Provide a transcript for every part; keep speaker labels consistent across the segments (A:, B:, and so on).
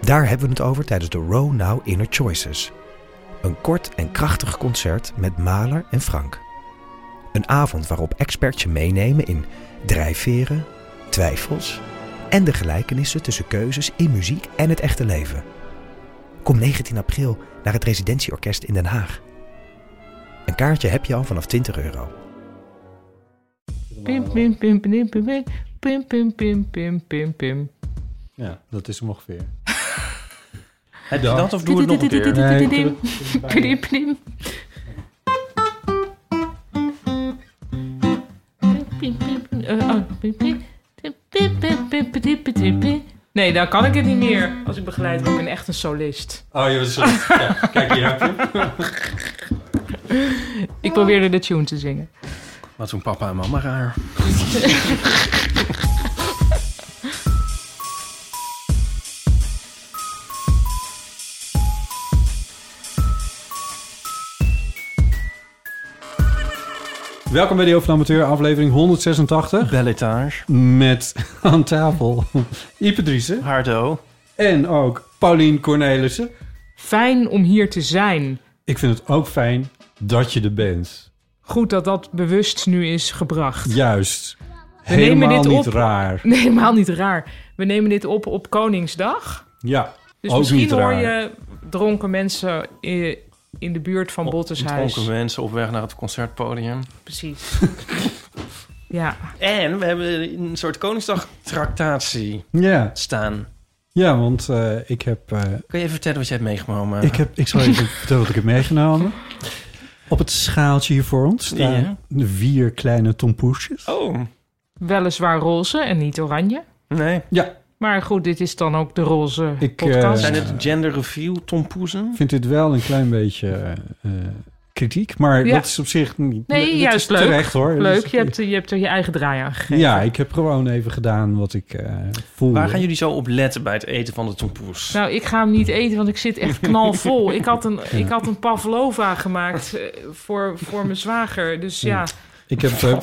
A: Daar hebben we het over tijdens de Row Now Inner Choices. Een kort en krachtig concert met Maler en Frank. Een avond waarop experts je meenemen in drijfveren, twijfels en de gelijkenissen tussen keuzes in muziek en het echte leven. Kom 19 april naar het Residentieorkest in Den Haag. Een kaartje heb je al vanaf 20 euro.
B: Pim, pim, pim, pim, pim, pim, pim, pim, pim, pim, pim, pim.
C: Ja, dat is hem ongeveer.
D: Heb je dat of doe het nog een keer?
B: Pim, pim, pim. eh, oh, Nee, dan kan ik het niet meer als ik begeleid word. Ik ben echt een solist.
C: Oh, je was ja, Kijk, hier heb je hem.
B: Ik probeerde de tune te zingen.
D: Wat zo'n papa en mama raar.
C: Welkom bij de Eeuw van de Amateur, aflevering 186.
D: Belletage.
C: Met aan tafel Ipe Driessen
D: Hardo.
C: en ook Paulien Cornelissen.
B: Fijn om hier te zijn.
C: Ik vind het ook fijn dat je er bent.
B: Goed dat dat bewust nu is gebracht.
C: Juist.
B: We nemen
C: Helemaal
B: dit
C: niet
B: op.
C: raar.
B: Nee, helemaal niet raar. We nemen dit op op Koningsdag.
C: Ja,
B: Dus
C: ook
B: misschien
C: niet
B: hoor
C: raar.
B: je dronken mensen i- in de buurt van
D: Dronken
B: Botteshuis.
D: mensen op weg naar het concertpodium.
B: Precies. ja.
D: En we hebben een soort Koningsdag-tractatie
C: Ja,
D: staan.
C: ja want eh, ik heb... eh,
D: Kun je even vertellen wat jij hebt meegenomen?
C: Ik, heb, ik zal even vertellen wat ik heb meegenomen. Op het schaaltje hier voor ons staan vier kleine tompoesjes.
D: Oh,
B: Weliswaar roze en niet oranje.
D: nee.
C: Ja,
B: Maar goed, dit is dan ook de roze
C: Ik,
B: podcast.
C: eh,
D: Zijn het gender review tompoezen?
C: ik vind dit wel een klein beetje eh, eh, kritiek, maar
B: Ja.
C: dat is op zich niet
B: Nee,
C: dat is
B: juist leuk.
C: terecht hoor.
B: Leuk,
C: Dus-
B: je hebt, je hebt er je eigen draai aan gegeven.
C: ja, ik heb gewoon even gedaan wat ik eh voelde.
D: Waar gaan jullie zo op letten bij het eten van de tompoes?
B: Nou, ik ga hem niet eten, want ik zit echt knalvol. Ik had een, ik had een pavlova gemaakt eh, voor, voor mijn zwager. Dus ja,
C: Ik heb eh,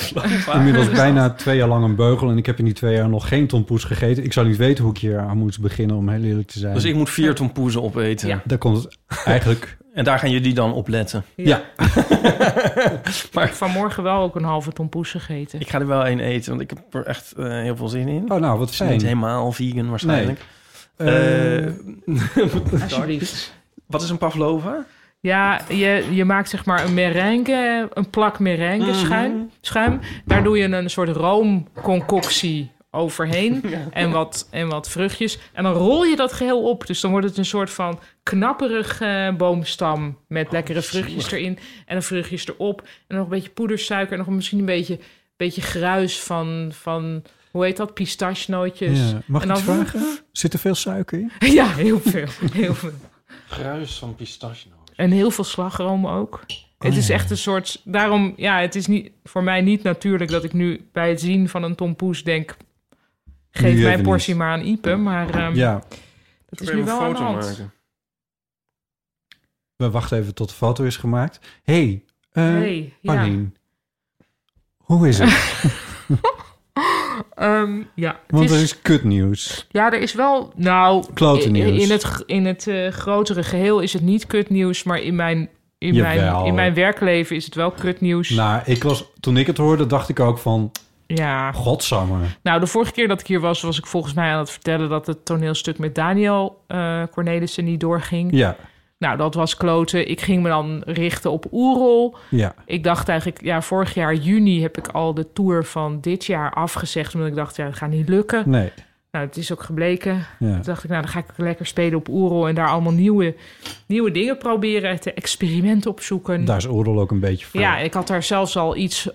C: inmiddels bijna twee jaar lang een beugel en ik heb in die twee jaar nog geen tompoes gegeten. Ik zou niet weten hoe ik hier aan moest beginnen om heel eerlijk te zijn.
D: dus ik moet vier tompoezen opeten.
B: Ja.
C: Daar komt het eigenlijk...
D: En daar gaan jullie dan op letten.
C: ja.
B: ik heb vanmorgen wel ook een halve tompoes gegeten.
D: Ik ga er wel één eten, want ik heb er echt eh, heel veel zin in.
C: Oh nou, wat
D: Het is niet
C: fijn.
D: helemaal vegan waarschijnlijk.
C: Eh,
D: Eh,
B: Alsjeblieft.
D: wat is een pavlova?
B: Ja, je, je maakt zeg maar een merengue, een plak merengue schuim, schuim. Daar doe je een soort roomconcoctie overheen en, wat, en wat vruchtjes. En dan rol je dat geheel op. Dus dan wordt het een soort van knapperig eh, boomstam met lekkere vruchtjes erin. En dan vruchtjes erop. En nog een beetje poedersuiker en nog misschien een beetje, beetje gruis van, van, hoe heet dat, pistachenootjes.
C: ja. Mag
B: en
C: ik
B: dan-
C: iets vragen? Zit er veel suiker in?
B: Ja, heel veel, heel veel.
D: Gruis van pistachenoot.
B: En heel veel slagroom ook.
C: Oh
B: het is echt een soort. Daarom, ja, het is niet, voor mij niet natuurlijk dat ik nu bij het zien van een tompoes denk. Geef
C: Nu
B: mijn
C: even
B: portie maar aan Ipe. Maar ehm,
C: Ja,
B: dat is nu wel aan de hand.
C: we wachten even tot de foto is gemaakt. hey, eh
B: Nee, ja.
C: Paulien. Hoe is het?
B: Ehm, ja, het
C: Want er
B: is-
C: is kutnieuws.
B: ja, er is wel. Nou,
C: Klote
B: in,
C: nieuws.
B: in het, g- in het eh, grotere geheel is het niet kutnieuws. Maar in mijn, in mijn,
C: Jawel.
B: in mijn werkleven is het wel kutnieuws.
C: Nou, ik was, toen ik het hoorde, dacht ik ook van...
B: ja.
C: Godsamme.
B: Nou, de vorige keer dat ik hier was, was ik volgens mij aan het vertellen dat het toneelstuk met Daniel eh Cornelissen niet doorging.
C: Ja,
B: Nou, dat was kloten. Ik ging me dan richten op Oerol.
C: ja.
B: Ik dacht eigenlijk, ja, vorig jaar juni heb ik al de tour van dit jaar afgezegd. Omdat ik dacht, ja, dat gaat niet lukken.
C: Nee.
B: Nou, het is ook gebleken.
C: Ja.
B: Toen dacht ik, nou, dan ga ik lekker spelen op Oerol en daar allemaal nieuwe, nieuwe dingen proberen. Te experimenten opzoeken.
C: Daar is Oerol ook een beetje voor.
B: Ja, ik had daar zelfs al iets,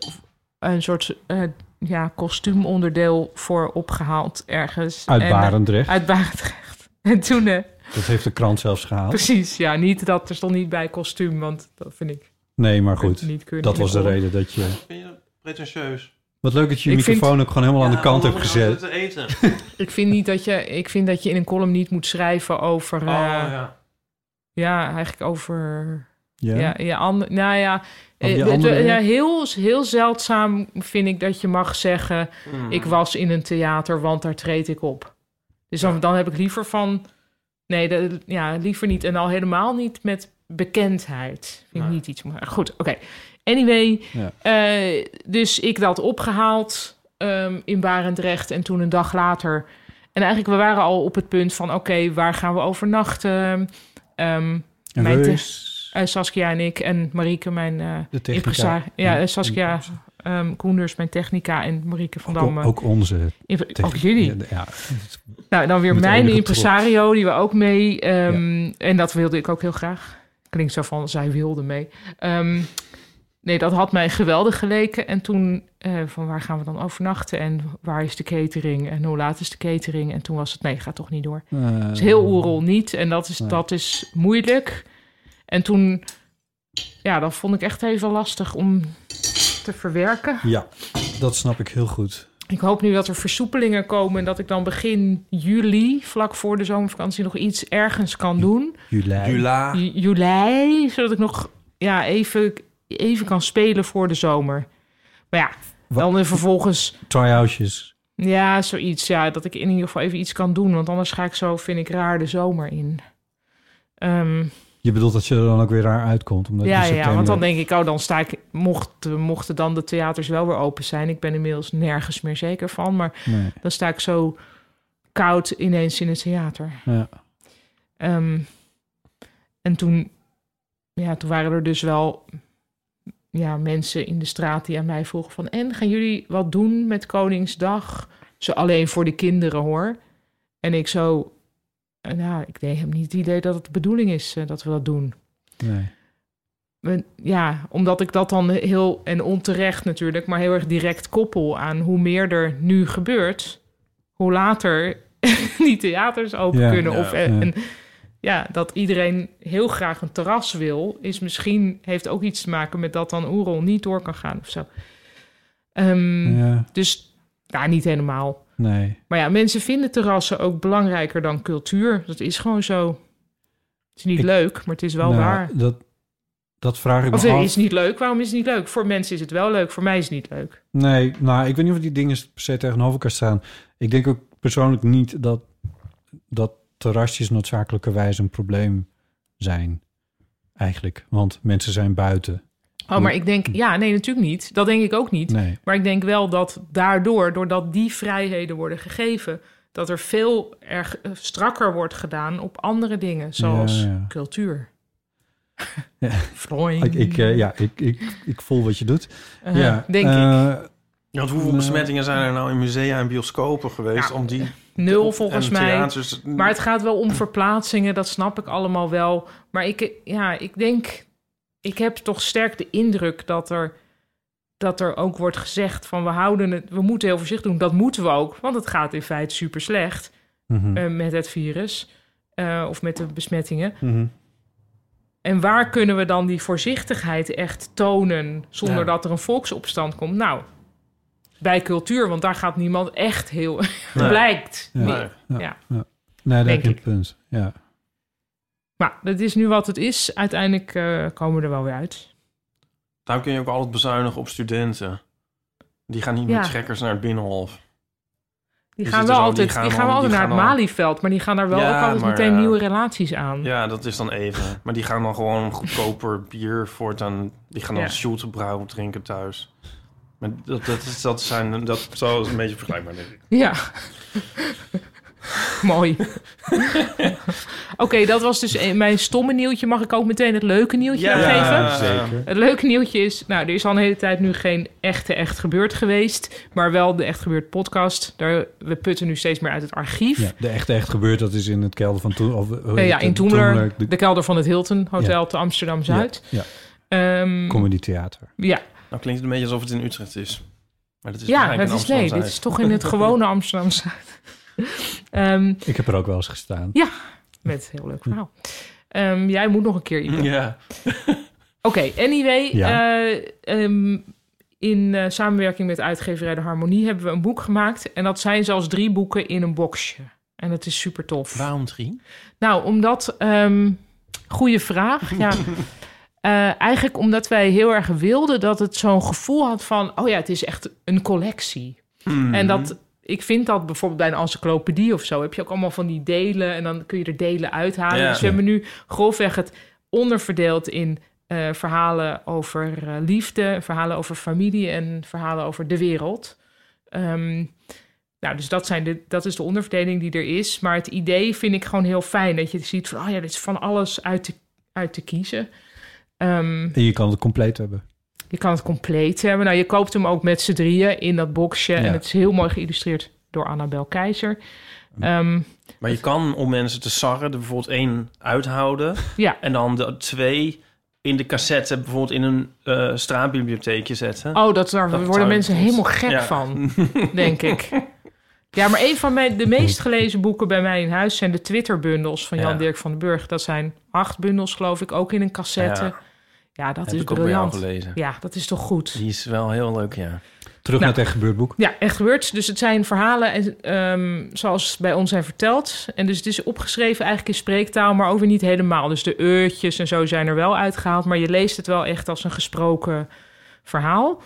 B: een soort eh, ja, kostuumonderdeel voor opgehaald ergens.
C: Uit
B: En, eh,
C: Barendrecht.
B: uit Barendrecht. En toen eh,
C: Dat heeft de krant zelfs gehaald.
B: Precies, ja, niet dat er stond niet bij kostuum, want dat vind ik
C: Nee, maar goed.
B: niet kunnen.
C: Dat was de reden dat je...
E: Vind je dat pretentieus?
C: Wat leuk dat je je
B: Ik vind-
C: microfoon ook gewoon helemaal aan de kant hebt gezet.
E: te eten.
B: Ik vind niet dat je, ik vind dat je in een column niet moet schrijven over, eh,
E: Oh,
B: ja.
E: ja.
B: eigenlijk over,
C: Ja.
B: ja, ja, ander- nou ja,
C: Of je
B: eh, de-
C: andere-
B: de- ja, heel, heel zeldzaam vind ik dat je mag zeggen,
E: Mm.
C: Hmm.
B: ik was in een theater, want daar treed ik op. Dus dan, dan heb ik liever van, nee, de- ja, liever niet en al helemaal niet met bekendheid. Vind ik
E: Nee.
B: niet iets, maar goed, oké. Anyway,
C: Ja.
B: eh, dus ik dat opgehaald ehm, in Barendrecht en toen een dag later. En eigenlijk, we waren al op het punt van: oké, waar gaan we overnachten? Ehm,
C: En
B: Mijn te-
C: Reus,
B: eh, Saskia en ik en Marieke, mijn eh
C: de technica.
B: impresario. Ja,
C: Ja,
B: eh, Saskia
C: impresario.
B: ehm, Koenders, mijn technica en Marieke van Dam.
C: Ook,
B: eh,
C: ook onze.
B: impre-
C: technica.
B: ook jullie.
C: Ja, ja.
B: Nou, dan weer
C: Met
B: mijn
C: enige
B: impresario, die we ook mee. ehm, En dat wilde ik ook heel graag. Klinkt zo van, zij wilde mee. Ehm, nee, dat had mij geweldig geleken. En toen, eh, van waar gaan we dan overnachten? En waar is de catering? En hoe laat is de catering? En toen was het, nee, gaat toch niet door.
C: Eh,
B: Het is heel oerol niet. En dat is,
C: Nee.
B: dat is moeilijk. En toen, ja, dat vond ik echt even lastig om te verwerken.
C: Ja, dat snap ik heel goed.
B: Ik hoop nu dat er versoepelingen komen en dat ik dan begin juli, vlak voor de zomervakantie, nog iets ergens kan doen.
C: Juli.
D: Jula.
B: Ju- Juli, zodat ik nog ja, even, even kan spelen voor de zomer. Maar ja,
C: Wa-
B: dan weer vervolgens,
C: Try-outjes.
B: ja, zoiets. Ja, dat ik in ieder geval even iets kan doen, want anders ga ik zo, vind ik, raar de zomer in. Ehm,
C: Je bedoelt dat je er dan ook weer raar uitkomt? Omdat
B: ja,
C: je
B: ja,
C: september-
B: want dan denk ik, oh, dan sta ik, mocht, mochten dan de theaters wel weer open zijn. Ik ben inmiddels nergens meer zeker van, maar
C: Nee,
B: dan sta ik zo koud ineens in het theater.
C: ja.
B: Ehm, en toen, ja, toen waren er dus wel ja, mensen in de straat die aan mij vroegen van... en, gaan jullie wat doen met Koningsdag? Ze alleen voor de kinderen, hoor. En ik zo... eh, Nou, ik denk, heb niet het idee dat het de bedoeling is eh, dat we dat doen.
C: Nee.
B: Maar Ja, omdat ik dat dan heel, en onterecht natuurlijk, maar heel erg direct koppel aan hoe meer er nu gebeurt, hoe later die theaters open
C: Ja,
B: kunnen.
D: ja,
B: of, eh,
C: ja.
B: En, ja, dat iedereen heel graag een terras wil, is misschien, heeft ook iets te maken met dat dan Oerol niet door kan gaan of zo. Ehm,
C: Ja,
B: Dus, ja, niet helemaal.
C: nee.
B: Maar ja, mensen vinden terrassen ook belangrijker dan cultuur. Dat is gewoon zo. Het is niet
C: Ik-
B: leuk, maar het is wel
C: Nou,
B: waar.
C: Dat, dat vraag ik
B: Of
C: me
B: nee,
C: af.
B: is het niet leuk? Waarom is het niet leuk? Voor mensen is het wel leuk, voor mij is het niet leuk.
C: Nee, nou, ik weet niet of die dingen per se tegenover elkaar staan. Ik denk ook persoonlijk niet dat, dat terrasjes noodzakelijkerwijs een probleem zijn. Eigenlijk, want mensen zijn buiten.
B: Oh, maar ik denk, ja, nee, natuurlijk niet. Dat denk ik ook niet.
C: Nee,
B: Maar ik denk wel dat daardoor, doordat die vrijheden worden gegeven, dat er veel erg eh, strakker wordt gedaan op andere dingen, zoals
C: Ja, ja.
B: cultuur.
C: Ja.
B: Vlooing.
C: ik, ik, eh, ja, ik, ik, ik voel wat je doet.
B: Eh,
C: ja,
B: denk ik.
C: eh,
E: Want hoeveel
C: Nee.
E: besmettingen zijn er nou in musea en bioscopen geweest?
B: Mm. Ja,
E: om die
B: Nul volgens
E: en
B: mij.
E: theaters-
B: Maar het gaat wel om verplaatsingen, dat snap ik allemaal wel. Maar ik, ja, ik denk, ik heb toch sterk de indruk dat er, dat er ook wordt gezegd van we houden het, we moeten heel voorzichtig doen. Dat moeten we ook, want het gaat in feite super slecht
C: mhm,
B: eh, met het virus eh, of met de besmettingen.
C: mhm.
B: En waar kunnen we dan die voorzichtigheid echt tonen zonder
E: Ja.
B: dat er een volksopstand komt? Nou, bij cultuur, want daar gaat niemand echt heel.
E: Nee.
B: blijkt.
C: Ja.
B: niet.
C: Nee, daar heb
B: Denk
C: je een
B: ik.
C: punt. Ja.
B: Maar Nou, dat is nu wat het is. Uiteindelijk eh, komen we er wel weer uit.
E: Daar kun je ook altijd bezuinigen op studenten. Die gaan niet
B: Ja.
E: met trekkers naar het binnenhof.
B: Die
E: Is
B: gaan
E: Dus het
B: wel
E: zo? Die
B: altijd,
E: gaan
B: die gaan
E: al-
B: wel altijd
E: die
B: naar
E: gaan
B: het
E: al-
B: Malieveld, maar die gaan daar wel
E: Ja,
B: ook altijd
E: maar,
B: meteen
E: eh,
B: nieuwe relaties aan.
E: Ja, dat is dan even. Maar die gaan dan gewoon goedkoper bier voortaan. Die gaan dan
B: Ja.
E: Schultebrouw drinken thuis. Maar dat, dat, is, dat zijn. Dat zo is een beetje vergelijkbaar, denk ik.
B: Ja. Mooi. Oké, dat was dus een- mijn stomme nieuwtje. Mag ik ook meteen het leuke nieuwtje geven?
E: zeker.
B: Het leuke nieuwtje is, nou, er is al een hele tijd nu geen echte Echt Gebeurd geweest, maar wel de Echt Gebeurd podcast. Daar, we putten nu steeds meer uit het archief.
C: Ja, de echte echt gebeurt, dat is in het kelder van toen. Of, hoe
B: Eh,
C: heet
B: ja, in
C: het?
B: Toemler,
C: Toemler,
B: de,
C: Oh de
B: kelder van het Hilton Hotel te Amsterdam-Zuid.
C: Ja,
B: Ehm,
C: comedy theater.
B: ja.
E: Nou klinkt het een beetje alsof het in Utrecht is. Maar dat is
B: ja,
E: waarschijnlijk
B: dat
E: in
B: is nee,
E: Amsterdam
B: dit is toch in het gewone Amsterdam-Zuid. Ehm,
C: Ik heb er ook wel eens gestaan.
B: Ja. met een heel leuk verhaal. Ehm, jij moet nog een keer Ipe.
E: Ja.
B: Oké, anyway.
C: Ja.
B: eh, ehm, in eh, samenwerking met uitgeverij De Harmonie hebben we een boek gemaakt. En dat zijn zelfs drie boeken in een boxje. En dat is super tof.
E: Waarom drie?
B: Nou, omdat. ehm goede vraag. Ja. Eh, eigenlijk omdat wij heel erg wilden dat het zo'n gevoel had van: oh ja, het is echt een collectie.
D: Mhm.
B: En dat. Ik vind dat bijvoorbeeld bij een encyclopedie of zo. Heb je ook allemaal van die delen en dan kun je er delen uithalen.
E: Ja.
B: Dus we hebben nu grofweg het onderverdeeld in eh, verhalen over eh, liefde, verhalen over familie en verhalen over de wereld. Ehm, nou, dus dat, zijn de, dat is de onderverdeling die er is. Maar het idee vind ik gewoon heel fijn. Dat je ziet van, oh ja, er is van alles uit te, uit te kiezen. Ehm,
C: En je kan het compleet hebben.
B: je kan het compleet hebben. Nou, je koopt hem ook met z'n drieën in dat boxje.
C: Ja.
B: En het is heel mooi geïllustreerd door Annabel Keizer. Ehm,
E: Maar je kan om mensen te sarren er bijvoorbeeld één uithouden.
B: Ja.
E: En dan de twee in de cassette bijvoorbeeld in een eh, straatbibliotheekje zetten.
B: oh, dat, daar
E: Dat zou
B: worden
E: ik
B: mensen
E: goed-
B: helemaal gek
E: Ja.
B: van, denk ik. Ja, maar een van mijn, de meest gelezen boeken bij mij in huis zijn de Twitter-bundels van
E: Ja.
B: Jan-Dirk van den Burg. Dat zijn acht bundels, geloof ik, ook in een cassette. Ja,
E: Ja.
B: dat
E: Heb
B: is
E: ik ook bij jou
B: briljant.
E: gelezen.
B: Ja, dat is toch goed.
E: Die is wel heel leuk, ja.
B: Nou.
C: Terug naar het echt gebeurd boek.
B: Ja, echt gebeurd. Dus het zijn verhalen en, ehm, zoals bij ons zijn verteld. En dus het is opgeschreven eigenlijk in spreektaal, maar ook weer niet helemaal. Dus de eurtjes en zo zijn er wel uitgehaald. Maar je leest het wel echt als een gesproken verhaal.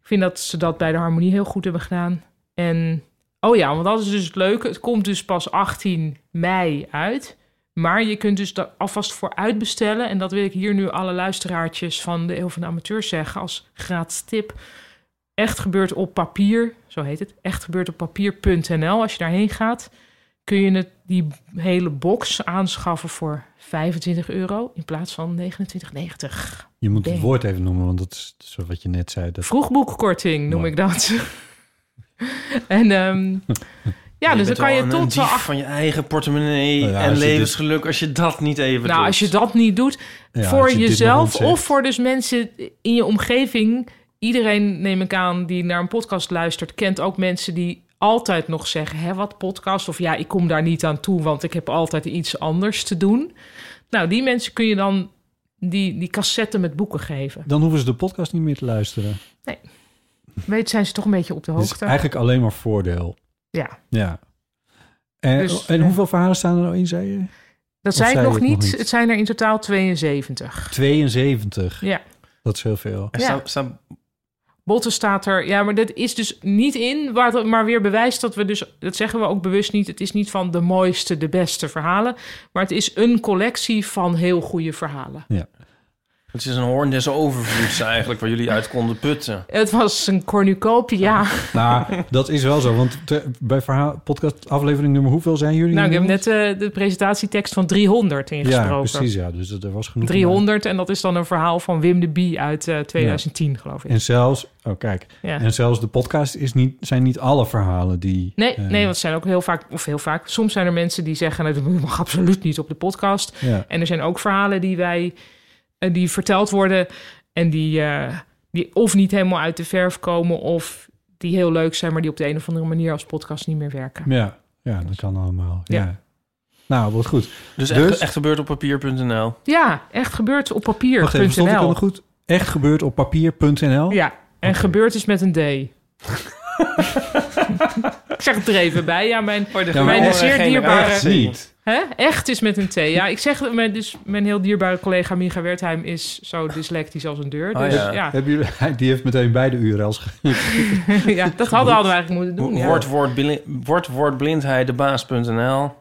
B: Ik vind dat ze dat bij de harmonie heel goed hebben gedaan. En oh ja, want dat is dus het leuke. Het komt dus pas 18 mei uit. Maar je kunt dus daar alvast voor uitbestellen. En dat wil ik hier nu alle luisteraartjes van de Eeuw van de Amateur zeggen als gratis tip. Echt gebeurt op papier, zo heet het. Echt gebeurt op papier.nl. Als je daarheen gaat, kun je het, die hele box aanschaffen voor 25 euro in plaats van 29,90.
C: Je moet het
B: Dang.
C: woord even noemen, want dat is zo wat je net zei. Dat...
B: Vroegboekkorting noem
C: Mooi.
B: ik dat. en ehm, ja,
E: Je
B: dus dan
E: bent
B: kan
E: wel
B: je
E: een
B: tot zo
E: dief
B: achter.
E: van je eigen portemonnee
C: Nou ja,
E: en
C: als je dit-
E: levensgeluk als je dat niet even
B: Nou,
E: doet.
B: als je dat niet doet,
C: Ja,
B: voor
C: als je dit nog
B: jezelf
C: ontzegt.
B: of voor dus mensen in je omgeving. Iedereen, neem ik aan, die naar een podcast luistert, kent ook mensen die altijd nog zeggen: hè, wat podcast? Of ja, ik kom daar niet aan toe, want ik heb altijd iets anders te doen. Nou, die mensen kun je dan die, die cassetten met boeken geven.
C: Dan hoeven ze de podcast niet meer te luisteren.
B: Weet, zijn ze toch een beetje op de
C: Het is
B: hoogte?
C: Hm. Dus eigenlijk alleen maar voordeel.
B: Ja.
C: Ja. En,
B: Dus,
C: en
B: eh,
C: hoeveel verhalen staan er nou in, zei je?
B: Dat
C: Of
B: zei ik
C: zei
B: nog
C: je het nog
B: niet.
C: niet?
B: Het zijn er in totaal 72.
C: 72.
B: Ja.
C: Dat is heel veel.
E: Er
B: Ja.
E: staan- staan-
B: Botten staat er. Ja, maar dat is dus niet in. waar- Maar weer bewijst dat we dus. Dat zeggen we ook bewust niet. Het is niet van de mooiste, de beste verhalen. Maar het is een collectie van heel goede verhalen.
E: het is een hoorn des overvloeds eigenlijk, waar jullie uit konden putten.
B: Het was een cornucopia.
C: Nou, dat is wel zo. Want te- bij verhaal, podcast aflevering nummer hoeveel zijn jullie?
B: nou, ik heb
C: inmiddels?
B: net eh, de presentatietekst van 300 ingesproken.
C: Ja, precies. Ja, dus dat- er was genoeg.
B: 300. En dat is dan een verhaal van Wim de Bie uit eh, 2010, geloof ik.
C: En zelfs, oh kijk,
B: Ja.
C: en zelfs de podcast is niet, zijn niet alle verhalen die...
B: Nee,
C: eh,
B: nee, want het zijn ook heel vaak, of heel vaak, soms zijn er mensen die zeggen: nou, het mag absoluut niet op de podcast.
C: Ja,
B: En er zijn ook verhalen die wij eh, die verteld worden en die, eh, die of niet helemaal uit de verf komen of die heel leuk zijn, maar die op de een of andere manier als podcast niet meer werken.
C: ja, ja dat kan allemaal. Ja.
B: Ja.
C: Nou, wat goed.
E: Dus,
C: Dus?
E: Echt, echt gebeurt op papier.nl.
B: Ja, echt gebeurt op
C: Wacht even, stond ik dan
B: papier.nl.
C: nog goed? Echt gebeurt op papier.nl?
B: Ja, en gebeurt is met een D. ik zeg het er even bij. Ja, mijn,
C: Ja, maar
B: mijn
C: echt
B: zeer dierbare.
C: Echt niet.
B: Hè? Echt is met een T. Ja, ik zeg, mijn, dus mijn heel dierbare collega Miga Wertheim is zo dyslectisch als een deur.
E: Oh,
B: Dus
E: ja.
B: ja.
C: Hebben jullie, die heeft meteen beide URL's. ge-
B: Ja, dat hadden, hadden we eigenlijk moeten doen. ja.
E: Word, word, bili- word, word blindheid de baas.nl.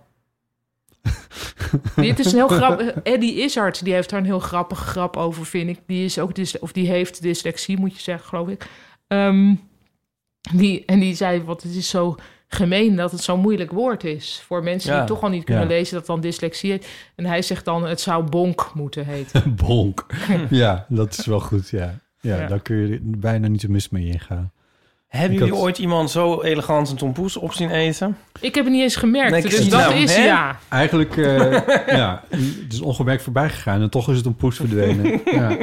B: Dit is een heel grappig. Eddie Izzard, die heeft daar een heel grappige grap over, vind ik. Die is ook dys- of die heeft dyslexie, moet je zeggen, geloof ik. Ehm, die, en die zei: Wat het is zo gemeen dat het zo'n moeilijk woord is. Voor mensen
E: Ja.
B: die toch al niet kunnen
C: Ja.
B: lezen, dat dan dyslexie heet. En hij zegt dan: Het zou bonk moeten heten.
C: Bonk. ja, dat is wel goed, ja. Ja,
B: Ja.
C: daar kun je bijna niet te mis mee ingaan.
E: Hebben
C: Ik
E: jullie
C: had-
E: ooit iemand zo elegant een tompoes op zien eten?
B: Ik heb het niet eens gemerkt.
E: Nee,
B: dus
E: kijk,
B: dat
E: nou,
B: is
E: hè?
B: ja.
C: Eigenlijk, eh, ja, het is ongemerkt voorbij gegaan en toch is het een poes verdwenen. Ja.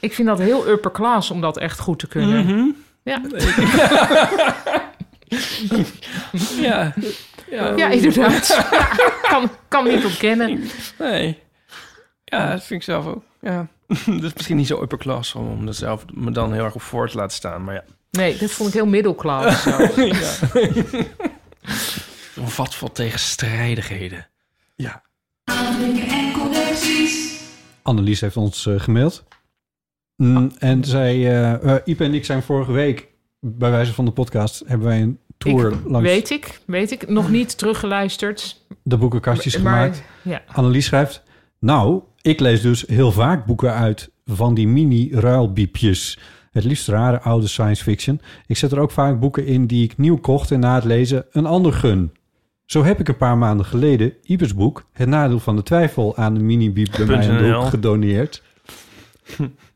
B: Ik vind dat heel upper class om dat echt goed te
D: Mhm.
E: Mhm.
B: kunnen.
E: Ja.
B: Ja. Ja, inderdaad. Ja, kan, kan me niet ontkennen.
D: Nee. Ja, dat vind ik zelf ook. Ja. dat is misschien niet zo upper class om, om dat zelf me dan heel erg op voor te laten staan. Maar ja.
B: Nee, dat vond ik heel middelklas.
D: Een vat vol tegenstrijdigheden. Ja.
C: Annelies heeft ons eh, gemaild. Mm,
B: Ah.
C: En zij, eh eh, Ipe en ik zijn vorige week, bij wijze van de podcast, hebben wij een tour langs
B: Weet ik, weet ik. Nog niet teruggeluisterd.
C: de boekenkastjes
B: Maar
C: gemaakt.
B: ja,
C: Annelies schrijft, nou, ik lees dus heel vaak boeken uit van die mini-ruilbiepjes. Het liefst rare oude science fiction. Ik zet er ook vaak boeken in die ik nieuw kocht en na het lezen een ander gun. Zo heb ik een paar maanden geleden Ibers boek Het Nadeel van de Twijfel aan een mini-biep bij mij aan de hoek
E: NL.
C: gedoneerd.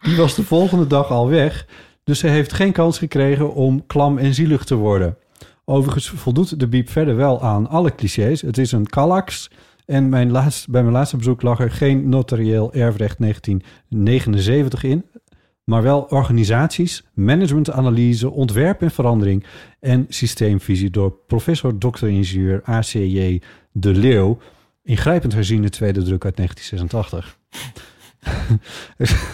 C: Die was de volgende dag al weg, dus ze heeft geen kans gekregen om klam en zielig te worden. Overigens voldoet de biep verder wel aan alle clichés. Het is een kallaks. En mijn laatst, bij mijn laatste bezoek lag er geen notarieel erfrecht 1979 in. Maar wel organisaties, managementanalyse, ontwerp en verandering en systeemvisie door professor dokter-ingenieur ACJ De Leeuw. Ingrijpend herzien de tweede druk uit 1986.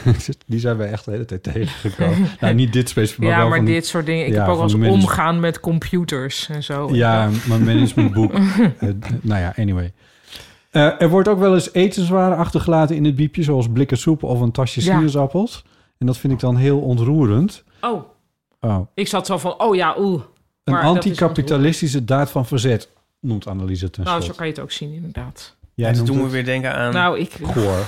C: Dus Die zijn wij echt de hele tijd tegengekomen. nou, niet dit specifiek, maar
B: ja
C: wel
B: maar
C: van-
B: dit soort dingen. Ik
C: ja,
B: heb ook wel eens
C: van de mensen-
B: omgaan met computers en zo.
C: Ja, mijn managementboek. Eh, nou ja, anyway. Eh, er wordt ook wel eens etenswaren achtergelaten in het biepje, zoals blikken soep of een tasje
B: Ja.
C: sinaasappels. En dat vind ik dan heel ontroerend.
B: Oh,
C: Oh.
B: ik zat zo van, oh ja, oeh.
C: Een
B: Maar dat is
C: anticapitalistische daad van verzet, noemt Anneliese ten
B: Nou,
C: slotte.
B: zo kan je het ook zien, inderdaad.
C: Jij
E: En toen doen
C: noemt
E: we
C: het
E: weer denken aan...
B: Nou, ik...
C: goor.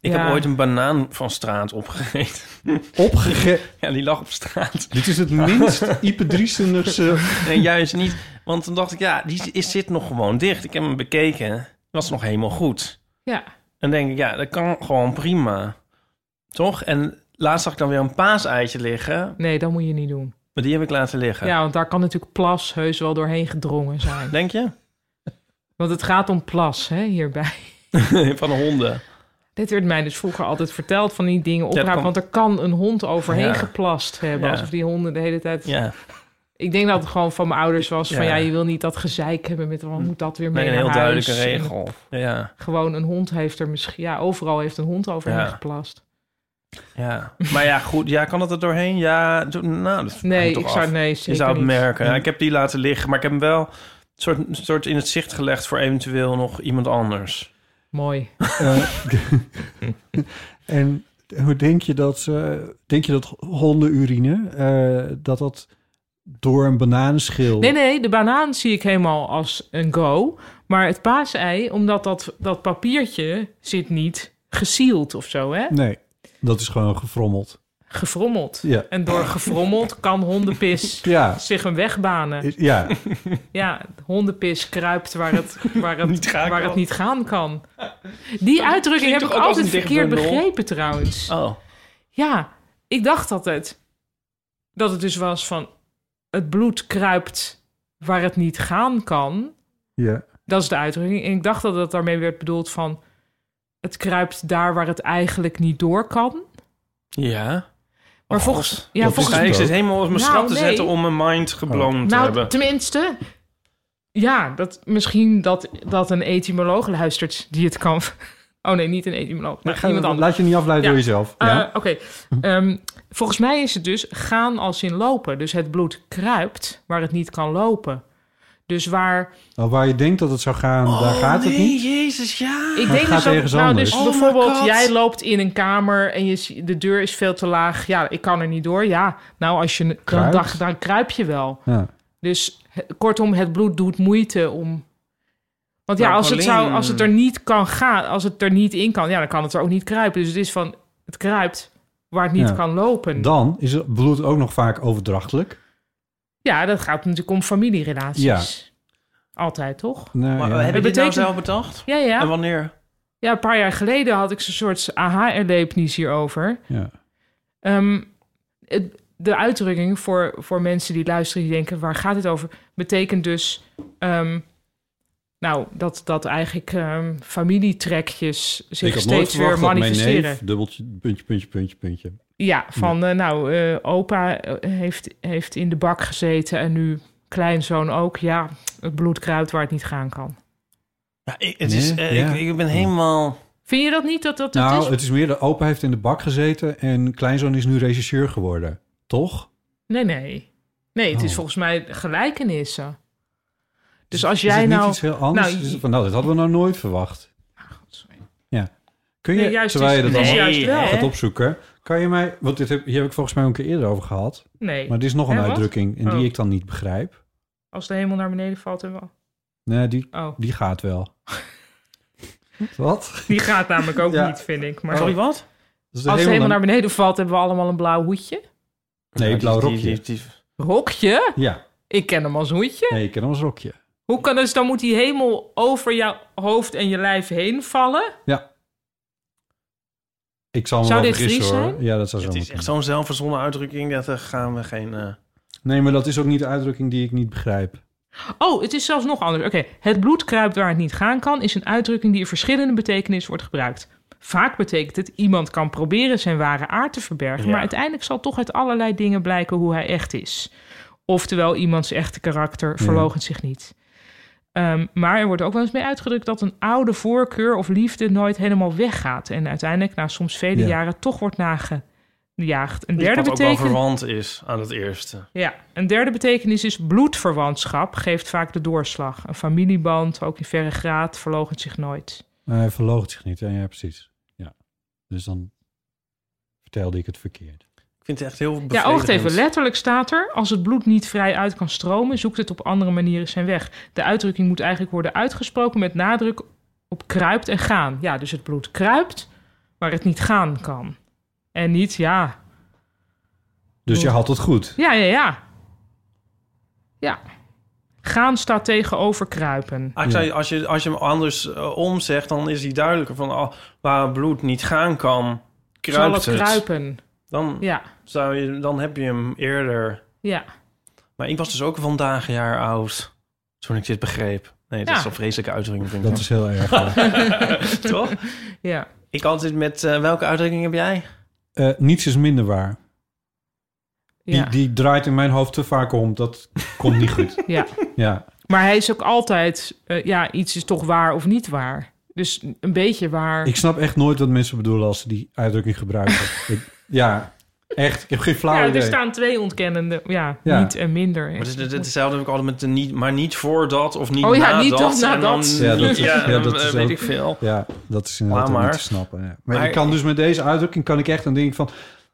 E: ik
B: ja.
E: heb ooit een banaan van straat opgegeten.
C: Opgege...
E: ja, die lag op straat.
C: Dit is het minst ipedriesenigse...
E: Nee, juist niet. Want toen dacht ik, ja, die is, zit nog gewoon dicht. Ik heb hem bekeken. Was nog helemaal goed.
B: Ja.
E: Dan denk ik, ja, dat kan gewoon prima. Toch? En laatst zag ik dan weer een paaseitje liggen.
B: Nee, dat moet je niet doen.
E: Maar die heb ik laten liggen.
B: Ja, want daar kan natuurlijk plas heus wel doorheen gedrongen zijn.
E: Denk je?
B: Want het gaat om plas, hè, hierbij.
E: Van de honden.
B: Dit werd mij dus vroeger altijd verteld van die dingen opruimen.
E: kan-
B: Want er kan een hond overheen
E: Ja.
B: geplast hebben.
E: Ja.
B: Alsof die honden de hele tijd...
E: Ja.
B: Ik denk dat het gewoon van mijn ouders was van...
E: Ja. Hm.
B: Ja, je wil niet dat gezeik hebben met... wat moet dat weer mee
E: Met een
B: naar
E: heel
B: huis?
E: duidelijke
B: En
E: regel. Ja.
B: Gewoon een hond heeft er misschien... Ja, overal heeft een hond overheen
E: Ja.
B: geplast.
E: ja. Maar ja, goed. Ja, kan dat er doorheen? Ja. do- Nou, dat
B: Nee,
E: hangt toch
B: ik zou...
E: af.
B: Nee,
E: Je
B: zeker
E: zou het
B: niet.
E: merken. Ja, ik heb die laten liggen. Maar ik heb hem wel soort, soort in het zicht gelegd voor eventueel nog iemand anders.
B: Mooi.
C: eh, en hoe denk je dat... eh, denk je dat hondenurine... eh, dat dat door een bananenschil...
B: Nee, nee, de banaan zie ik helemaal als een go. Maar het paasei, omdat dat, dat papiertje zit niet gesield of zo, hè?
C: Nee, dat is gewoon gefrommeld.
B: Gefrommeld.
C: Ja.
B: En door gefrommeld kan hondenpis
C: Ja,
B: zich een weg banen.
C: ja.
B: Ja, hondenpis kruipt waar het, waar het,
E: Niet gaan
B: waar
E: kan.
B: het niet gaan kan. Die uitdrukking heb
D: klinkt
B: ik
D: toch ook als
B: altijd
D: een dicht
B: verkeerd
D: bundel?
B: begrepen trouwens.
E: Oh.
B: Ja, ik dacht altijd dat het dus was van... het bloed kruipt waar het niet gaan kan...
C: ja.
B: Dat is de uitdrukking. En ik dacht dat dat daarmee werd bedoeld van... het kruipt daar waar het eigenlijk niet door kan.
E: Ja.
B: Maar
E: Oh,
B: volgens...
E: God.
B: Ja,
C: Dat
B: volgens
C: is
E: Ja, ik
C: het
E: zit helemaal op mijn
B: Nou,
E: schrap te
B: nee.
E: zetten om mijn mind geblown te
B: nou,
E: hebben.
B: tenminste... Ja, dat, misschien dat, dat een etymoloog luistert die het kan... Oh nee, niet een etymoloog, maar
C: Ga-
B: iemand anders.
C: Laat je niet afleiden
B: Ja.
C: door jezelf.
B: Eh,
C: ja?
B: Oké, Ehm, volgens mij is het dus gaan als in lopen. Dus het bloed kruipt waar het niet kan lopen. Dus waar...
C: Nou, waar je denkt dat het zou gaan,
B: Oh,
C: daar gaat het niet.
E: Jezus, ja.
B: Ik
C: Maar
B: denk
C: het gaat
B: dus ook,
C: ergens
B: nou,
C: anders.
B: dus
E: Oh my
B: bijvoorbeeld,
E: God.
B: jij loopt in een kamer en je, zie- de deur is veel te laag. Ja, ik kan er niet door. Ja, nou, als je dan,
C: Kruipt.
B: dan, dan kruip je wel.
C: Ja.
B: Dus he- kortom, het bloed doet moeite om. Want ja,
E: Maar
B: als het, zou,
E: Paulien-
B: als het er niet kan gaan, als het er niet in kan, ja, dan kan het er ook niet kruipen. Dus het is van, het kruipt waar het niet
C: Ja.
B: kan lopen.
C: Dan is het bloed ook nog vaak overdrachtelijk.
B: ja, dat gaat natuurlijk om familierelaties.
C: Ja.
B: Altijd, toch?
C: Nou,
E: Maar
C: ja.
E: heb je dit nou
B: betekent-
E: zelf bedacht?
B: Ja, ja.
E: En wanneer?
B: Ja, een paar jaar geleden had ik zo'n soort aha-erlevenis hierover.
C: Ja.
B: Ehm, het- de uitdrukking voor, voor mensen die luisteren, die denken: waar gaat het over? Betekent dus. ehm, nou, dat, dat eigenlijk ehm, familietrekjes zich steeds weer manifesteren.
C: dubbeltje, puntje, puntje, puntje, puntje.
B: ja, van eh, nou, eh, opa eh, heeft, heeft in de bak gezeten en nu kleinzoon ook. Ja, het bloed kruipt waar het niet gaan kan.
F: Ja, ik, het is,
C: Nee,
F: eh,
C: ja.
F: ik, ik ben helemaal...
B: Vind je dat niet dat dat het
C: nou,
B: is?
C: het is meer de opa heeft in de bak gezeten en kleinzoon is nu regisseur geworden. Toch?
B: Nee, nee. Nee, het is
C: Oh.
B: volgens mij gelijkenissen. Dus als
C: is
B: jij
C: het
B: nou...
C: niet iets heel anders?
B: nou,
C: Is het van, nou, dat hadden we nou nooit verwacht.
B: sorry.
C: Ja. Kun je,
B: Nee, juist
C: terwijl je
B: is-
C: dat
B: nee,
C: allemaal
B: juist wel.
C: gaat opzoeken, kan je mij... Want dit heb, hier heb ik volgens mij ook een keer eerder over gehad.
B: Nee,
C: Maar dit is nog een
B: Hè, wat?
C: uitdrukking en die
B: Oh.
C: ik dan niet begrijp.
B: als de hemel naar beneden valt en wel.
C: Nee, die,
B: Oh,
C: die gaat wel. Wat?
B: die gaat namelijk ook
C: Ja.
B: niet, vind ik. Maar
F: Sorry, wat?
C: Dus
B: als de hemel naar beneden valt, hebben we allemaal een blauw hoedje.
C: Nee, blauw rokje.
B: Rokje?
C: Ja,
B: Ik ken hem als hoedje.
C: nee, ik ken hem als rokje.
B: Hoe kan dus, dan moet die hemel over jouw hoofd en je lijf heen vallen?
C: Ja. Ik zal me
B: Zou
C: wel
B: dit
C: vergissen
B: Fries
C: hoor.
B: zijn?
C: Ja, dat zou zo
D: Het is
C: moeten.
D: echt zo'n zelfverzonnen uitdrukking. Dat daar gaan we geen... eh,
C: Nee, maar dat is ook niet de uitdrukking die ik niet begrijp.
B: Oh, het is zelfs nog anders. Oké, het bloed kruipt waar het niet gaan kan is een uitdrukking die in verschillende betekenissen wordt gebruikt. Vaak betekent het iemand kan proberen zijn ware aard te verbergen,
D: Ja.
B: maar uiteindelijk zal toch uit allerlei dingen blijken hoe hij echt is. Oftewel, iemands echte karakter verloochent zich niet. Ehm, maar er wordt ook wel eens mee uitgedrukt dat een oude voorkeur of liefde nooit helemaal weggaat. En uiteindelijk, na soms vele
C: Ja.
B: jaren, toch wordt nagejaagd. Een derde
D: iets wat Dus ook wel
B: betekenis.
D: verwant is aan het eerste.
B: Ja, een derde betekenis is bloedverwantschap geeft vaak de doorslag. Een familieband, ook in verre graad, verloochent zich nooit.
C: Maar hij verloogt zich niet. Ja, ja, precies. Ja. Dus dan vertelde ik het verkeerd.
D: Ik vind het echt heel
B: Ja, oogt even.
D: bevredigend.
B: Letterlijk staat er, als het bloed niet vrij uit kan stromen, zoekt het op andere manieren zijn weg. De uitdrukking moet eigenlijk worden uitgesproken met nadruk op kruipt en gaan. Ja, dus het bloed kruipt, waar het niet gaan kan. En niet, ja.
C: Dus je had het goed.
B: Ja, ja, ja. Ja. Gaan staat tegenover kruipen.
D: Ah, ik zei, als, je, als je hem anders eh, omzegt, dan is hij duidelijker. Van, ah, waar bloed niet gaan kan,
B: Zal
D: kruipt
B: het
D: het.
B: kruipen?
D: Dan,
B: Ja,
D: zou je, dan heb je hem eerder.
B: ja.
D: Maar ik was dus ook vandaag een jaar oud toen ik dit begreep. Nee, dat
B: Ja.
D: is een vreselijke uitdrukking. Vind ik
C: Dat is heel erg. ja.
D: dat, toch?
B: Ja.
D: Ik altijd met, eh, welke uitdrukking heb jij?
C: Eh, niets is minder waar. Die,
B: ja.
C: die draait in mijn hoofd te vaak om. Dat komt niet goed.
B: Ja.
C: Ja.
B: Maar hij is ook altijd, eh, ja, iets is toch waar of niet waar. Dus een beetje waar.
C: Ik snap echt nooit wat mensen bedoelen als ze die uitdrukking gebruiken. ik, ja, echt. Ik heb geen flauw
B: ja,
C: idee.
B: er staan twee ontkennende, ja,
C: Ja.
B: niet en minder.
D: Maar het is het- hetzelfde heb ik altijd met de niet, maar niet voordat of niet
B: Oh ja,
D: nadat.
B: niet dat,
D: en dan-
B: nadat.
C: Ja, dat is-
D: ja,
C: ja,
D: dan,
C: dat
D: eh,
C: is
D: weet
C: ook-
D: ik veel.
C: Ja, dat is inderdaad
D: Laat
C: ook
D: maar.
C: niet te snappen. Ja. Maar,
D: Maar-
C: ik kan dus met deze uitdrukking kan ik echt aan denken van...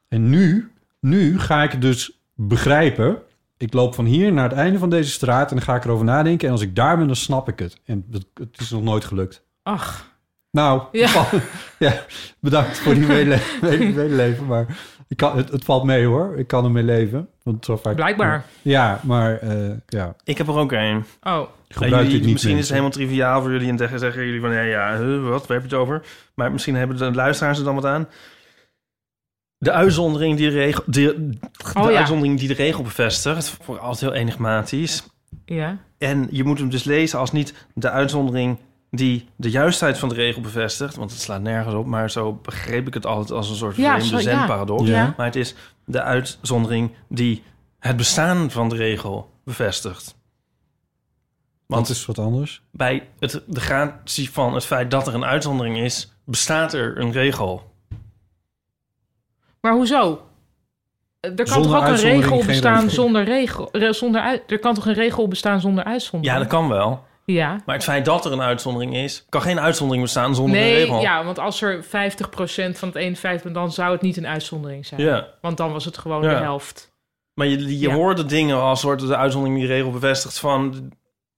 C: En nu, nu ga ik het dus begrijpen. Ik loop van hier naar het einde van deze straat en dan ga ik erover nadenken. En als ik daar ben, dan snap ik het. En dat, het is nog nooit gelukt.
B: Ach,
C: Nou,
B: Ja.
C: val- ja, bedankt voor die medele- mede- medeleven. Maar ik kan, het, het valt mee hoor. Ik kan ermee leven. Want zo vaak,
B: blijkbaar.
C: Ja, maar eh, ja,
D: Ik heb er ook een.
B: Oh,
C: gebruik
D: Ja, jullie-
C: dit niet
D: misschien is
C: mensen.
D: het helemaal triviaal voor jullie en tegen- zeggen jullie van ja, ja huh, wat, waar heb je het over? Maar misschien hebben de luisteraars er dan wat aan. De uitzondering die de regel, de, de
B: Oh ja.
D: uitzondering die de regel bevestigt, voor altijd heel enigmatisch.
B: ja.
D: En je moet hem dus lezen als niet de uitzondering die de juistheid van de regel bevestigt, want het slaat nergens op. Maar zo begreep ik het altijd als een soort
B: Ja,
D: vreemde
B: zo- ja.
D: zenparadox.
C: Ja.
D: Maar het is de uitzondering die het bestaan van de regel bevestigt.
C: Want het is wat anders.
D: bij het, de gratie van het feit dat er een uitzondering is, bestaat er een regel.
B: Maar hoezo? Eh, Er kan
C: Zonder
B: toch ook een
C: uitzondering
B: regel
C: geen
B: bestaan
C: regel.
B: zonder regel? re- zonder uit, er kan toch een regel bestaan zonder uitzondering?
D: Ja, dat kan wel.
B: Ja.
D: Maar het feit dat er een uitzondering is, kan geen uitzondering bestaan zonder een
B: Nee,
D: regel.
B: ja, want als er 50% van het ene 50, dan zou het niet een uitzondering zijn.
D: Ja.
B: Want dan was het gewoon
D: Ja.
B: de helft.
D: Maar je, je
B: Ja.
D: hoorde dingen als soort de uitzondering die de regel bevestigt van...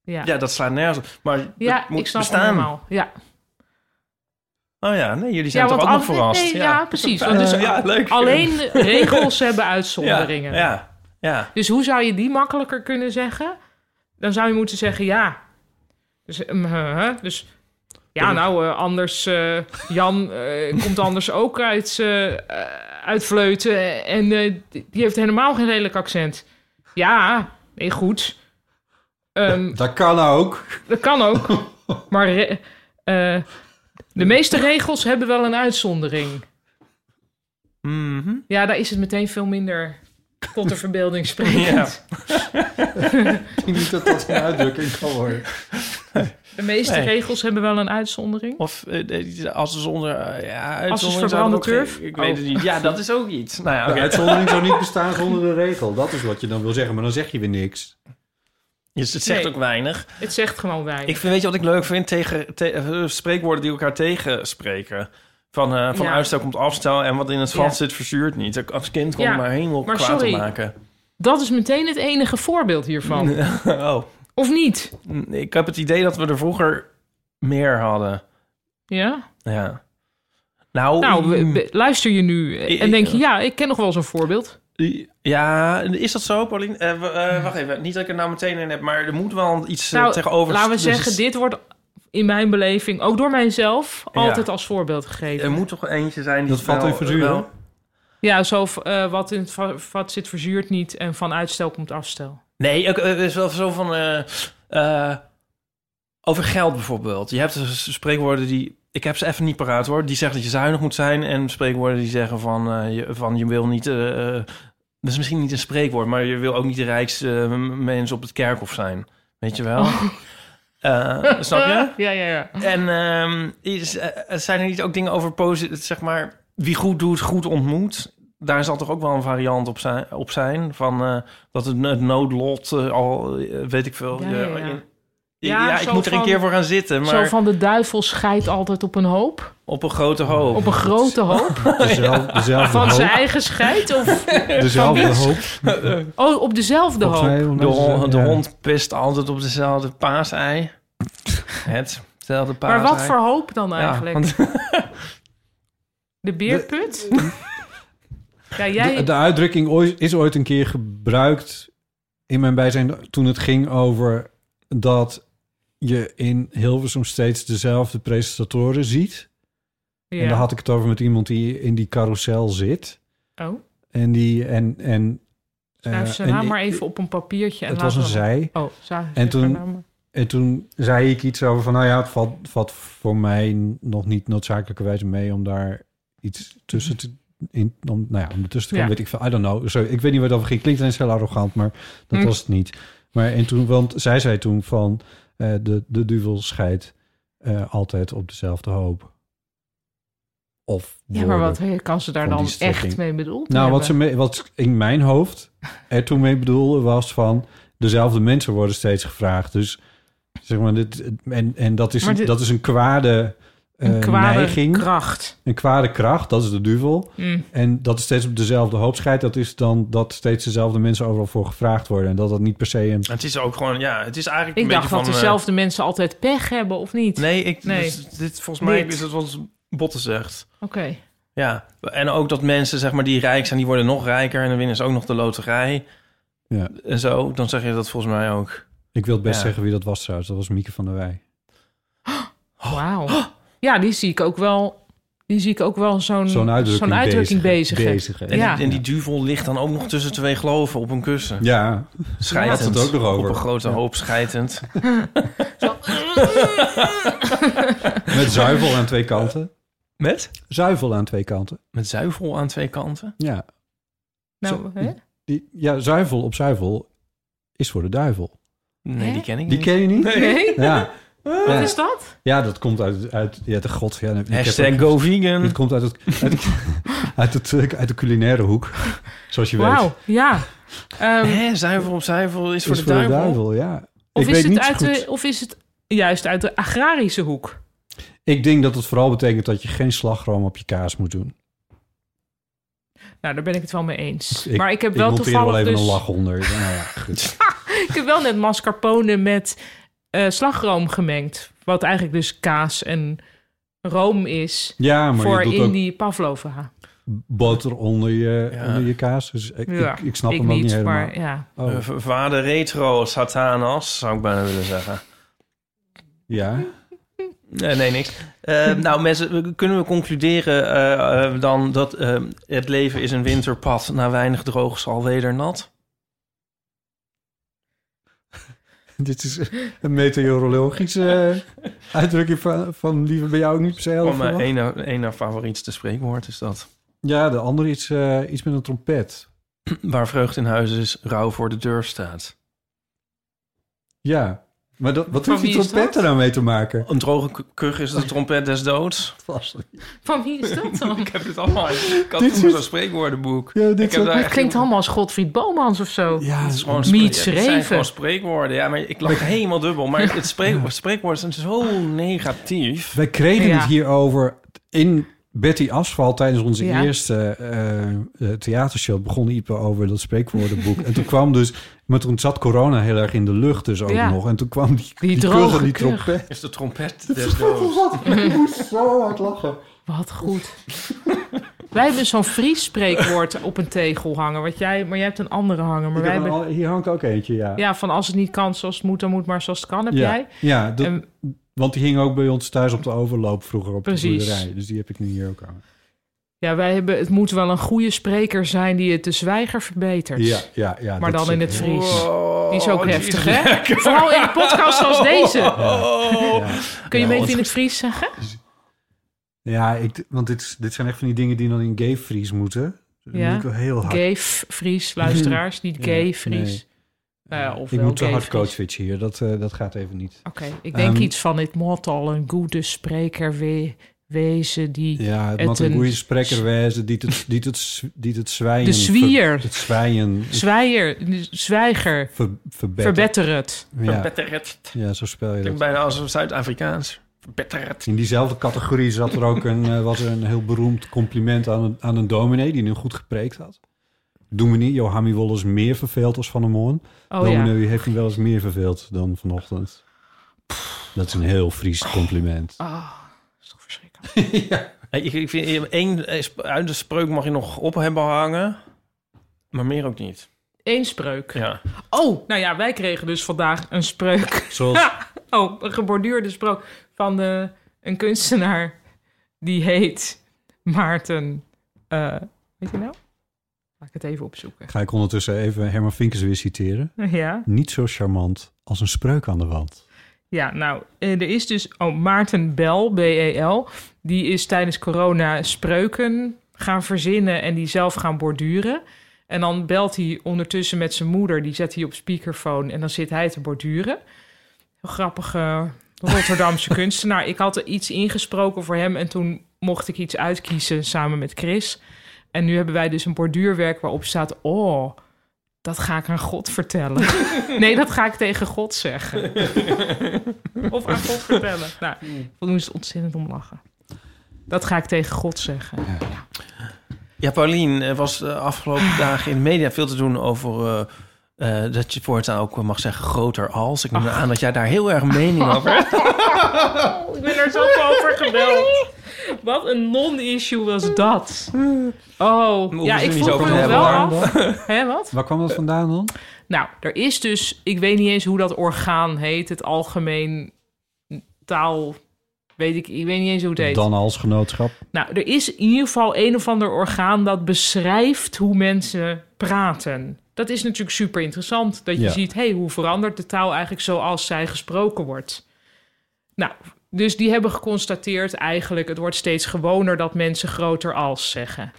B: Ja,
D: Ja,
B: ja,
D: dat slaat nergens op. Maar dat moet
B: ik snap het
D: bestaan.
B: helemaal. Ja.
D: Oh ja, nee, jullie zijn
B: ja,
D: toch ook nog
B: want af-
D: verrast?
B: nee, ja. precies. Want
D: Eh,
B: dus
D: ja, leuk.
B: Alleen de regels hebben
D: ja,
B: uitzonderingen.
D: ja, ja.
B: Dus hoe zou je die makkelijker kunnen zeggen? Dan zou je moeten zeggen ja. Dus, ehm, hè, hè, dus ja, nou, eh, anders... eh, Jan eh, komt anders ook uit, eh, eh, uit Vleuten. En eh, die die heeft helemaal geen redelijk accent. Ja, nee, goed. Ehm,
C: Dat kan ook.
B: dat kan ook. Maar re- eh, de meeste regels hebben wel een uitzondering.
D: Mhm.
B: Ja, daar is het meteen veel minder Tot de verbeelding sprekend.
C: Ik denk niet dat dat een uitdrukking kan worden.
B: De meeste
D: Nee.
B: regels hebben wel een uitzondering.
D: Of eh, eh, als ze zonder... eh, ja, uitzondering
B: verbrande
D: zouden ook
B: turf? Oh.
D: geen- Ik weet het niet. Ja, dat is ook iets. Nou ja,
C: De
D: oké.
C: uitzondering zou niet bestaan zonder de regel. Dat is wat je dan wil zeggen, maar dan zeg je weer niks.
D: Dus het zegt
B: Nee.
D: ook weinig.
B: Het zegt gewoon weinig.
D: Ik vind, weet je wat ik leuk vind? Tegen, te- eh, spreekwoorden die elkaar tegenspreken. Van, eh, van
B: Ja.
D: uitstel komt afstel en wat in het Frans
B: Ja.
D: zit verzuurt niet. Als kind kon
B: Ja,
D: ik maar helemaal
B: maar
D: kwaad
B: sorry.
D: te maken.
B: Dat is meteen het enige voorbeeld hiervan.
D: oh,
B: Of niet?
D: ik heb het idee dat we er vroeger meer hadden.
B: Ja?
D: Ja. Nou,
B: Nou, we- we- luister je nu
D: Ik-
B: en denk je, ja, ik ken nog wel zo'n voorbeeld.
D: ja, is dat zo, Pauline? Eh, w- eh, wacht even, niet dat ik er nou meteen in heb, maar er moet wel iets eh,
B: Nou,
D: tegenover...
B: laten we
D: dus
B: zeggen,
D: het-
B: dit wordt in mijn beleving, ook door mijzelf,
D: Ja. Ehm,
B: altijd als voorbeeld gegeven.
D: Er moet toch eentje zijn die
C: Dat valt
D: wel-
C: in verzuren.
D: wel-
B: Ja, zo eh, wat in het va- vat zit verzuurt niet en van uitstel komt afstel.
D: Nee, ook, eh, het is wel zo van... eh, eh, over geld bijvoorbeeld. Je hebt dus spreekwoorden die... Ik heb ze even niet paraat hoor. Die zeggen dat je zuinig moet zijn. En spreekwoorden die zeggen van... eh, je, van je wil niet... eh, eh, dat is misschien niet een spreekwoord... maar je wil ook niet de rijkste eh, m- mens op het kerkhof zijn. Weet je wel? Eh, snap je?
B: Ja, ja, ja.
D: En ehm, is, eh, zijn er niet ook dingen over posi- zeg maar, wie goed doet, goed ontmoet? Daar zal toch ook wel een variant op zijn, op zijn van eh, dat het, het noodlot eh, al, eh, weet ik veel.
B: Ja,
D: je-
B: ja, ja.
D: in-
B: Ja,
D: ja, ik
B: zo
D: moet er een
B: van-
D: keer voor gaan zitten,
B: Zo
D: maar
B: van de duivel scheidt altijd op een hoop.
D: op een grote hoop.
B: Op een grote hoop.
C: Dezelfde, dezelfde
B: Van zijn
C: hoop.
B: eigen scheid? Of,
C: Dezelfde
B: van wie?
C: hoop.
B: oh, op dezelfde
C: volgens
B: hoop.
C: mij, om
D: de,
C: mensen te
D: hond,
C: zeggen,
D: de
C: ja.
D: hond pist altijd op dezelfde paasei. Hetzelfde paasei.
B: Maar wat voor hoop dan
D: Ja,
B: eigenlijk?
D: want-
B: De beerput? Ja, jij...
C: De, de uitdrukking ooi- is ooit een keer gebruikt in mijn bijzijn toen het ging over dat je in Hilversum steeds dezelfde presentatoren ziet.
B: ja.
C: En daar had ik het over met iemand die in die carousel zit.
B: Oh,
C: En die en en
B: schrijf
C: eh,
B: ze
C: en
B: naam
C: die-
B: maar even op een papiertje. En
C: Het was een
B: laten we-
C: zij.
B: Oh, zij.
C: En toen- En toen zei ik iets over van, nou ja, het valt, valt voor mij nog niet noodzakelijkerwijs mee om daar iets tussen te... In, om, nou ja, om er tussen te komen,
B: Ja.
C: weet ik veel. I don't know. Sorry, ik weet niet waar dat over ging. Klinkt ineens heel arrogant, maar dat
B: Hm.
C: was het niet. Maar en toen, want zij zei toen van, eh, de, de duivel scheidt eh, altijd op dezelfde hoop. Of
B: Ja, maar
C: woorden.
B: wat eh, kan ze daar
C: Van die
B: dan
C: strekking.
B: echt mee bedoeld
C: Nou, wat, ze
B: hebben?
C: me- wat in mijn hoofd er toen mee bedoelde was van... dezelfde mensen worden steeds gevraagd. Dus zeg maar, dit, en, en dat, is,
B: Maar dit-
C: dat is een kwade, eh
B: Een kwade
C: neiging.
B: kracht.
C: een kwade kracht, dat is de duivel.
B: Mm.
C: En dat is steeds op dezelfde hoop scheidt. Dat is dan dat steeds dezelfde mensen overal voor gevraagd worden. En dat dat niet per se een...
D: Het is ook gewoon, ja, het is eigenlijk
B: Ik
D: een
B: dacht
D: beetje
B: dat
D: van... eh,
B: dezelfde mensen altijd pech hebben, of niet?
D: nee, ik,
B: Nee.
D: dus dit, volgens mij
B: Dit.
D: is het wat Botten zegt.
B: Oké.
D: Ja, en ook dat mensen zeg maar, die rijk zijn, die worden nog rijker... en dan winnen ze ook nog de loterij
C: Ja.
D: en zo. Dan zeg je dat volgens mij ook.
C: Ik wil het best
D: Ja.
C: zeggen wie dat was trouwens. Dat was Mieke van der Wij. Oh.
B: Wauw. Ja, die zie ik ook wel. Die zie ik ook wel zo'n
C: Zo'n uitdrukking,
B: zo'n uitdrukking bezigen.
D: En,
B: Ja.
D: die, en die duvel ligt dan ook nog tussen twee geloven op een kussen.
C: Ja,
D: Schijtend.
C: had het ook nog over.
D: Op een grote hoop schijtend.
C: met zuivel aan twee kanten.
D: Met?
C: Zuivel aan twee kanten,
D: Met zuivel aan twee kanten.
C: ja.
B: Nou,
C: Zo-
B: hè?
C: Die, ja, zuivel op zuivel is voor de duivel.
D: Nee,
B: Hè?
D: die ken ik
C: Die
D: niet.
C: ken je niet?
B: Nee?
C: Ja,
B: Wat
C: Ja.
B: is dat?
C: ja, dat komt uit, uit ja, de god. Ja, ik heb
D: Hashtag
C: ook-
D: go
C: Dit
D: vegan.
C: komt uit, het, uit, uit, het, eh, uit de culinaire hoek, zoals je weet.
B: Wauw, ja. Ehm,
D: Hè, zuivel op zuivel is voor,
C: Is
D: de, duivel.
C: ja.
B: of,
C: ik
B: is
C: weet
B: het
C: niet zo
B: uit de,
C: goed.
B: of is het juist uit de agrarische hoek?
C: Ik denk dat het vooral betekent dat je geen slagroom op je kaas moet doen.
B: Nou, daar ben ik het wel mee eens.
C: Ik-
B: maar ik heb
C: Ik
B: wel
C: monteer er wel
B: toevallig
C: even
B: dus...
C: een lach onder. Nou ja, goed.
B: Ik heb wel net mascarpone met eh, slagroom gemengd. Wat eigenlijk dus kaas en room is
C: ja maar
B: voor
C: je doet
B: in
C: ook
B: die pavlova.
C: boter onder je,
D: Ja.
C: onder je kaas. Dus ik,
B: Ja,
C: ik, ik snap
B: ik
C: hem ook
B: niet,
C: niet helemaal.
B: maar ja.
C: Oh,
D: Eh, v- Vader retro, satanas, zou ik bijna willen zeggen.
C: ja.
D: Nee, nee, niks. Eh, nou, mensen, we- kunnen we concluderen eh, eh, dan dat eh, het leven is een winterpad. Na weinig droog zal weder nat.
C: Dit is een meteorologische eh, uitdrukking van, van liever bij jou niet per se heel
D: Van
C: verwacht.
D: mijn ene, ene favorietste spreekwoord is dat.
C: Ja, de andere iets, eh, iets met een trompet.
D: Waar vreugde in huis is, rouw voor de deur staat.
C: Ja. Maar dat, wat
B: Van
C: heeft die
B: wie is
C: trompet
B: dat?
C: er nou mee te maken?
D: Een droge k- kuch is de trompet des doods.
B: Van wie is dat dan?
D: Ik heb dit allemaal. Ik had
C: Dit
D: toen
C: is-
D: zo'n spreekwoordenboek.
C: Ja, dit
D: Ik heb
C: is ook-
D: daar
B: Het
D: echt
B: klinkt allemaal als Godfried Bomans of zo.
C: Ja,
D: Het is gewoon
B: Niet
D: spree- het zijn
B: schreven.
D: gewoon spreekwoorden. Ja, maar ik lag helemaal dubbel. Maar het spreekwoord, spreekwoorden zijn zo negatief.
C: Wij kregen
B: Ja.
C: het hierover in Betty Asphalt tijdens onze
B: Ja.
C: eerste eh, eh, theatershow. Begon Ipe over dat spreekwoordenboek. en toen kwam dus, maar toen zat corona heel erg in de lucht dus ook
B: Ja.
C: nog. En toen kwam die,
B: Die
C: die
B: droge
C: kugel, die
B: kugel.
C: trompet.
D: Is de trompet des doods.
C: Ik moest zo hard lachen.
B: Wat goed. wij hebben zo'n Fries spreekwoord op een tegel hangen. Wat jij, maar jij hebt een andere hangen. Maar wij hebben,
C: hier hangt ook eentje, ja.
B: ja, van als het niet kan zoals het moet, dan moet maar zoals het kan, heb jij.
C: ja dat-
B: En-
C: want die hing ook bij ons thuis op de overloop vroeger op
B: Precies.
C: de boerderij. Dus die heb ik nu hier ook hangen.
B: Ja, wij hebben, het moet wel een goede spreker zijn die het de zwijger verbetert.
C: Ja, ja, ja.
B: maar
C: dat
B: dan in
C: is-
B: het Fries.
D: Wow,
B: Die is ook
D: die
B: heftig, hè? Vooral in een podcast als deze.
D: Oh.
B: Kun je
C: Ja,
B: me
C: want-
B: even in het Fries zeggen?
C: Ja, ik, want dit, is- dit zijn echt van die dingen die dan in gay Fries moeten. Dus dan
B: Ja.
C: moet ik wel heel hard.
B: Gay f- Fries, luisteraars. Niet gay
C: Ja,
B: Fries. Nou ja,
C: ik
B: ofwel
C: moet te
B: gay
C: hard
B: Fries.
C: coachwitchen hier. Dat, eh, dat gaat even niet.
B: Oké, ik denk
C: Ehm,
B: iets van... Het moet al een goede spreker we- wezen die...
C: Ja, het
B: Het
C: moet een
B: een-
C: goede spreker wezen die het, die het, die het zwijgen...
B: De zwier.
C: ver- het zwijgen
B: Zwijer, de zwijger,
C: ver, verbetert.
B: verbetter het.
C: Ja,
D: Verbetterd.
C: ja, zo speel je
D: Klinkt
C: dat.
D: bijna als een Zuid-Afrikaans. Verbetterd.
C: In diezelfde categorie zat er ook een, eh, was er een heel beroemd compliment aan een, aan een dominee... die nu goed gepreekt had. Dominee Johami Wollers meer verveeld als Van der Moorn.
B: Oh ja.
C: dominee u heeft hem wel eens meer verveeld dan vanochtend. Dat is een heel Fries compliment.
B: Oh, is toch verschrikkelijk.
D: Hey, Ik, ik vind één eh, sp- uit de spreuk mag je nog op hebben hangen. Maar meer ook niet.
B: Eén spreuk.
D: Ja.
B: Oh, nou ja, wij kregen dus vandaag een spreuk.
C: Zoals
B: Oh, een geborduurde spreuk van eh, een kunstenaar. Die heet Maarten... eh, weet je nou? Laat ik het even opzoeken.
C: Ga ik ondertussen even Herman Vinkers weer citeren.
B: Ja.
C: Niet zo charmant als een spreuk aan de wand.
B: Ja, nou, eh, er is dus oh, Maarten Bel, B-E-L, die is tijdens corona spreuken gaan verzinnen en die zelf gaan borduren. En dan belt hij ondertussen met zijn moeder, die zet hij op speakerphone en dan zit hij te borduren. Heel grappige Rotterdamse kunstenaar. Ik had er iets ingesproken voor hem en toen mocht ik iets uitkiezen samen met Chris. En nu hebben wij dus een borduurwerk waarop staat, oh, dat ga ik aan God vertellen. Nee, dat ga ik tegen God zeggen. Of aan God vertellen. Nou, toen is het ontzettend om lachen. Dat ga ik tegen God zeggen.
D: Ja, Paulien, er was de afgelopen dagen in de media veel te doen over... eh, eh, dat je voortaan ook mag zeggen groter als. Ik neem aan dat jij daar heel erg mening over hebt.
B: Ik ben er zo over gebeld. Wat een non-issue was dat. Oh,
D: hoeven
B: ja,
D: ze
B: ik
D: niet
B: vroeg
D: over
B: me
D: te
B: nog
D: hebben,
B: wel
D: hoor.
B: af. Hè, wat?
C: Waar kwam dat vandaan dan?
B: Nou, er is dus... Ik weet niet eens hoe dat orgaan heet. Het algemeen taal... Weet ik, ik weet niet eens hoe het heet.
C: Dan als genootschap.
B: Nou, er is in ieder geval een of ander orgaan dat beschrijft hoe mensen praten. Dat is natuurlijk super interessant. Dat je
C: Ja.
B: ziet, hey, hoe verandert de taal eigenlijk zoals zij gesproken wordt? Nou, dus die hebben geconstateerd eigenlijk... het wordt steeds gewoner dat mensen groter als zeggen.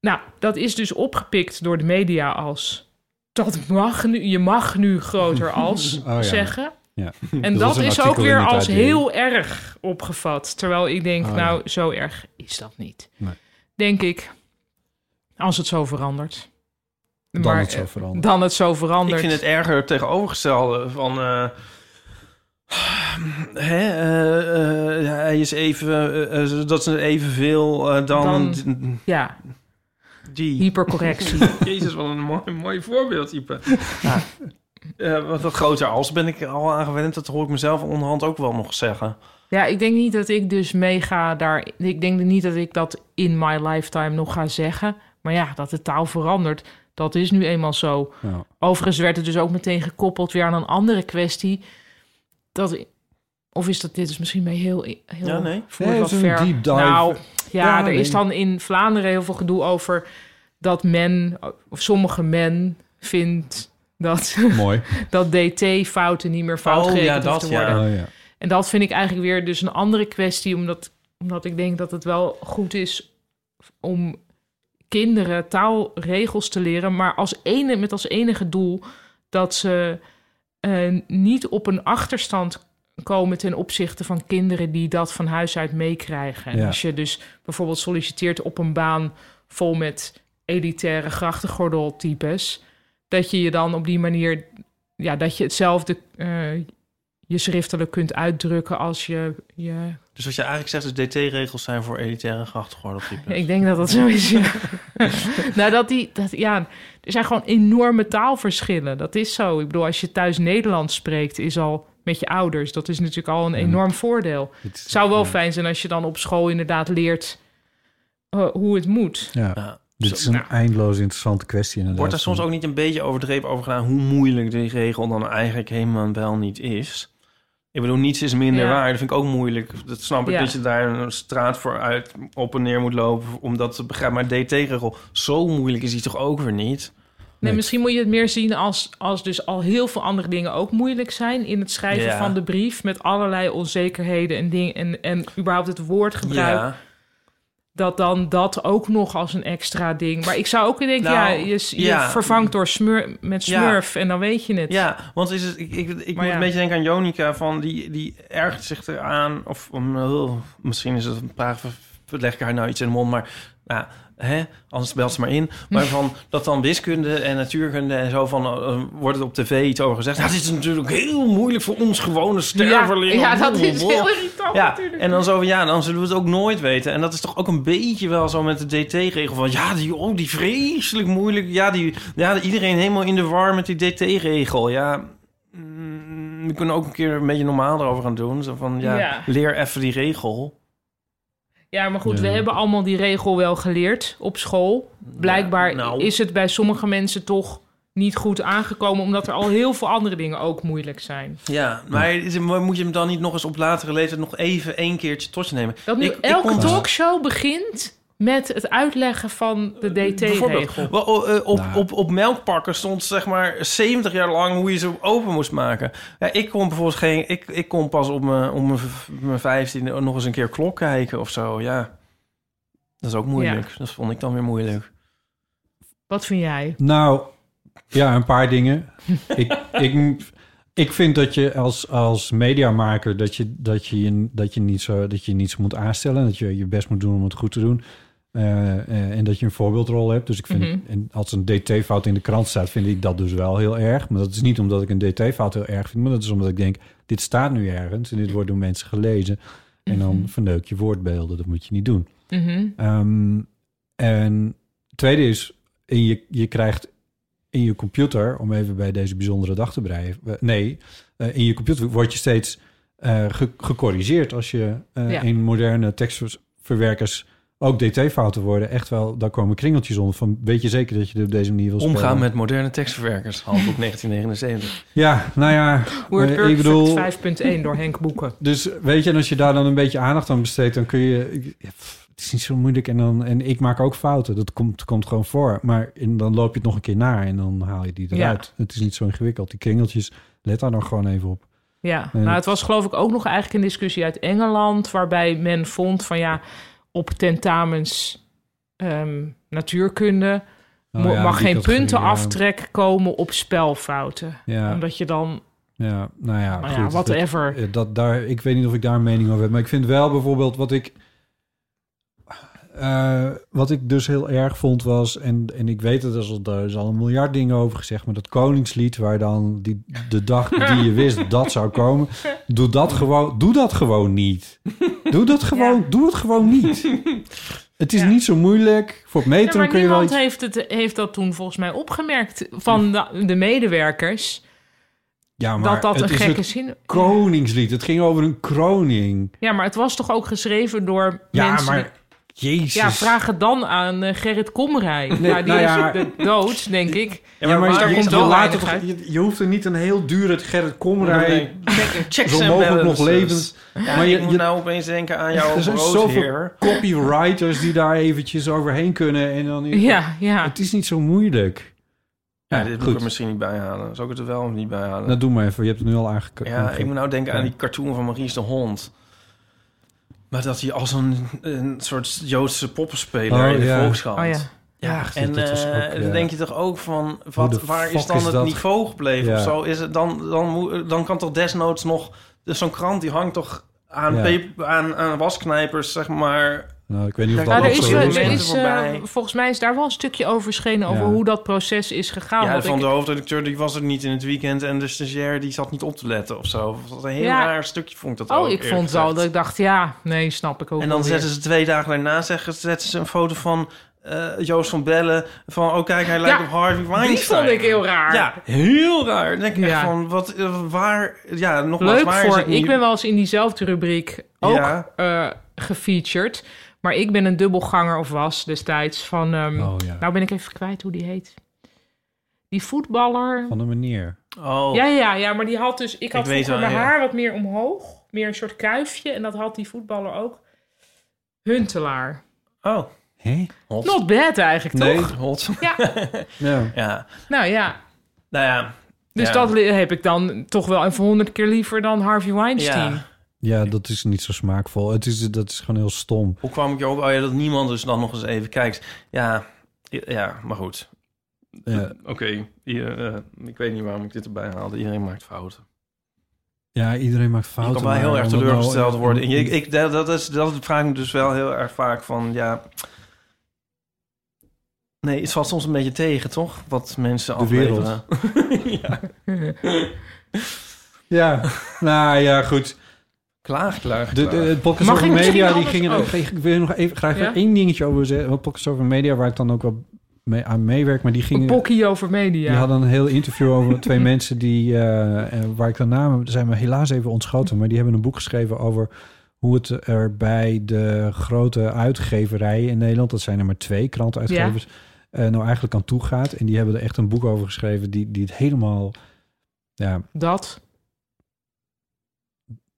B: Nou, dat is dus opgepikt door de media als... dat mag nu, je mag nu groter als
C: Oh ja.
B: zeggen.
C: Ja.
B: En
C: Dat
B: dat,
C: was een
B: is ook
C: artikel in
B: weer
C: het
B: als
C: AD.
B: heel erg opgevat. Terwijl ik denk,
C: Oh, ja.
B: nou, zo erg is dat niet.
C: Nee.
B: Denk ik, als het zo verandert.
C: Dan het zo
B: eh,
C: verandert.
B: Dan het zo
D: Ik
B: verandert.
D: vind het erger tegenovergestelde van... eh, hè, eh, eh, hij is even... eh, eh, dat is evenveel eh, dan,
B: Dan- Ja,
D: die.
B: hypercorrectie.
D: Jezus, wat een mooi, mooi voorbeeld, Ipe. Eh, wat, wat groter als ben ik al aangewend. Dat hoor ik mezelf onderhand ook wel nog zeggen.
B: ja, ik denk niet dat ik dus meega daar... Ik denk niet dat ik dat in my lifetime nog ga zeggen. Maar ja, dat de taal verandert, dat is nu eenmaal zo.
C: Ja.
B: Overigens werd het dus ook meteen gekoppeld weer aan een andere kwestie. Dat, of is dat dit is misschien mee heel, heel
D: Ja, nee.
B: voer ik
C: Nee,
B: wat
C: het is een
B: ver.
C: deep dive.
B: Nou, ja,
C: Ja,
B: er
C: nee.
B: is dan in Vlaanderen heel veel gedoe over dat men, of sommige men, vindt dat,
C: Mooi.
B: dat DT-fouten niet meer fout
D: Oh, ja,
B: gerekend hoeven
D: dat,
B: te
D: ja.
B: worden.
C: Oh, ja.
B: En dat vind ik eigenlijk weer dus een andere kwestie, omdat, omdat ik denk dat het wel goed is om. kinderen taalregels te leren, maar als ene, met als enige doel dat ze eh, niet op een achterstand komen ten opzichte van kinderen die dat van huis uit meekrijgen. En
C: Ja.
B: Als je dus bijvoorbeeld solliciteert op een baan vol met elitaire grachtengordeltypes, dat je je dan op die manier, ja, dat je hetzelfde eh, je schriftelijk kunt uitdrukken als je, je
D: Dus wat je eigenlijk zegt is DT-regels zijn voor elitaire grachtengordeltypes.
B: ik denk dat dat zo is. Ja. nou, dat die, dat, ja, er zijn gewoon enorme taalverschillen. Dat is zo. Ik bedoel, als je thuis Nederlands spreekt, is al met je ouders. Dat is natuurlijk al een enorm voordeel.
C: Het is-
B: zou wel
C: ja.
B: fijn zijn als je dan op school inderdaad leert eh, hoe het moet.
C: Ja,
D: Ja.
C: dit
D: Zo- nou.
C: is een eindeloos interessante kwestie inderdaad.
D: Wordt daar soms ook niet een beetje overdreven over gedaan hoe moeilijk die regel dan eigenlijk helemaal wel niet is? Ik bedoel, niets is minder
B: Ja.
D: waar. Dat vind ik ook moeilijk. Dat snap ik
B: Ja.
D: dat je daar een straat voor uit op en neer moet lopen om dat te begrijpen. Maar DT-regel, zo moeilijk is die toch ook weer niet?
B: Nee,
C: Nee.
B: misschien moet je het meer zien als, als dus al heel veel andere dingen ook moeilijk zijn in het schrijven
D: Ja.
B: van de brief met allerlei onzekerheden en dingen en, en überhaupt het woordgebruik.
D: Ja.
B: dat dan dat ook nog als een extra ding. Maar ik zou ook denken,
D: Nou,
B: ja, je, je
D: ja.
B: vervangt door smur, met
D: Ja.
B: smurf en dan weet je het.
D: Ja, want is het, ik, ik, ik moet
B: ja.
D: een beetje denken aan Jonica, van die, die ergert zich eraan. Of om, oh, misschien is het een paar. Leg ik haar nou iets in de mond, maar nou, hè, anders belt ze maar in. Maar van dat dan wiskunde en natuurkunde en zo van eh, wordt het op tv iets over gezegd. Nou, dit is natuurlijk heel moeilijk voor ons gewone
B: ja,
D: stervelingen.
B: ja, dat is heel irritant
D: Ja,
B: natuurlijk.
D: en dan zo van ja, dan zullen we het ook nooit weten. En dat is toch ook een beetje wel zo met de DT-regel van ja, die, oh, die vreselijk moeilijk. Ja, die, ja, iedereen helemaal in de war met die DT-regel. Ja, mm, we kunnen ook een keer een beetje normaal erover gaan doen. Zo van ja,
B: Ja.
D: leer even die regel.
B: Ja, maar goed,
C: Ja.
B: we hebben allemaal die regel wel geleerd op school. Blijkbaar
D: Ja, nou.
B: is het bij sommige mensen toch niet goed aangekomen... omdat er al heel veel andere dingen ook moeilijk zijn.
D: Ja, maar is- maar moet je hem dan niet nog eens op latere leeftijd nog even één keertje tot je nemen?
B: Dat nu
D: Ik- ik
B: elke
D: kon-
B: talkshow begint met het uitleggen van de DT-regel.
D: Eh, Bijvoorbeeld, wel, oh, eh, op,
C: Nou.
D: op, op melkpakken stond zeg maar 70 jaar lang hoe je ze open moest maken. Ja, ik kon bijvoorbeeld geen, ik, ik kon pas op mijn, op mijn, v- mijn 15e nog eens een keer klok kijken of zo. Ja, dat is ook moeilijk. Dat vond ik dan weer moeilijk.
B: Wat vind jij?
C: Nou, ja, een paar dingen. ik, ik, ik vind dat je als, als mediamaker dat je, dat, je, je- dat, je niet zo, dat je niet zo moet aanstellen. Dat je je best moet doen om het goed te doen. Eh, eh, en dat je een voorbeeldrol hebt. Dus ik vind,
B: Mhm.
C: en als een DT-fout in de krant staat, vind ik dat dus wel heel erg. Maar dat is niet omdat ik een DT-fout heel erg vind, maar dat is omdat ik denk, dit staat nu ergens en dit wordt door mensen gelezen.
D: Mhm.
C: En dan verneuk je woordbeelden. Dat moet je niet doen.
B: Mhm.
C: Ehm, en het tweede is, in je, je krijgt in je computer, om even bij deze bijzondere dag te breien, eh, nee, eh, in je computer word je steeds eh, ge- gecorrigeerd als je eh,
B: Ja.
C: in moderne tekstverwerkers ook DT-fouten worden. Echt wel, daar komen kringeltjes onder van, weet je zeker dat je dit op deze manier wil spelen?
D: Omgaan met moderne tekstverwerkers, handboek 1979.
C: Ja, nou ja, eh,
B: WordPerfect
C: ik bedoel...
B: 5.1 door Henk Boeken.
C: Dus weet je, en als je daar dan een beetje aandacht aan besteedt, dan kun je. ik- ja, pff, het is niet zo moeilijk. En, dan, en ik maak ook fouten. Dat komt, komt gewoon voor. Maar en dan loop je het nog een keer na en dan haal je die eruit. Het is niet zo ingewikkeld. Die kringeltjes, let daar dan gewoon even op.
B: Ja,
C: Ja.
B: nou het was geloof ik ook nog eigenlijk een discussie uit Engeland... waarbij men vond van ja, op tentamens ehm, natuurkunde...
C: Oh
B: mo-
C: ja,
B: mag
C: die
B: geen
C: categorie,
B: puntenaftrek komen op spelfouten.
C: Ja, ja,
B: Omdat je dan,
C: ja, nou ja.
B: nou
C: goed,
B: ja,
C: dat-
B: whatever.
C: Eh, Dat daar, ik weet niet of ik daar een mening over heb. Maar ik vind wel bijvoorbeeld wat ik. eh, wat ik dus heel erg vond was. En, en ik weet het, er is, al, er is al een miljard dingen over gezegd. Maar dat Koningslied, waar dan die, de dag die je wist dat zou komen. Doe dat gewoon, doe dat gewoon niet. Doe dat gewoon, doe het gewoon niet. Het is
B: Ja.
C: niet zo moeilijk. Voor het
B: Ja,
C: metrum
B: maar
C: kun je wel.
B: niemand
C: Iets,
B: heeft, het, heeft dat toen volgens mij opgemerkt van de, de medewerkers...
C: ja,
B: dat dat een
C: het is
B: gekke
C: het
B: zin...
C: Koningslied. Het ging over een kroning.
B: Ja, maar het was toch ook geschreven door
C: Ja,
B: mensen...
C: maar. Jezus.
B: Ja, vraag het dan aan eh, Gerrit Komrij.
C: Nee,
B: ja, die
C: nou ja.
B: is de dood, denk ik.
D: Ja, maar,
B: maar-
D: waar-
B: je-
D: komt
B: je
D: wel
B: laat
D: weinig
B: het
D: uit.
C: je, je hoeft er niet een heel duur het Gerrit
D: Nee,
C: Komrij
D: check- checks
C: zo
D: and
C: mogelijk nog
D: balances.
C: levend.
D: Ja,
C: Maar
D: ik
C: je-
D: moet
C: je-
D: nou opeens denken aan jouw
C: Er zijn zoveel
D: broodheer.
C: copywriters die daar eventjes overheen kunnen. En dan,
B: Ja, ja.
C: Het is niet zo moeilijk.
D: Ja,
C: Ja,
D: dit moet ik er
C: goed.
D: misschien niet bij halen. Zou ik het er wel of niet bij halen?
C: Dat doe maar even. Je hebt het nu al aangekeken.
D: Ja, ik moet nou denken aan die cartoon van Maurice de Hond. Maar dat hij als een, een soort Joodse poppenspeler
C: Oh,
D: in de
C: ja.
D: volkskrant.
B: Oh ja.
D: ja. Ja,
C: precies,
D: en
C: dat was
D: eh,
C: ook, ja.
D: dan denk je toch ook van,
C: Hoe
D: wat,
C: de
D: waar
C: fuck
D: is dan
C: is
D: het
C: dat?
D: niveau gebleven
C: Ja.
D: of zo? Is het dan, dan, moet- dan kan toch desnoods nog... Dus zo'n krant die hangt toch aan,
C: Ja.
D: pep- aan, aan wasknijpers, zeg maar.
C: Nou, ik weet niet of
D: Ja,
C: dat
B: Maar
D: Nou,
B: er
C: nog
B: is,
C: zo
D: wel-
B: er
D: momenten
B: is, eh,
D: voorbij.
B: volgens mij is daar wel een stukje over geschenen... over
C: Ja.
B: hoe dat proces is gegaan.
D: ja,
B: Want
D: van
B: ik-
D: de hoofdredacteur die was er niet in het weekend... en de stagiair die zat niet op te letten of zo. Dat was een heel
B: Ja.
D: raar stukje, vond ik dat ook,
B: Oh, ik
D: eerlijk
B: vond wel
D: gezegd.
B: dat ik dacht, ja, nee, snap ik ook
D: En
B: wel
D: dan
B: weer.
D: zetten ze twee dagen daarna zeggen, zetten ze een foto van eh, Joost van Bellen. Van, oh kijk, hij lijkt
B: Ja,
D: op Harvey Weinstein.
B: Die vond ik heel raar.
D: Ja, heel raar. Dan denk ik echt
B: Ja.
D: van, wat, eh, waar... Ja, nogmaals,
B: Leuk
D: waar
B: voor,
D: is het niet?
B: ik ben wel eens in diezelfde rubriek ook
D: Ja.
B: eh, gefeatured. Maar ik ben een dubbelganger of was destijds van... ehm,
C: Oh ja,
B: Nou ben ik even kwijt hoe die heet. Die voetballer...
C: van de manier.
D: Oh,
B: Ja, ja, ja, maar die had dus... Ik had
D: Ik weet
B: vroeger
D: wel,
B: mijn
D: ja.
B: haar wat meer omhoog. Meer een soort kuifje. En dat had die voetballer ook. Huntelaar.
D: oh.
C: Hé?
D: Hot.
B: Not bad eigenlijk,
C: Nee.
B: toch?
D: Hot.
C: Ja.
D: Ja,
B: Nou ja,
D: nou ja.
B: dus
D: Ja.
B: dat li- heb ik dan toch wel even honderd keer liever dan Harvey Weinstein.
D: Ja.
C: ja, dat is niet zo smaakvol. Het is, dat is gewoon heel stom.
D: Hoe kwam ik erop? Oh ja, dat niemand dus dan nog eens even kijkt. Ja, ja maar goed.
C: Ja.
D: Oké, hier, eh, ik weet niet waarom ik dit erbij haalde. Iedereen maakt fouten.
C: Ja, iedereen maakt
D: Je
C: fouten.
D: kan wel
C: maar
D: heel erg
C: om dat
D: teleurgesteld
C: nou-
D: worden. En je- ik, dat, dat is, dat vraag ik me dus wel heel erg vaak van, ja... Nee, het valt soms een beetje tegen, toch? Wat mensen
C: De wereld.
D: afleveren. ja.
C: Ja, nou ja, goed.
D: Klaar, klaar,
C: De,
D: klaar.
C: de, het podcast
B: Mag
C: over
B: ik misschien
C: media, die
B: anders
C: gingen...
B: ook?
C: Ik wil nog even, graag
B: Ja?
C: één dingetje over zeggen. Het podcast over media, waar ik dan ook wel mee, aan meewerk. Maar die
B: Een
C: gingen...
B: pokkie over media.
C: Die hadden een heel interview over twee mensen die, eh, eh, waar ik de namen zijn me helaas even ontschoten, maar die hebben een boek geschreven over hoe het er bij de grote uitgeverijen in Nederland, dat zijn er maar twee krantuitgevers, eh, nou eigenlijk aan toe gaat. En die hebben er echt een boek over geschreven die, die het helemaal, ja,
B: Dat.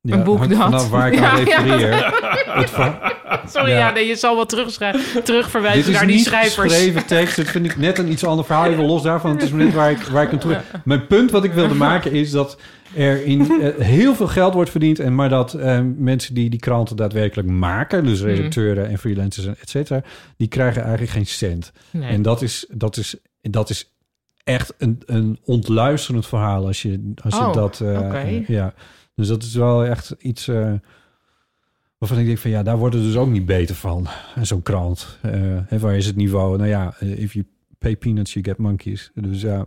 C: ja,
B: Een boek
C: hangt
B: dat.
C: vanaf waar ik aan
B: Ja, ja.
C: refereer. Het ver-
B: Sorry,
C: Ja.
B: ja, nee, je zal wel terugschrijven,
C: Dit
B: terugverwijzen
C: is
B: naar
C: niet
B: die schrijvers.
C: geschreven tekst. Dat vind ik net een iets ander verhaal. Even los daarvan. Het is maar net waar ik, waar ik aan toe ga. Mijn punt wat ik wilde maken is dat er in, eh, heel veel geld wordt verdiend. En maar dat eh, mensen die die kranten daadwerkelijk maken... dus
B: Mm.
C: redacteuren en freelancers en et cetera... die krijgen eigenlijk geen cent.
B: Nee.
C: En dat is, dat is, dat is echt een, een ontluisterend verhaal als je, als je
B: Oh,
C: dat... eh,
B: oké.
C: eh, ja. Dus dat is wel echt iets eh, waarvan ik denk van... ja, daar wordt het dus ook niet beter van, zo'n krant. Eh, hè, waar is het niveau? Nou ja, eh, if you pay peanuts, you get monkeys. Dus ja,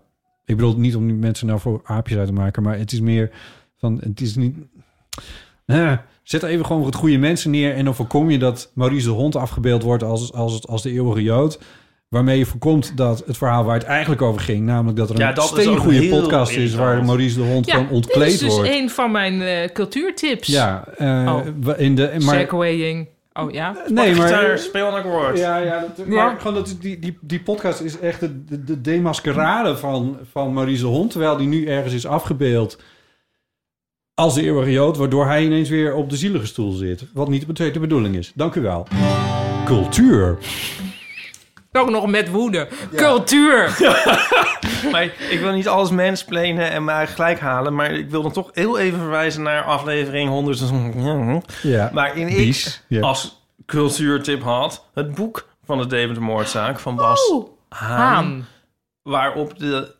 C: ik bedoel niet om die mensen nou voor aapjes uit te maken... maar het is meer van, het is niet... Eh, zet even gewoon wat goede mensen neer... en dan voorkom je dat Maurice de Hond afgebeeld wordt als, als, als de eeuwige Jood... Waarmee je voorkomt dat het verhaal waar het eigenlijk over ging, namelijk dat er een
D: Ja, dat is ook
C: steengoede
D: heel
C: podcast is waar
D: irritant.
C: Maurice de Hond
B: ja,
C: gewoon
B: dit
C: ontkleed
B: is dus
C: wordt.
B: een van mijn eh, cultuurtips.
C: Ja, eh,
B: Oh.
C: wa- in de maar
B: Segwaying. Oh ja.
C: nee,
D: Gitaar,
C: maar
D: speel een akkoord.
C: ja, ja, dat, maar gewoon dat die, die, die podcast is echt de, de, de demaskerade van, van Maurice de Hond, terwijl die nu ergens is afgebeeld als de eeuwige Jood, waardoor hij ineens weer op de zielige stoel zit, wat niet de bedoeling is. Dank u wel. Cultuur.
B: Ook nog met woede. Cultuur.
D: Maar ik wil niet alles mensplenen en maar gelijk halen. Maar ik wil dan toch heel even verwijzen naar aflevering 100.
C: Ja.
D: Waarin ik Oh.
C: Bies. Ja.
D: als cultuurtip had het boek van de Deventer-moordzaak van Bas
B: Oh,
D: Haan.
B: Haan.
D: Waarop de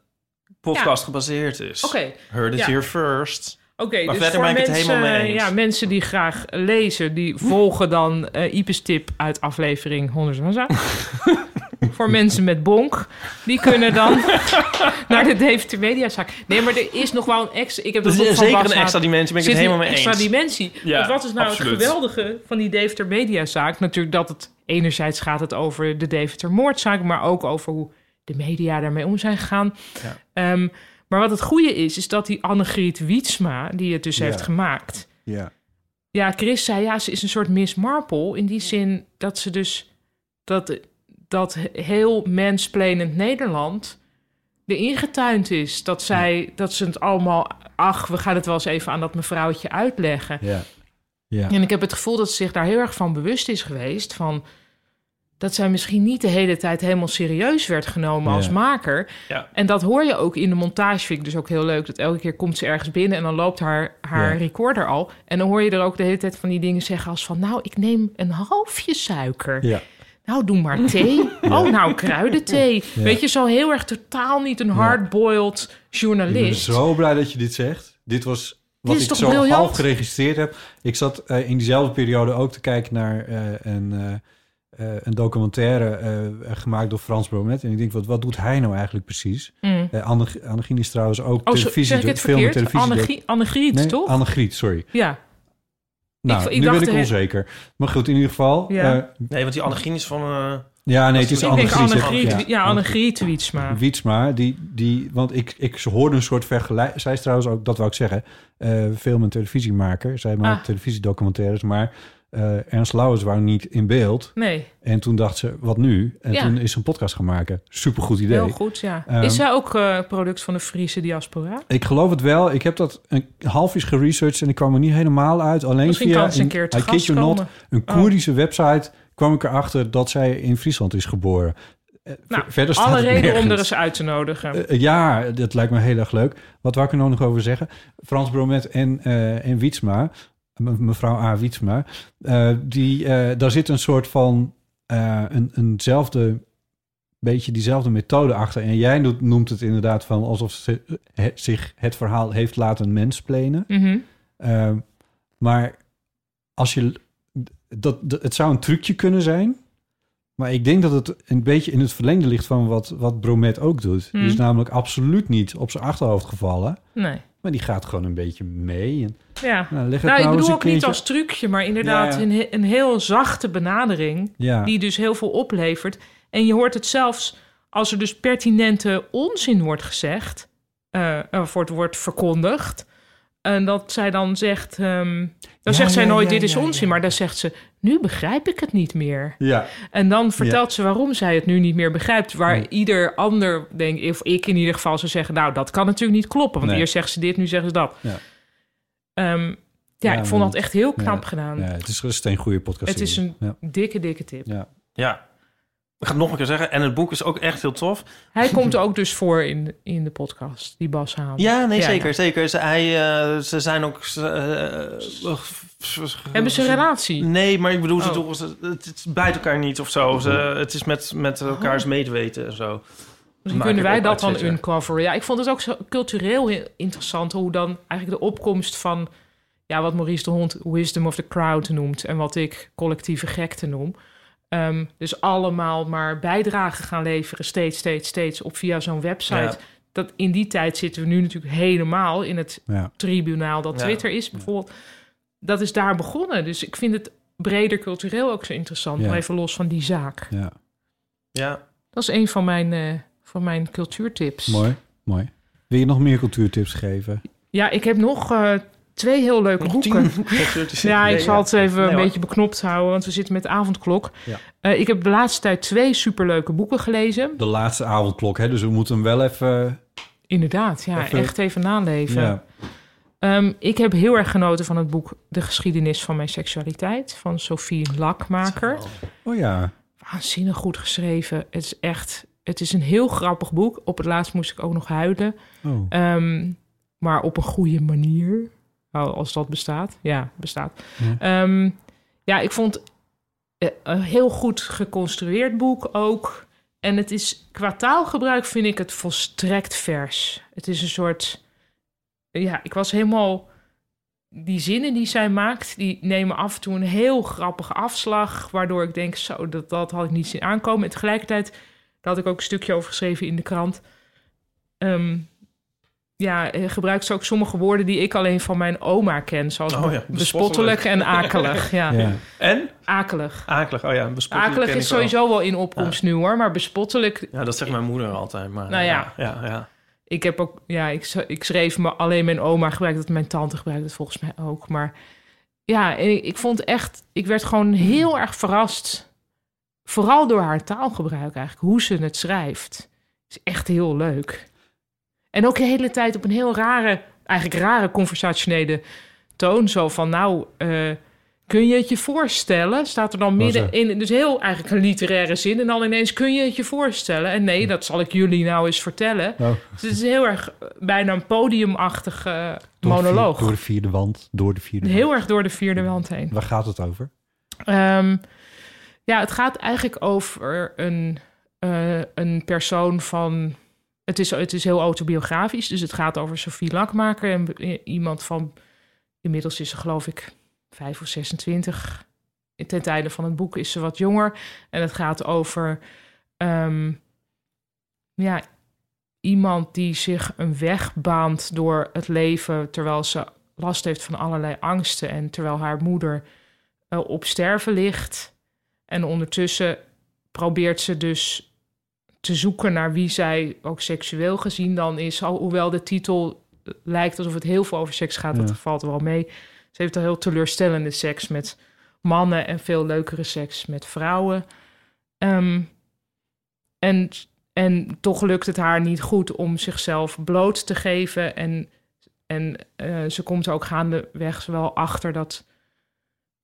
D: podcast gebaseerd is.
B: Oké.
D: Heard it
B: Ja.
D: here first.
B: Oké,
D: Maar
B: dus
D: verder
B: voor
D: ben ik het
B: mensen,
D: helemaal mee eens.
B: Ja, mensen die graag lezen, die volgen dan eh Ipes tip uit aflevering 100. en zo. voor mensen met bonk, die kunnen dan naar de Deventer Mediazaak. Nee, maar er is nog wel een extra... Ik heb
D: Dat
B: het boek
D: is
B: van
D: zeker
B: Bas
D: een
B: Haan.
D: extra dimensie, ben ik
B: Zit
D: het helemaal
B: een
D: mee eens.
B: extra dimensie.
D: Ja,
B: Want wat is nou
D: absoluut.
B: het geweldige van die Deventer Mediazaak? Natuurlijk dat het enerzijds gaat het over de Deventer moordzaak, maar ook over hoe de media daarmee om zijn gegaan. Ehm, maar wat het goede is, is dat die Annegriet Wietsma, die het dus
C: Ja.
B: heeft gemaakt.
C: Ja.
B: Ja, Chris zei ja, ze is een soort Miss Marple in die zin dat ze dus dat, dat heel mensplenend Nederland erin getuind is. Dat zij, dat ze het allemaal, ach, we gaan het wel eens even aan dat mevrouwtje uitleggen.
C: Ja. Ja.
B: En ik heb het gevoel dat ze zich daar heel erg van bewust is geweest. Van dat zij misschien niet de hele tijd helemaal serieus werd genomen
C: Ja.
B: als maker.
D: Ja.
B: En dat hoor je ook in de montage. Vind ik dus ook heel leuk. Dat elke keer komt ze ergens binnen en dan loopt haar, haar
C: Ja.
B: recorder al. En dan hoor je er ook de hele tijd van die dingen zeggen als van... nou, ik neem een halfje suiker.
C: Ja.
B: Nou, doe maar thee. Oh, nou, kruidenthee. Weet je, zo heel erg totaal niet een hardboiled
C: Ik ben
B: journalist.
C: zo blij dat je dit zegt. Dit was wat
B: is
C: ik
B: toch
C: zo
B: briljant?
C: half geregistreerd heb. Ik zat eh, in diezelfde periode ook te kijken naar eh, een, eh, eh, een documentaire eh, gemaakt door Frans Bromet. En ik denk, wat, wat doet hij nou eigenlijk precies?
B: Mm.
C: Eh Anne- Annegien is trouwens ook
B: Oh, zo,
C: televisie,
B: zeg ik het
C: film en
B: verkeerd?
C: televisie.
B: Annegrie- Annegriet,
C: nee,
B: toch?
C: Annegriet, sorry.
B: ja.
C: Nou,
B: Ik- ik
C: nu
B: dacht
C: ben ik
B: de-
C: onzeker. Maar goed, in ieder geval.
B: Ja.
C: Ja,
D: Nee, want die Annegien is van... eh,
C: ja nee, het
D: Ik
C: is
B: Ik denk
C: Annegriet.
B: Annegriet.
C: hè?
B: Ja, Annegriet Wietsma.
C: Wietsma, die, die, want ik, ik ze hoorde een soort vergelijking. Zij is trouwens ook, dat wou ik zeggen, eh, film- en televisiemaker. Zij maakt
B: Ah.
C: televisiedocumentaires, maar eh, Ernst Lauwers wou niet in beeld.
B: Nee,
C: En toen dacht ze, wat nu? En
B: Ja.
C: toen is ze een podcast gaan maken. Supergoed idee.
B: heel goed, ja.
C: Ehm,
B: Is zij ook eh, product van de Friese diaspora?
C: Ik geloof het wel. Ik heb dat een halfjes geresearched en ik kwam er niet helemaal uit. Alleen
B: Misschien
C: via
B: kan ze een keer te
C: eh, I kid
B: gast
C: you
B: komen. Oh.
C: een Koerdische website kwam ik erachter dat zij in Friesland is geboren. Eh,
B: Nou,
C: ver- verder staat
B: Alle
C: het
B: reden om
C: nergens.
B: er eens uit te nodigen.
C: Eh, ja, dat lijkt me heel erg leuk. Wat wou ik er nou nog over zeggen? Frans Bromet en, eh en Wietsma, me- mevrouw A. Wietsma, eh, die, eh, daar zit een soort van eh, een, eenzelfde, beetje diezelfde methode achter. En jij doet- noemt het inderdaad van alsof ze, he- zich het verhaal heeft laten mensplenen.
B: Mhm.
C: Ehm, maar als je. Dat, dat- het zou een trucje kunnen zijn. Maar ik denk dat het een beetje in het verlengde ligt van wat, wat Bromet ook doet.
B: Hmm.
C: Die is namelijk absoluut niet op zijn achterhoofd gevallen.
B: Nee.
C: Maar die gaat gewoon een beetje mee. En,
B: Ja.
C: nou, leg het
B: Nou, ik
C: eens
B: bedoel
C: een
B: ook niet
C: keertje-
B: als trucje, maar inderdaad
C: Ja.
B: Een, he- een heel zachte benadering.
C: Ja,
B: Die dus heel veel oplevert. En je hoort het zelfs als er dus pertinente onzin wordt gezegd. eh of wordt, wordt verkondigd. En dat zij dan zegt. ehm, dan zegt zij nooit: Dit is onzin. Maar dan zegt ze: Nu begrijp ik het niet meer.
C: ja.
B: En dan vertelt ze waarom zij het nu niet meer begrijpt. Waar ieder ander, denk ik, of ik in ieder geval, zou zeggen: Nou, dat kan natuurlijk niet kloppen. Want
C: Nee.
B: eerst zegt ze dit, nu zegt ze dat.
C: Ja.
B: Ehm, ja,
C: Ja,
B: ik vond dat
C: want-
B: echt heel knap
C: ja,
B: gedaan.
C: ja, het is een goede podcast.
B: Het is een
C: Ja.
B: dikke, dikke tip.
C: Ja.
D: ja, ik ga het nog een keer zeggen. En het boek is ook echt heel tof.
B: Hij komt ook dus voor in, in de podcast, die Bas Haan.
D: Ja, nee,
B: Ja,
D: zeker,
B: ja.
D: zeker. Ze, hij, eh, ze zijn ook... ze, eh, eh,
B: Hebben ze een relatie?
D: Nee, maar ik bedoel, ze
B: Oh.
D: doen, ze- het, het bijt elkaar niet of zo. Ze, het is met,
B: Oh.
D: met elkaars medeweten en zo.
B: Misschien
D: Maak
B: kunnen
D: ik
B: wij
D: ook
B: dat dan
D: uitzetten.
B: uncoveren. Ja, ik vond het ook zo cultureel heel interessant hoe dan eigenlijk de opkomst van ja, wat Maurice de Hond wisdom of the crowd noemt en wat ik collectieve gekte noem. Ehm, dus allemaal maar bijdragen gaan leveren, steeds, steeds, steeds op via zo'n website.
D: Ja.
B: Dat in die tijd zitten we nu natuurlijk helemaal in het
C: Ja.
B: tribunaal dat
D: Ja.
B: Twitter is bijvoorbeeld. Dat is daar begonnen. Dus ik vind het breder cultureel ook zo interessant.
C: Ja.
B: Maar even los van die zaak.
C: ja,
D: Ja.
B: Dat is een van mijn, eh, van mijn cultuurtips.
C: mooi, mooi. Wil je nog meer cultuurtips geven?
B: Ja, ik heb nog eh, twee heel leuke
D: Nog
B: boeken. Ja, ik zal het even
D: Nee,
B: een
D: hoor.
B: beetje beknopt houden, want we zitten met de avondklok.
C: Ja.
B: Eh, ik heb de laatste tijd twee superleuke boeken gelezen.
C: De laatste avondklok, hè? dus we moeten hem wel even...
B: Inderdaad, ja,
C: Even-
B: echt even naleven.
C: Ja.
B: Ehm, ik heb heel erg genoten van het boek De geschiedenis van mijn seksualiteit van Sophie Lakmaker.
C: Oh ja,
B: waanzinnig goed geschreven. Het is echt, het is een heel grappig boek. Op het laatst moest ik ook nog huilen.
C: oh.
B: Ehm, maar op een goede manier. Nou, als dat bestaat. Ja, bestaat. Ja, ja ik vond eh, een heel goed geconstrueerd boek ook. En het is qua taalgebruik vind ik het volstrekt vers. Het is een soort. Ja, ik was helemaal. Die zinnen die zij maakt, die nemen af en toe een heel grappige afslag. Waardoor ik denk, zo, dat, dat had ik niet zien aankomen. En tegelijkertijd, daar had ik ook een stukje over geschreven in de krant. ehm, ja, eh, gebruikt ze ook sommige woorden die ik alleen van mijn oma ken. Zoals
D: Oh ja,
B: bespottelijk en akelig. Eh, Ja,
C: ja.
D: En?
B: akelig.
D: Akelig, oh ja. bespottelijk
B: Akelig
D: ken
B: is
D: ik wel.
B: sowieso wel in opkomst nu hoor, maar bespottelijk
D: Ja, dat zegt mijn moeder altijd. Maar,
B: Nou ja.
D: ja, ja.
B: Ik heb ook, ja, ik, z- ik schreef me alleen mijn oma gebruikt dat, mijn tante gebruikt het volgens mij ook. Maar ja, en ik, ik vond echt, ik werd gewoon heel erg verrast. Vooral door haar taalgebruik eigenlijk, hoe ze het schrijft. is echt heel leuk. En ook de hele tijd op een heel rare, eigenlijk rare conversationele toon. Zo van, nou, eh, kun je het je voorstellen? Staat er dan midden in, dus heel eigenlijk een literaire zin. En dan ineens, kun je het je voorstellen? En nee, dat zal ik jullie nou eens vertellen.
C: Oh.
B: Dus het is heel erg eh, bijna een podiumachtige eh,
C: Door de vier-
B: monoloog.
C: door de vierde wand, door de vierde wand.
B: Heel erg door de vierde wand heen.
C: Waar gaat het over?
B: Ehm, Ja, het gaat eigenlijk over een, eh, een persoon van. Het is, het is heel autobiografisch, dus het gaat over Sophie Lakmaker. En i- iemand van. Inmiddels is ze, geloof ik, 5 of 26. Ten tijde van het boek is ze wat jonger. En het gaat over. ehm, ja, iemand die zich een weg baant door het leven. terwijl ze last heeft van allerlei angsten. En terwijl haar moeder eh, op sterven ligt. En ondertussen probeert ze dus te zoeken naar wie zij ook seksueel gezien dan is. Al- Hoewel de titel eh, lijkt alsof het heel veel over seks gaat,
C: Ja.
B: dat valt wel mee. Ze heeft al heel teleurstellende seks met mannen en veel leukere seks met vrouwen. Ehm, en, en toch lukt het haar niet goed om zichzelf bloot te geven. En, en eh, ze komt er ook gaandeweg wel achter dat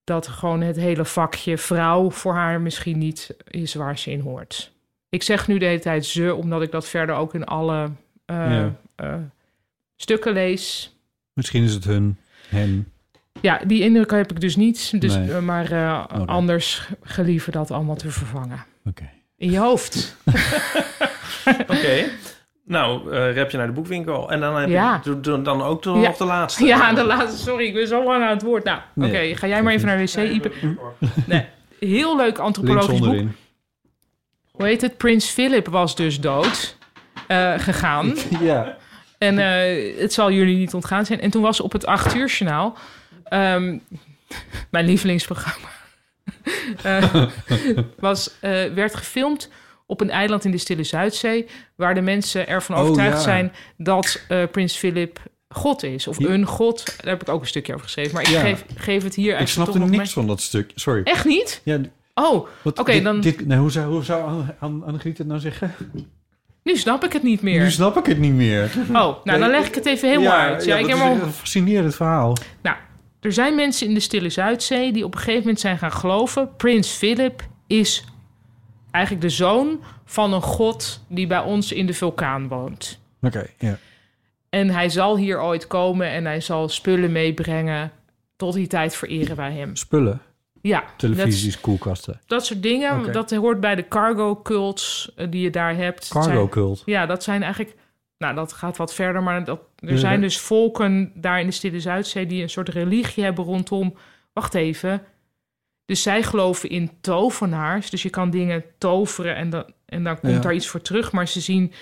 B: dat gewoon het hele vakje vrouw voor haar misschien niet is waar ze in hoort. Ik zeg nu de hele tijd ze, omdat ik dat verder ook in alle eh,
C: Ja.
B: eh, stukken lees.
C: Misschien is het hun, hen.
B: Ja, die indruk heb ik dus niet. Dus,
C: Nee. Oh,
B: eh, Maar eh,
C: nee.
B: anders gelieven dat allemaal te vervangen.
C: Oké.
B: In je hoofd.
D: Oké. Nou, eh rap je naar de boekwinkel. En dan heb
B: Ja.
D: je doe- doe dan ook de,
B: Ja.
D: nog de laatste.
B: ja, de laatste. Sorry, ik ben zo lang aan het woord. Nou,
C: Nee,
B: oké, ga jij maar even naar de wc. Ipe. Nee, heel leuk
C: Links
B: antropologisch boek.
C: onderin.
B: Hoe heet het? Prins Philip was dus dood eh, gegaan.
C: Ja.
B: En eh, het zal jullie niet ontgaan zijn. En toen was op het 8 uur journaal... ehm, mijn lievelingsprogramma... eh, was, eh, werd gefilmd op een eiland in de Stille Zuidzee... waar de mensen ervan
C: Oh,
B: overtuigd
C: ja.
B: zijn... dat eh, prins Philip god is. Of een god. Daar heb ik ook een stukje over geschreven. Maar ik
C: Ja.
B: geef, geef het hier...
C: Ik
B: eigenlijk
C: snapte
B: toch nog
C: niks
B: mee.
C: van dat stuk. Sorry.
B: Echt niet?
C: Ja,
B: Oh,
C: Oké,
B: Oké, dan-
C: Dit, nee, hoe zou, hoe zou Anne- Anne- Annegriet het nou zeggen?
B: nu snap ik het niet meer.
C: Nu snap ik het niet meer.
B: Oh, nou dan leg ik het even helemaal uit. Ja, ik
C: dat
B: heb
C: is
B: hem al-
C: echt een fascinerend verhaal.
B: Nou, er zijn mensen in de Stille Zuidzee die op een gegeven moment zijn gaan geloven. Prins Philip is eigenlijk de zoon van een god die bij ons in de vulkaan woont.
C: Oké, ja.
B: En hij zal hier ooit komen en hij zal spullen meebrengen. Tot die tijd vereren wij hem.
C: Spullen,
B: Ja,
C: televisies, koelkasten.
B: Dat, dat soort dingen.
C: Oké.
B: Dat hoort bij de cargo cults eh, die je daar hebt. Het
C: Cargo
B: zijn-
C: cult.
B: ja, dat zijn eigenlijk. Nou, dat gaat wat verder, maar dat, er
C: Ja.
B: zijn dus volken daar in de Stille Zuidzee die een soort religie hebben rondom. Wacht even. Dus zij geloven in tovenaars. Dus je kan dingen toveren en dan, en dan komt
C: Ja.
B: daar iets voor terug. Maar ze zien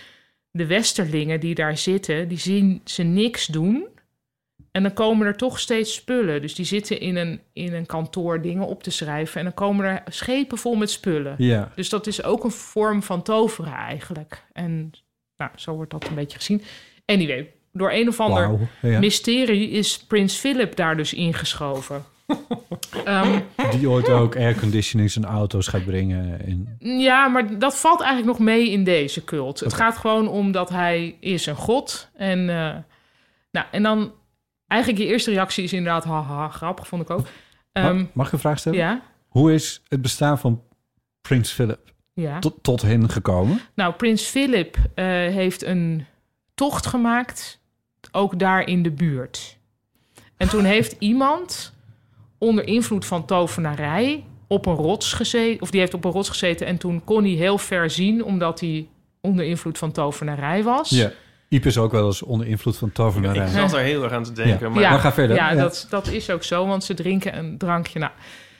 B: de Westerlingen die daar zitten, die zien ze niks doen. En dan komen er toch steeds spullen. Dus die zitten in een, in een kantoor dingen op te schrijven. En dan komen er schepen vol met spullen.
C: Ja.
B: Dus dat is ook een vorm van toveren eigenlijk. En nou, zo wordt dat een beetje gezien. Anyway, door een of ander
C: Wauw. Ja.
B: mysterie is Prins Philip daar dus ingeschoven. Ehm,
C: Die ooit ook airconditionings en auto's gaat brengen. En,
B: ja, maar dat valt eigenlijk nog mee in deze cult. Het gaat gewoon om dat hij is een god. En, eh, nou, en dan eigenlijk je eerste reactie is inderdaad haha, grappig vond ik ook. Ehm,
C: mag, mag ik een vraag stellen?
B: ja,
C: Hoe is het bestaan van Prins Philip
B: ja.
C: tot, tot hen gekomen?
B: Nou, prins Philip eh, heeft een tocht gemaakt, ook daar in de buurt. En toen heeft iemand onder invloed van tovenarij op een rots gezeten, of die heeft op een rots gezeten en toen kon hij heel ver zien omdat hij onder invloed van tovenarij was.
C: Ja. Iep is ook wel eens onder invloed van
D: Ik
C: tovenarij.
D: zat er heel erg aan te denken. Maar
B: Ja.
C: Maar ga verder.
B: Ja, Dat, dat is ook zo, want ze drinken een drankje. Nou,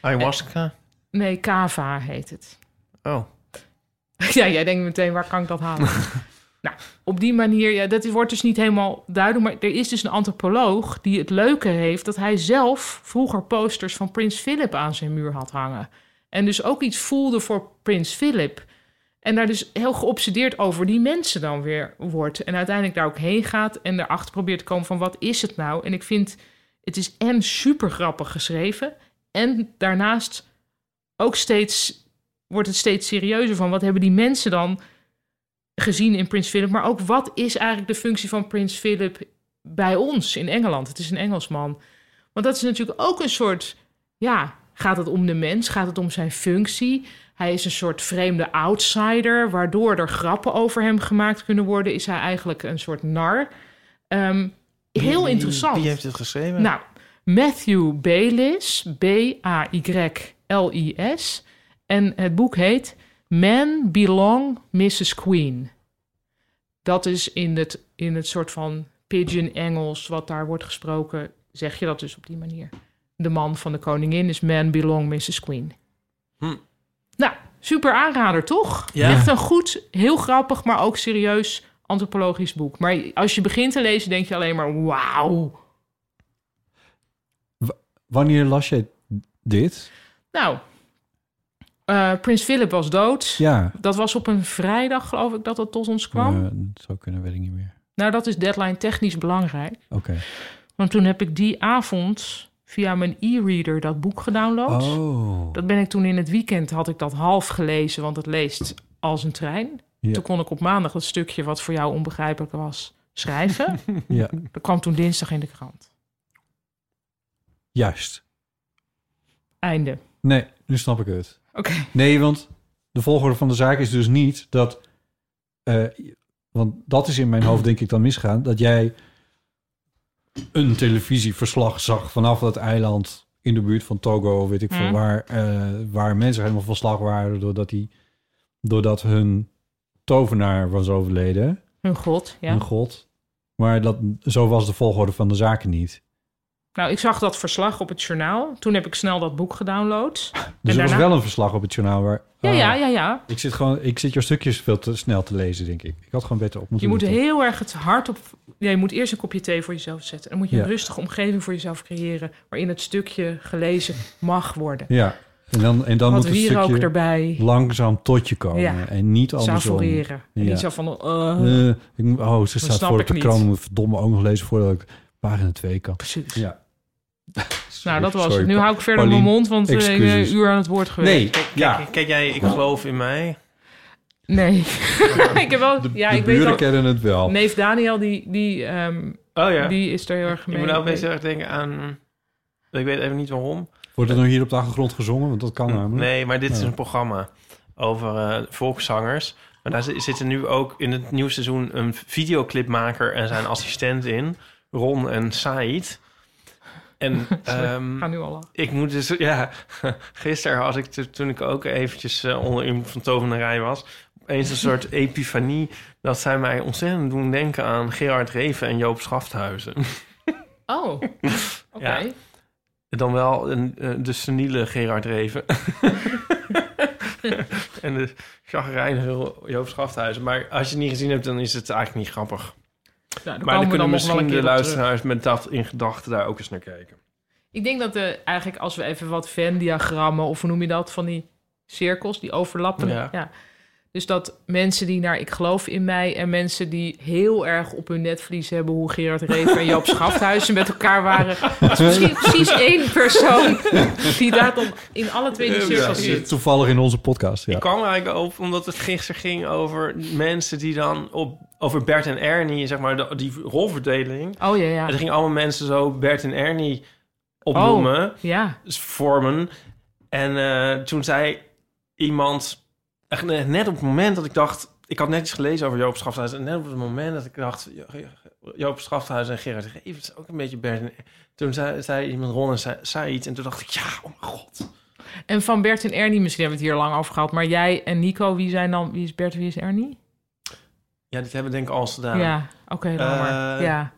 D: Ayahuasca?
B: nee, kava heet het.
D: Oh.
B: Ja, jij denkt meteen, waar kan ik dat halen? nou, op die manier, ja, dat wordt dus niet helemaal duidelijk. Maar er is dus een antropoloog die het leuke heeft... dat hij zelf vroeger posters van Prins Philip aan zijn muur had hangen. En dus ook iets voelde voor Prins Philip. En daar dus heel geobsedeerd over die mensen dan weer wordt. En uiteindelijk daar ook heen gaat en erachter probeert te komen van... wat is het nou? En ik vind, het is en super grappig geschreven... en daarnaast ook steeds wordt het steeds serieuzer van wat hebben die mensen dan gezien in Prins Philip, maar ook wat is eigenlijk de functie van Prins Philip bij ons in Engeland? Het is een Engelsman. Want dat is natuurlijk ook een soort, ja, gaat het om de mens? Gaat het om zijn functie? Hij is een soort vreemde outsider, waardoor er grappen over hem gemaakt kunnen worden. Is hij eigenlijk een soort nar? Ehm, heel interessant.
D: Wie heeft dit geschreven?
B: Nou, Matthew Baylis, B-A-Y-L-I-S. En het boek heet Men Belong Mrs. Queen. Dat is in het, in het soort van pigeon Engels wat daar wordt gesproken, zeg je dat dus op die manier. De man van de koningin is Man Belong Mrs. Queen.
D: Hm.
B: Nou, super aanrader toch?
D: Ja.
B: Echt een goed, heel grappig, maar ook serieus antropologisch boek. Maar als je begint te lezen, denk je alleen maar wauw.
C: Wanneer las je dit?
B: Nou, eh, Prins Philip was dood.
C: Ja.
B: Dat was op een vrijdag, geloof ik, dat dat tot ons kwam.
C: Eh, dat zou kunnen, weet ik niet meer.
B: Nou, dat is deadline technisch belangrijk.
C: Oké.
B: Want toen heb ik die avond via mijn e-reader dat boek gedownload.
C: Oh.
B: Dat ben ik toen in het weekend, had ik dat half gelezen, want het leest als een trein.
C: Ja.
B: Toen kon ik op maandag dat stukje wat voor jou onbegrijpelijk was schrijven.
C: Ja,
B: dat kwam toen dinsdag in de krant.
C: juist.
B: Einde.
C: Nee, nu snap ik het.
B: Oké.
C: Nee, want de volgorde van de zaak is dus niet dat... eh, want dat is in mijn hoofd denk ik dan misgaan. Dat jij een televisieverslag zag vanaf dat eiland in de buurt van Togo, weet ik veel,
B: Mm.
C: waar, eh, waar mensen helemaal van slag waren doordat, die, doordat hun tovenaar was overleden.
B: Hun god, ja.
C: een god. Maar dat, zo was de volgorde van de zaken niet.
B: Nou, ik zag dat verslag op het journaal. Toen heb ik snel dat boek gedownload.
C: Dus
B: En
C: er was
B: daarna-
C: wel een verslag op het journaal waar...
B: Ja,
C: Ah,
B: ja, ja, ja.
C: Ik zit, gewoon, ik zit jouw stukjes veel te snel te lezen, denk ik. Ik had gewoon beter op
B: Je
C: moeten
B: moet
C: letten.
B: heel erg het hart op... Ja, je moet eerst een kopje thee voor jezelf zetten. Dan moet je een
C: Ja.
B: rustige omgeving voor jezelf creëren... waarin het stukje gelezen mag worden.
C: Ja, en dan, en dan
B: Wat
C: moet het
B: wierook
C: stukje
B: erbij,
C: langzaam tot je komen.
B: Ja.
C: En niet andersom.
B: savoreren. En
C: Ja.
B: niet zo van... eh,
C: Eh, ik moet- oh, ze staat
B: snap
C: voor
B: ik
C: op de
B: niet.
C: krant. Ik Moet verdomme ook nog lezen voordat ik pagina 2 kan.
B: precies.
C: Ja.
B: Nou,
C: Sorry,
B: dat was
C: sorry,
B: het. Nu
C: Pa-
B: hou ik verder
C: Paulien,
B: mijn mond, want eh, ik ben
C: excuses.
B: een uur aan het woord geweest.
C: Nee, ja.
D: Kijk, kijk jij, ik geloof in mij.
B: Nee. ik heb wel... ja,
C: de
B: ik
C: buren
B: weet al...
C: kennen het wel.
B: Neef Daniel, die, die, ehm,
D: Oh ja.
B: die is er heel erg
D: ik
B: mee.
D: moet nou opeens heel erg denken aan... Ik weet even niet waarom.
C: Wordt er nog hier op de achtergrond gezongen? Want dat kan namelijk.
D: Nee, Nou, maar dit is
C: Ja.
D: een programma over eh, volkszangers. Maar daar zi- zitten nu ook in het nieuwe seizoen een videoclipmaker en zijn assistent in. Ron en Said. En ehm,
B: Ik ga nu al lachen.
D: ik moet dus, ja, gisteren had ik, t- toen ik ook eventjes eh, onder invloed van tovenarij was, opeens een soort epifanie dat zij mij ontzettend doen denken aan Gerard Reven en Joop Schafthuizen.
B: Oh, oké. Nou,
D: Ja. Dan wel een, eh, de seniele Gerard Reven. en de chagrijnige Joop Schafthuizen. Maar als je het niet gezien hebt, dan is het eigenlijk niet grappig.
B: Nou, daar
D: maar
B: komen
D: dan
B: we
D: kunnen
B: dan nog wel
D: misschien
B: een keer
D: de
B: op terug.
D: luisteraars met dat in gedachten daar ook eens naar kijken.
B: Ik denk dat de, eigenlijk als we even wat Venn-diagrammen, of hoe noem je dat, van die cirkels, die overlappen.
D: Ja.
B: Ja. Dus dat mensen die naar Ik geloof in mij en mensen die heel erg op hun netvlies hebben hoe Gerard Reven en Joop Schafthuizen met elkaar waren. Dat is misschien precies één persoon die daar dan in alle twee die
D: Ja,
B: cirkels
D: precies.
B: zit.
C: Toevallig in onze podcast, ja.
D: Ik kwam er eigenlijk op omdat het gisteren ging over mensen die dan op, over Bert en Ernie, zeg maar, de- die rolverdeling.
B: Oh ja,
D: En
B: ja.
D: er gingen allemaal mensen zo Bert en Ernie opnoemen.
B: Ja,
D: vormen. En eh, toen zei iemand, echt ne- net op het moment dat ik dacht... Ik had net iets gelezen over Joop Schafthuis. En net op het moment dat ik dacht... Jo- Jo- Joop Schafthuis en Gerard Reven is ook een beetje Bert. en- Toen zei, zei iemand Ron en Sa- Said. En toen dacht ik, ja, oh mijn god.
B: en van Bert en Ernie, misschien hebben we het hier lang over gehad, maar jij en Nico, wie zijn dan, wie is Bert, wie is Ernie?
D: Ja, dit hebben we denk ik al eens
B: Ja,
D: gedaan.
B: oké, dan maar.
D: Eh,
B: Ja.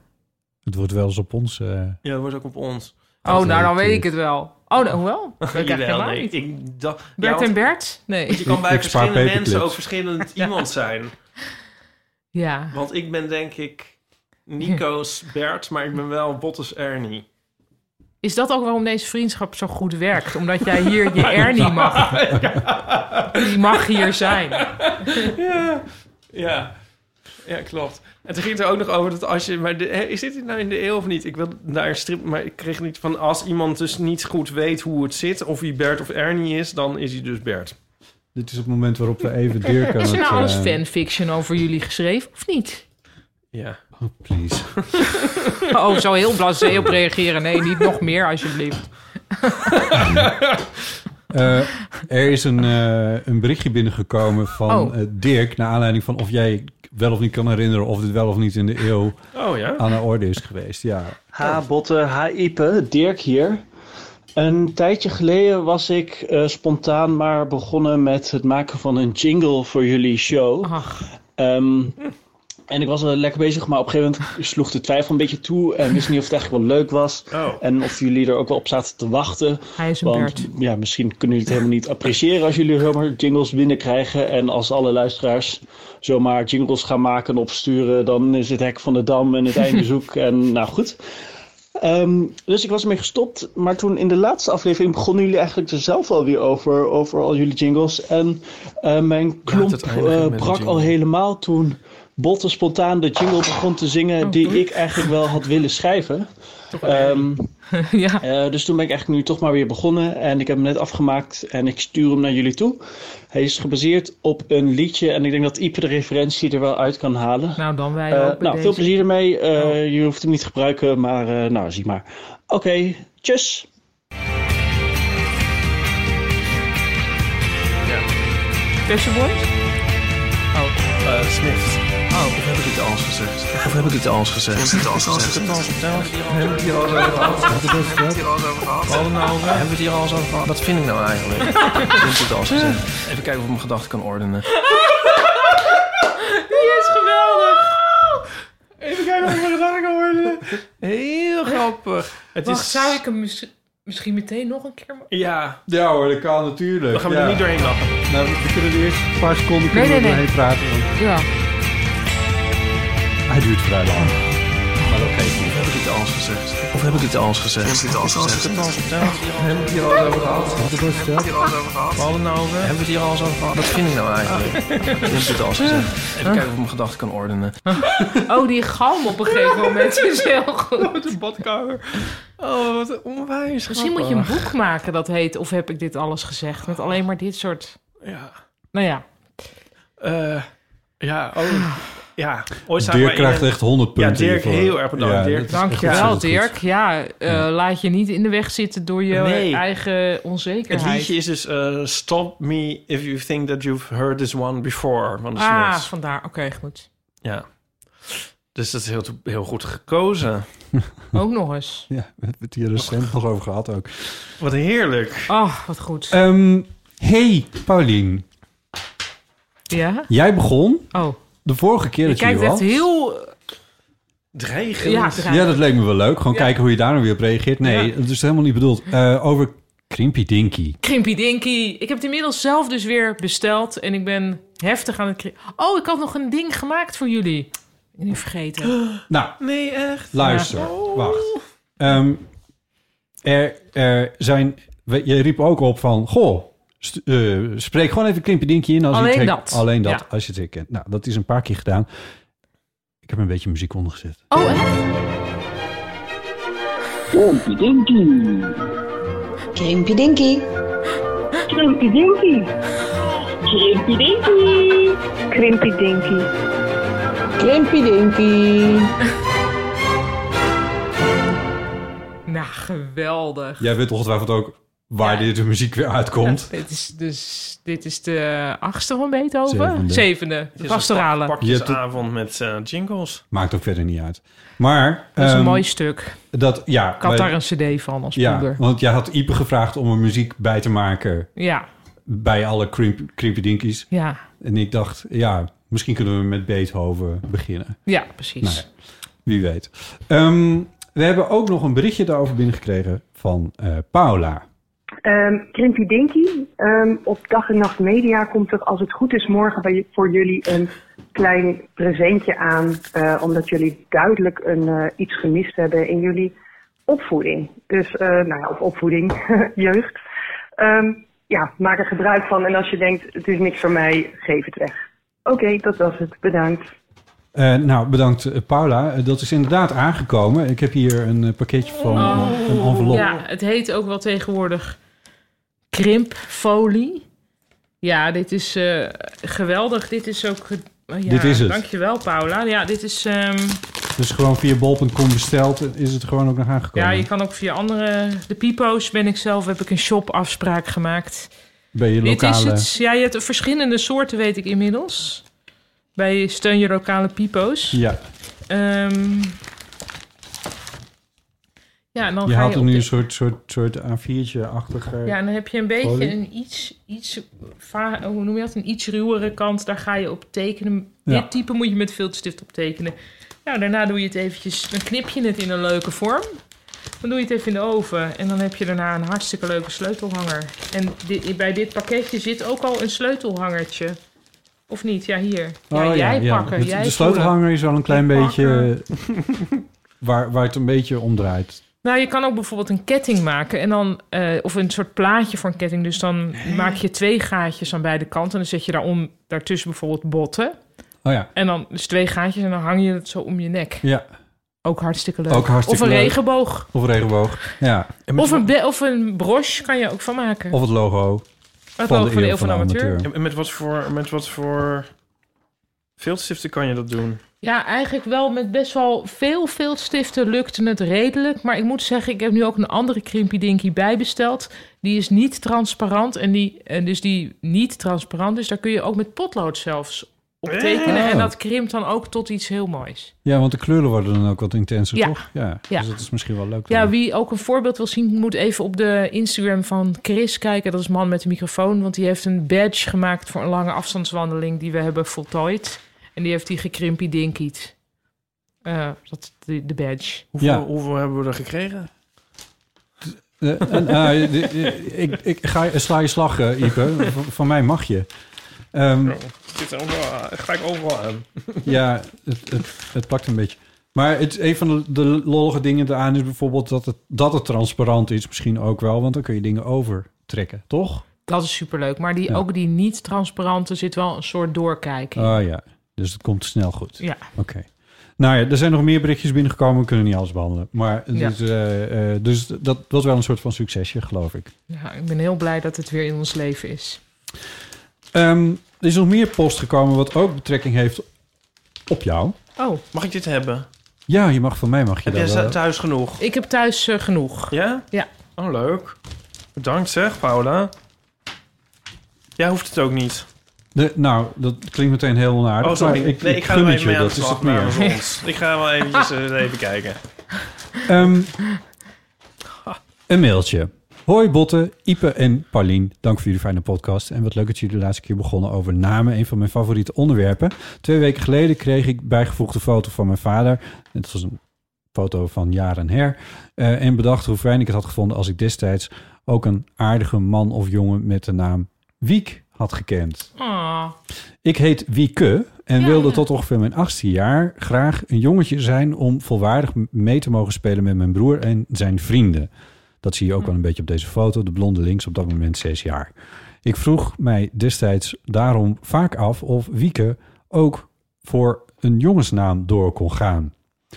C: Het wordt wel eens op ons... eh,
D: Ja, dat wordt ook op ons.
B: Oh, nou dan
C: Natuurlijk.
B: weet ik het wel. Oh, nou, hoewel. Dat weet ik
D: Jawel,
B: eigenlijk helemaal
D: nee,
B: niet.
D: ik dacht... ja,
B: Bert
D: want
B: en Bert? Nee.
D: Je kan bij
C: Ik spaar
D: verschillende mensen
C: paperclips.
D: ook verschillend iemand zijn.
B: Ja.
D: Want ik ben denk ik Nico's Bert, maar ik ben wel Bottes Ernie.
B: Is dat ook waarom deze vriendschap zo goed werkt? Omdat jij hier je Ernie mag. Die mag hier zijn.
D: Ja, ja. ja klopt. En toen ging het er ook nog over dat als je... Maar de, hè, is dit nou in de eeuw of niet? Ik wil daar een strip... Maar ik kreeg niet van... Als iemand dus niet goed weet hoe het zit... of hij Bert of Ernie is, dan is hij dus Bert.
C: Dit is het moment waarop we even Dirk aan
B: Is er
C: het,
B: nou alles
C: eh,
B: fanfiction over jullie geschreven of niet?
D: Ja.
C: Oh, please.
B: Oh, zo heel blasé op reageren. Nee, niet nog meer alsjeblieft.
C: Eh, er is een, eh, een berichtje binnengekomen van
B: Oh.
C: eh, Dirk... naar aanleiding van of jij wel of niet kan herinneren... of dit wel of niet in de eeuw
D: Oh ja?
C: aan de orde is geweest. Ja,
G: Ha Botte, ha Ipe, Dirk hier. Een tijdje geleden was ik eh, spontaan maar begonnen met het maken van een jingle voor jullie show.
B: Ach,
G: Ehm, en ik was wel lekker bezig, maar op een gegeven moment sloeg de twijfel een beetje toe. En wist niet of het eigenlijk wel leuk was.
E: Oh.
G: En of jullie er ook wel op zaten te wachten.
B: hij is een
G: Want
B: beurt.
G: ja, misschien kunnen jullie het helemaal niet appreciëren als jullie zomaar jingles binnenkrijgen. En als alle luisteraars zomaar jingles gaan maken en opsturen, dan is het hek van de dam en het eindbezoek. en nou goed. Ehm, dus ik was ermee gestopt. Maar toen in de laatste aflevering begonnen jullie eigenlijk er zelf alweer over. Over al jullie jingles. En eh, mijn klomp
D: het eindigt
G: eh,
D: met een
G: brak
D: jingle.
G: al helemaal toen Botte spontaan de jingle begon te zingen.
B: Oh,
G: die
B: doei.
G: ik eigenlijk wel had willen schrijven. Ehm,
B: ja,
G: eh, dus toen ben ik eigenlijk nu toch maar weer begonnen. En ik heb hem net afgemaakt en ik stuur hem naar jullie toe. Hij is gebaseerd op een liedje. En ik denk dat Ipe de referentie er wel uit kan halen.
B: nou dan wij
G: Eh,
B: ook bij
G: nou, veel
B: deze. Oh.
G: plezier ermee. Eh, Je hoeft hem niet te gebruiken, maar eh, nou, zie maar. Oké, tjus.
B: Pepsi Boys?
D: Eh, Smith.
B: Oh.
D: Of heb ik het alles gezegd? Of heb ik het alles gezegd? Heb ik het alles gezegd? Heb ik het hier alles over gehad? Heb ik het hier alles over gehad? Hadden we het nou over? Hebben we het hier alles over gehad? Wat vind ik nou eigenlijk? Heb ik het alles gezegd? Even kijken of ik mijn gedachten kan ordenen.
B: Die is geweldig!
D: Even kijken of ik mijn gedachten kan ordenen. Heel grappig. Het
B: Wacht,
D: is...
B: zou ik hem mis- misschien meteen nog een keer... ma-
D: Ja,
C: Ja hoor, dat kan natuurlijk.
D: we gaan
C: ja.
D: er niet doorheen lachen.
C: Nou, we kunnen de eerste paar seconden kunnen
B: nee,
C: we
B: nee.
C: doorheen praten. want
B: Ja.
C: hij duurt vrij lang. Maar dat geeft niet.
D: Heb ik het alles gezegd? Of heb ik het alles gezegd? Heb ik het alles gezegd? Heb ik het alles Heb ik het hier alles over gehad? Heb ik het hier alles over gehad? Hadden we het nou over? Hebben we het hier alles over gehad? Wat vind ik nou eigenlijk? Heb ik het alles gezegd? Even kijken of ik mijn gedachten kan ordenen.
B: Oh, die galm op een gegeven moment is heel goed.
D: de badkamer. Oh, wat een onwijs.
B: Misschien moet je een boek maken dat heet Of heb ik dit alles gezegd? Met alleen maar dit soort...
D: Ja.
B: Nou ja,
D: Eh, ja, oh. Ja, ooit zaten
C: Dirk
D: wij
C: krijgt
D: in-
C: echt 100 punten
D: Ja, Dirk,
C: hiervoor.
D: heel erg bedankt, Dirk.
C: dat is echt
B: dankjewel
C: ontzettend goed.
B: Dirk. Ja, eh, laat je niet in de weg zitten door je
D: Nee.
B: eigen onzekerheid.
D: Het liedje is dus eh, Stop Me If You Think That You've Heard This One Before van de
B: Ah,
D: Smiths.
B: vandaar. Oké, goed.
D: Ja. Dus dat is heel, heel goed gekozen.
B: Ook nog eens.
C: Ja, we hebben het
D: Oh.
C: hier recent nog over gehad ook.
D: Wat heerlijk.
B: Oh, wat goed.
C: Ehm, hey, Paulien.
B: ja?
C: Jij begon
B: Oh,
C: de vorige keer
B: je
C: dat je hier
B: kijkt
C: was.
B: echt heel...
D: Dreigend.
B: Ja,
C: Ja, dat leek me wel leuk. Gewoon
B: Ja.
C: kijken hoe je daar nou weer op reageert. Nee, dat is helemaal niet bedoeld. Eh, over Krimpy Dinky.
B: Krimpy Dinky. Ik heb het inmiddels zelf dus weer besteld. En ik ben heftig aan het... kri- Oh, ik had nog een ding gemaakt voor jullie. Ik ben nu vergeten.
C: Nou,
D: Nee, echt.
C: luister.
B: Oh.
C: Wacht. Ehm, er, er zijn... we- Je riep ook op van... Goh, st- eh, spreek gewoon even Krimpy Dinky in. Als je
B: Alleen
C: het
B: dat.
C: Alleen dat,
B: Ja.
C: als je het herkent. Nou, dat is een paar keer gedaan. Ik heb een beetje muziek ondergezet.
B: Oh, echt?
G: Ompie
H: Krimpy Dinky.
I: Krimpy Dinky. Krimpy Dinky. Krimpy Dinky.
H: Krimpy Dinky.
B: Nou, geweldig.
C: Jij weet ongetwijfeld ook waar
B: Ja.
C: dit de muziek weer uitkomt.
B: Dit is, dus, dit is de achtste van Beethoven?
C: Zevende. Ehm,
B: Zevende.
D: Het
B: De
D: is een
B: pastorale.
D: pak-
B: Dat
D: pakjesavond met eh, jingles.
C: Maakt ook verder niet uit. Maar...
B: is een
C: ehm,
B: mooi stuk.
C: Dat, ja,
B: Ik had
C: wij-
B: daar een cd van als
C: Ja,
B: moeder.
C: want jij had Ipe gevraagd om er muziek bij te maken
B: Ja,
C: bij alle Krimp, Krimpy Dinkies.
B: ja,
C: En ik dacht, ja, misschien kunnen we met Beethoven beginnen.
B: ja, precies.
C: Nou ja, wie weet. Ehm, we hebben ook nog een berichtje daarover binnengekregen van eh, Paula.
I: Ehm Krimpy Dinky. Ehm, op Dag en Nacht Media komt er, als het goed is, morgen bij, j- voor jullie een klein presentje aan. eh, omdat jullie duidelijk een, eh, iets gemist hebben in jullie opvoeding. Dus, eh, nou ja, of opvoeding, jeugd. Ehm, ja, maak er gebruik van. En als je denkt, het is niks voor mij, geef het weg. Oké, dat was het. Bedankt.
C: Eh, nou, bedankt eh, Paula. Eh, dat is inderdaad aangekomen. Ik heb hier een eh, pakketje van eh, een envelop.
B: Oh, Ja, het heet ook wel tegenwoordig krimpfolie. Ja, dit is eh, geweldig. Dit is ook... ge- Ja,
C: Dit is het.
B: Dankjewel, Paula. Ja, dit is... ehm,
C: Dus gewoon via bol.com besteld is het gewoon ook nog aangekomen.
B: ja, je kan ook via andere... De Pipo's ben ik zelf, heb ik een shopafspraak gemaakt.
C: Bij je
B: Dit
C: lokale...
B: is het. Ja, je hebt verschillende soorten, weet ik inmiddels. Bij Steun je lokale pipo's.
C: Ja,
B: Ehm, Ja, en dan
C: Je
B: ga
C: haalt
B: je
C: er
B: op
C: nu
B: de-
C: een soort, soort, soort A4'tje-achtige...
B: Ja, en dan heb je een beetje
C: Folie.
B: een iets, iets va- hoe noem je dat? Een iets ruwere kant. Daar ga je op tekenen.
C: Ja.
B: Dit type moet je met filterstift op tekenen. Nou, daarna doe je het eventjes. Dan knip je het in een leuke vorm. Dan doe je het even in de oven. En dan heb je daarna een hartstikke leuke sleutelhanger. En di- bij dit pakketje zit ook al een sleutelhangertje. Of niet? Ja, hier. Ja,
C: Oh,
B: jij pakken.
C: Het-
B: Jij voelen.
C: de sleutelhanger is wel een klein
B: Jij
C: beetje... eh, waar, waar het een beetje om draait.
B: Nou, je kan ook bijvoorbeeld een ketting maken en dan, eh, of een soort plaatje voor een ketting. Dus dan maak je twee gaatjes aan beide kanten en dan zet je daarom, daartussen bijvoorbeeld botten.
C: Oh ja,
B: En dan dus twee gaatjes en dan hang je het zo om je nek.
C: ja.
B: Ook hartstikke leuk.
C: Ook hartstikke
B: of een
C: leuk.
B: regenboog.
C: Of regenboog. Ja.
B: Of een, be- of een broche kan je ook van maken.
C: Of het logo
B: Wat
C: van
B: ook
C: de
B: van de
C: Eeuw
B: Eeuw
C: van de Amateur.
E: En met wat voor, met wat voor filtstiften kan je dat doen?
B: Ja, eigenlijk wel met best wel veel filtstiften lukte het redelijk. Maar ik moet zeggen, ik heb nu ook een andere Krimpy Dinky bijbesteld. Die is niet transparant en die, en dus die niet transparant is, daar kun je ook met potlood zelfs op tekenen.
C: Oh.
B: En dat krimpt dan ook tot iets heel moois.
C: Ja, want de kleuren worden dan ook wat intenser,
B: Ja.
C: toch? Ja.
B: Ja.
C: Dus dat is misschien wel leuk.
B: Ja,
C: dan.
B: wie ook een voorbeeld wil zien, moet even op de Instagram van Chris kijken. Dat is man met de microfoon, want die heeft een badge gemaakt voor een lange afstandswandeling die we hebben voltooid. En die heeft die gekrimpy dinkied. Eh, dat, de, de badge.
D: Hoeveel,
C: Ja.
D: hoeveel hebben we er gekregen?
C: Eh, en, eh, de- de- ik, ik ga, sla je slag, eh, Ipe. V- Van mij mag je. Ehm,
E: Zit er overal, ga ik overal aan.
C: ja, het, het, het plakt een beetje. Maar het, een van de, de lollige dingen daaraan is bijvoorbeeld dat het, dat het transparant is. Misschien ook wel, want dan kun je dingen overtrekken, toch?
B: Dat is superleuk. Maar die,
C: Ja.
B: ook die niet-transparante zit wel een soort doorkijking.
C: Oh ja, dus het komt snel goed.
B: ja.
C: Oké. Nou ja, er zijn nog meer berichtjes binnengekomen. We kunnen niet alles behandelen. Maar
B: Ja.
C: dus, eh, eh, dus dat was wel een soort van succesje, geloof ik.
B: ja, ik ben heel blij dat het weer in ons leven is.
C: Ehm, er is nog meer post gekomen wat ook betrekking heeft op jou.
B: Oh,
D: Mag ik dit hebben?
C: Ja, je mag van mij, mag je
D: Heb
C: dat
D: jij
C: wel.
D: th- thuis genoeg?
B: ik heb thuis eh, genoeg.
D: Ja?
B: Ja.
D: Oh, leuk. Bedankt zeg, Paula. Jij hoeft het ook niet.
C: De- nou, dat klinkt meteen heel onaardig.
D: oh, sorry.
C: maar Ik,
D: nee, ik ga er
C: gun
D: wel
C: het
D: even mee
C: je,
D: aan de
C: dat is
D: slag Nou,
C: het meer.
D: namens ons. Ik ga wel eventjes eh, even kijken.
C: Ehm, een mailtje. Hoi Botte, Ipe en Paulien. Dank voor jullie fijne podcast. En wat leuk dat jullie de laatste keer begonnen over namen. Een van mijn favoriete onderwerpen. Twee weken geleden kreeg ik bijgevoegde foto van mijn vader. Het was een foto van jaar en her. Eh, en bedacht hoe fijn ik het had gevonden als ik destijds ook een aardige man of jongen met de naam Wiek had gekend.
B: Ah,
C: Ik heet Wieke en wilde tot ongeveer mijn achtste jaar graag een jongetje zijn om volwaardig mee te mogen spelen met mijn broer en zijn vrienden. Dat zie je ook wel een beetje op deze foto. De blonde links op dat moment zes jaar. Ik vroeg mij destijds daarom vaak af of Wieke ook voor een jongensnaam door kon gaan.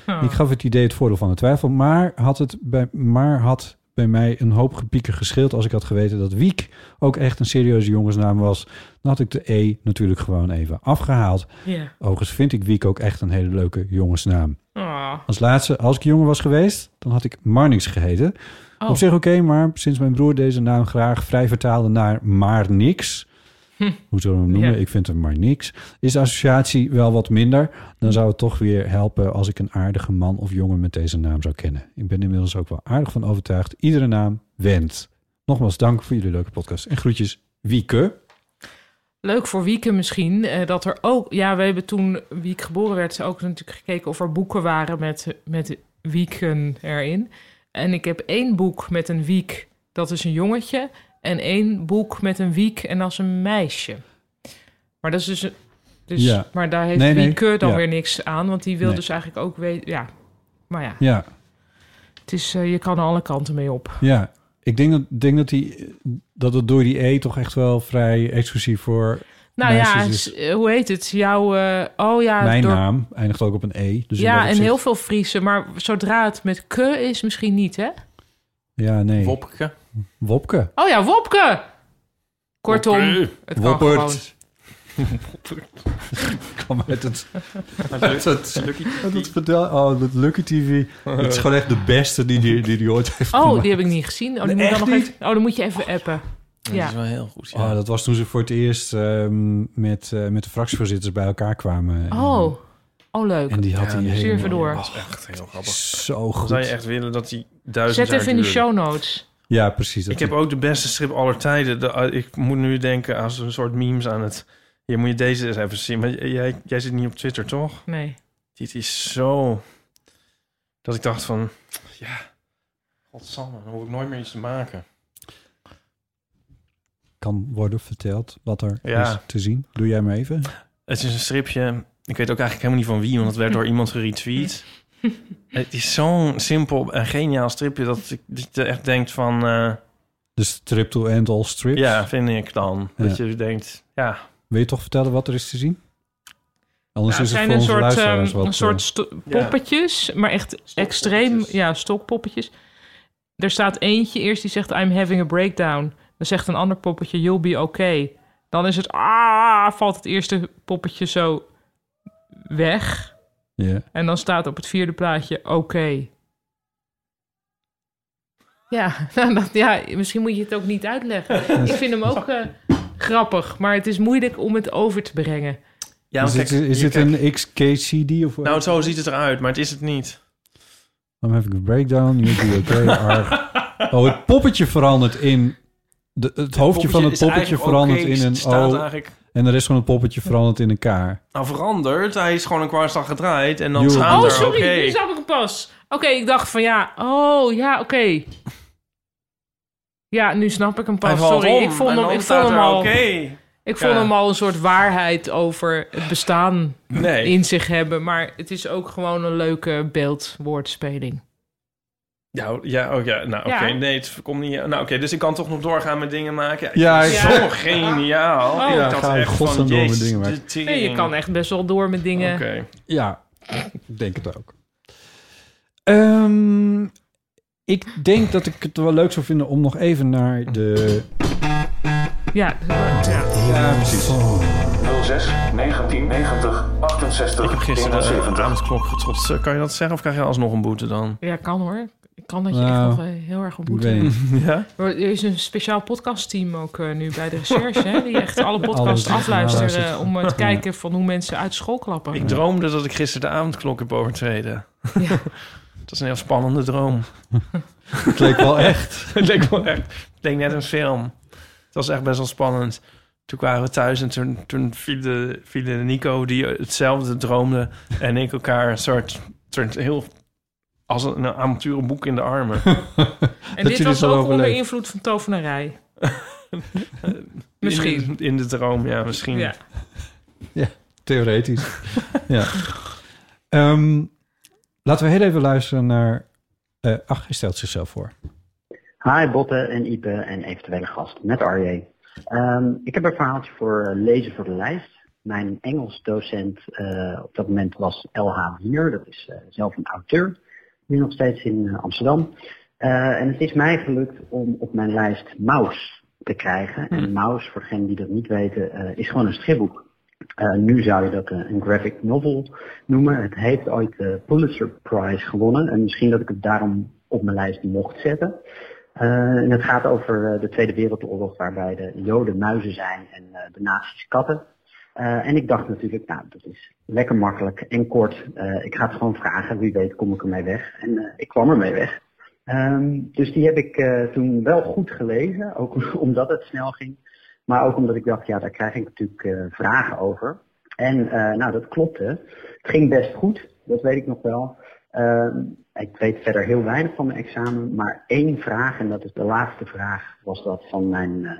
B: ah.
C: Ik gaf het idee het voordeel van de twijfel, maar had, het bij, maar had bij mij een hoop gepieker gescheeld als ik had geweten dat Wiek ook echt een serieuze jongensnaam was. Dan had ik de E natuurlijk gewoon even afgehaald.
B: Ja.
C: Overigens vind ik Wiek ook echt een hele leuke jongensnaam.
B: Ah.
C: Als laatste, als ik jonger was geweest, dan had ik Marnix geheten.
B: Oh.
C: Op zich oké, maar sinds mijn broer deze naam graag vrij vertaalde naar maar niks. Hoe zullen we hem noemen?
B: Hm. Ja.
C: Ik vind hem maar niks. Is de associatie wel wat minder? Dan zou het toch weer helpen als ik een aardige man of jongen met deze naam zou kennen. Ik ben inmiddels ook wel aardig van overtuigd. Iedere naam wendt. Nogmaals dank voor jullie leuke podcast. En groetjes, Wieke.
B: Leuk voor Wieke misschien, eh, dat er ook... Ja, we hebben toen Wiek geboren werd ook natuurlijk gekeken of er boeken waren met, met Wieken erin. En ik heb één boek met een Wiek, dat is een jongetje. En één boek met een Wiek en dat is een meisje. Maar dat is dus... een- dus
C: Ja.
B: Maar daar heeft
C: Nee, nee,
B: Wieke dan
C: ja.
B: weer niks aan, want die wil
C: Nee.
B: dus eigenlijk ook weten... Ja, maar ja,
C: Ja,
B: het is, eh, je kan er alle kanten mee op.
C: ja. Ik denk dat, denk dat, die, dat het door die E toch echt wel vrij exclusief voor
B: Nou ja,
C: Meisjes
B: s- eh, hoe heet het? Jouw... eh, oh ja,
C: dus- Mijn
B: door-
C: naam eindigt ook op een E. Dus in dat
B: ja, en
C: opzicht-
B: heel veel Friese, maar zodra het met ke is, misschien niet, hè?
C: Ja, nee.
D: Wopke.
C: Wopke.
B: Oh ja, Wopke! Kortom, het kan gewoon.
C: Woppert. Kom uit het... Uit het,
D: Lucky. Oh.
C: uit het vertel... Oh, dat Lucky TV. Het is gewoon echt de beste die die, die, die ooit heeft
B: Oh,
C: gemaakt.
B: die heb ik niet gezien. Oh, die
C: Nee,
B: moet, ik dan
C: echt
B: nog
C: niet?
B: even, oh, dan moet je even appen.
D: Dat
B: Ja.
D: is wel heel goed. Ja.
C: Oh, dat was toen ze voor het eerst ehm, met, eh, met de fractievoorzitters bij elkaar kwamen. En,
B: Oh, Oh, leuk.
C: En die had hij
B: Zeer
C: helemaal-
B: verdoor.
C: Oh,
D: Dat is echt heel grappig.
C: Zo goed.
D: Zou je echt willen dat die duizend
B: Zet
D: jaar
B: even in die
D: duurde?
B: show notes.
C: Ja, precies. Dat
D: Ik heb ook de beste strip aller tijden. De- ah, ik moet nu denken aan zo'n soort memes aan het... Hier moet je deze eens even zien. Maar j- jij, jij zit niet op Twitter, toch?
B: Nee.
D: Dit is zo... Dat ik dacht van... Ja, godsamme. Dan hoef ik nooit meer iets te maken.
C: kan worden verteld wat er
D: Ja.
C: is te zien. Doe jij maar even.
D: Het is een stripje. Ik weet ook eigenlijk helemaal niet van wie, want het werd door iemand geretweet. het is zo'n simpel en geniaal stripje dat ik dat je echt denkt van... eh,
C: De strip to end all strips.
D: ja, vind ik dan. Dat
C: Ja.
D: je denkt, ja...
C: Wil je toch vertellen wat er is te zien? Anders
B: Ja,
C: is
B: het
C: het
B: zijn
C: Dus voor
B: een
C: onze
B: soort,
C: luisteraars
B: ehm,
C: wat...
B: een soort
C: eh,
B: sto- poppetjes, maar echt extreem, ja, stokpoppetjes. Er staat eentje eerst die zegt, I'm having a breakdown. Dan zegt een ander poppetje, you'll be okay. Dan is het, ah, valt het eerste poppetje zo weg.
C: eh, ja.
B: En dan staat op het vierde plaatje, oké. Ja, nou, dat, ja, misschien moet je het ook niet uitleggen. Ik vind hem ook eh, grappig, maar het is moeilijk om het over te brengen.
D: ja
C: is
D: maar
C: dit,
D: kijk,
C: is
D: hier,
C: dit
D: kijk.
C: een XKCD? Of,
D: Nou, zo ziet het eruit, maar het is het niet.
C: Dan heb ik een breakdown. You be okay, arg. Oh, het poppetje verandert in... De, het hoofdje van het
D: is
C: poppetje
D: eigenlijk
C: verandert
D: oké,
C: in een oh.
D: staat
C: O.
D: eigenlijk...
C: En de rest van het poppetje verandert in een K.
D: Nou, veranderd. Hij is gewoon een kwartslag gedraaid en dan
C: Joe.
D: staat
B: Oh,
D: er,
B: sorry,
D: oké.
B: nu snap ik hem pas. Oké, ik dacht van ja, oh ja, oké. Ja, nu snap ik hem
D: Hij
B: pas.
D: valt
B: Sorry,
D: om
B: ik vond
D: en
B: hem,
D: dan
B: ik
D: staat
B: vond hem
D: er,
B: al,
D: oké.
B: ik vond
D: Ja.
B: hem al een soort waarheid over het bestaan
D: Nee.
B: in zich hebben, maar het is ook gewoon een leuke beeldwoordspeling.
D: Ja, ja, oh ja, nou oké,
B: Ja.
D: nee, het komt niet... Nou oké, dus ik kan toch nog doorgaan met dingen maken.
C: Ja,
D: Ja, ik vind
B: ja.
D: het zo geniaal.
B: Oh.
D: ik
B: Ja,
D: dacht
C: ga in
D: echt
C: godsnaam
D: van,
C: door met
D: jezus,
C: dingen maken.
D: de tering.
B: Nee, je kan echt best wel door met dingen.
D: Oké.
C: Ja, ik denk het ook. Ehm, ik denk dat ik het wel leuk zou vinden om nog even naar de...
B: Ja,
C: Ja, precies.
J: 06 1990 68
D: Ik heb gisteren eh, de
J: 71.
D: damesklok getrotst. Kan je dat zeggen of krijg je alsnog een boete dan?
B: ja, kan hoor. Ik kan dat je
C: Nou,
B: echt nog eh, heel erg op
C: Ik
B: moet
C: weet niet.
D: Ja?
B: Er is een speciaal podcastteam ook eh, nu bij de recherche, hè, die echt alle podcasts
C: Alles
B: afluisteren
C: naluistert.
B: om eh, te kijken van hoe mensen uit school klappen.
D: Ik droomde dat ik gisteren de avondklok heb overtreden. dat is een heel spannende droom.
C: Het leek wel echt.
D: het leek wel echt... Het leek net een film. Het was echt best wel spannend. Toen kwamen we thuis en toen, toen vielen vielen Nico, die hetzelfde droomde... en ik elkaar een soort, soort heel... als een, een avonturenboek in de armen.
B: En
C: Dat
B: dit
C: jullie
B: was
C: zo
B: ook onder
C: overleefd.
B: invloed van tovenarij. Misschien.
D: In de, in de droom, ja, misschien.
B: Ja.
C: Theoretisch. ja. Ehm, laten we heel even luisteren naar... eh, ach, hij stelt zichzelf voor.
K: Hi Botte en Ipe en eventuele gast met Arje. Ehm, ik heb een verhaaltje voor eh, lezen voor de lijst. Mijn Engels docent eh, op dat moment was LH Wier, dat is eh, zelf een auteur, nu nog steeds in eh, Amsterdam. Eh, en het is mij gelukt om op mijn lijst Maus te krijgen. En Maus, voor degenen die dat niet weten, eh, is gewoon een stripboek. Eh, nu zou je dat eh, een graphic novel noemen. Het heeft ooit de Pulitzer Prize gewonnen. En misschien dat ik het daarom op mijn lijst mocht zetten. Eh, en het gaat over eh, de Tweede Wereldoorlog, waarbij de Joden muizen zijn en eh, de nazi's katten. Eh, en ik dacht natuurlijk, nou, dat is lekker makkelijk en kort. Eh, ik ga het gewoon vragen, wie weet kom ik ermee weg. En eh, ik kwam ermee weg. Ehm, dus die heb ik eh, toen wel goed gelezen, ook omdat het snel ging. Maar ook omdat ik dacht, ja, daar krijg ik natuurlijk eh, vragen over. En eh, nou, dat klopte. Het ging best goed, dat weet ik nog wel. Ehm, ik weet verder heel weinig van mijn examen, maar één vraag, en dat is de laatste vraag, was dat van mijn, eh,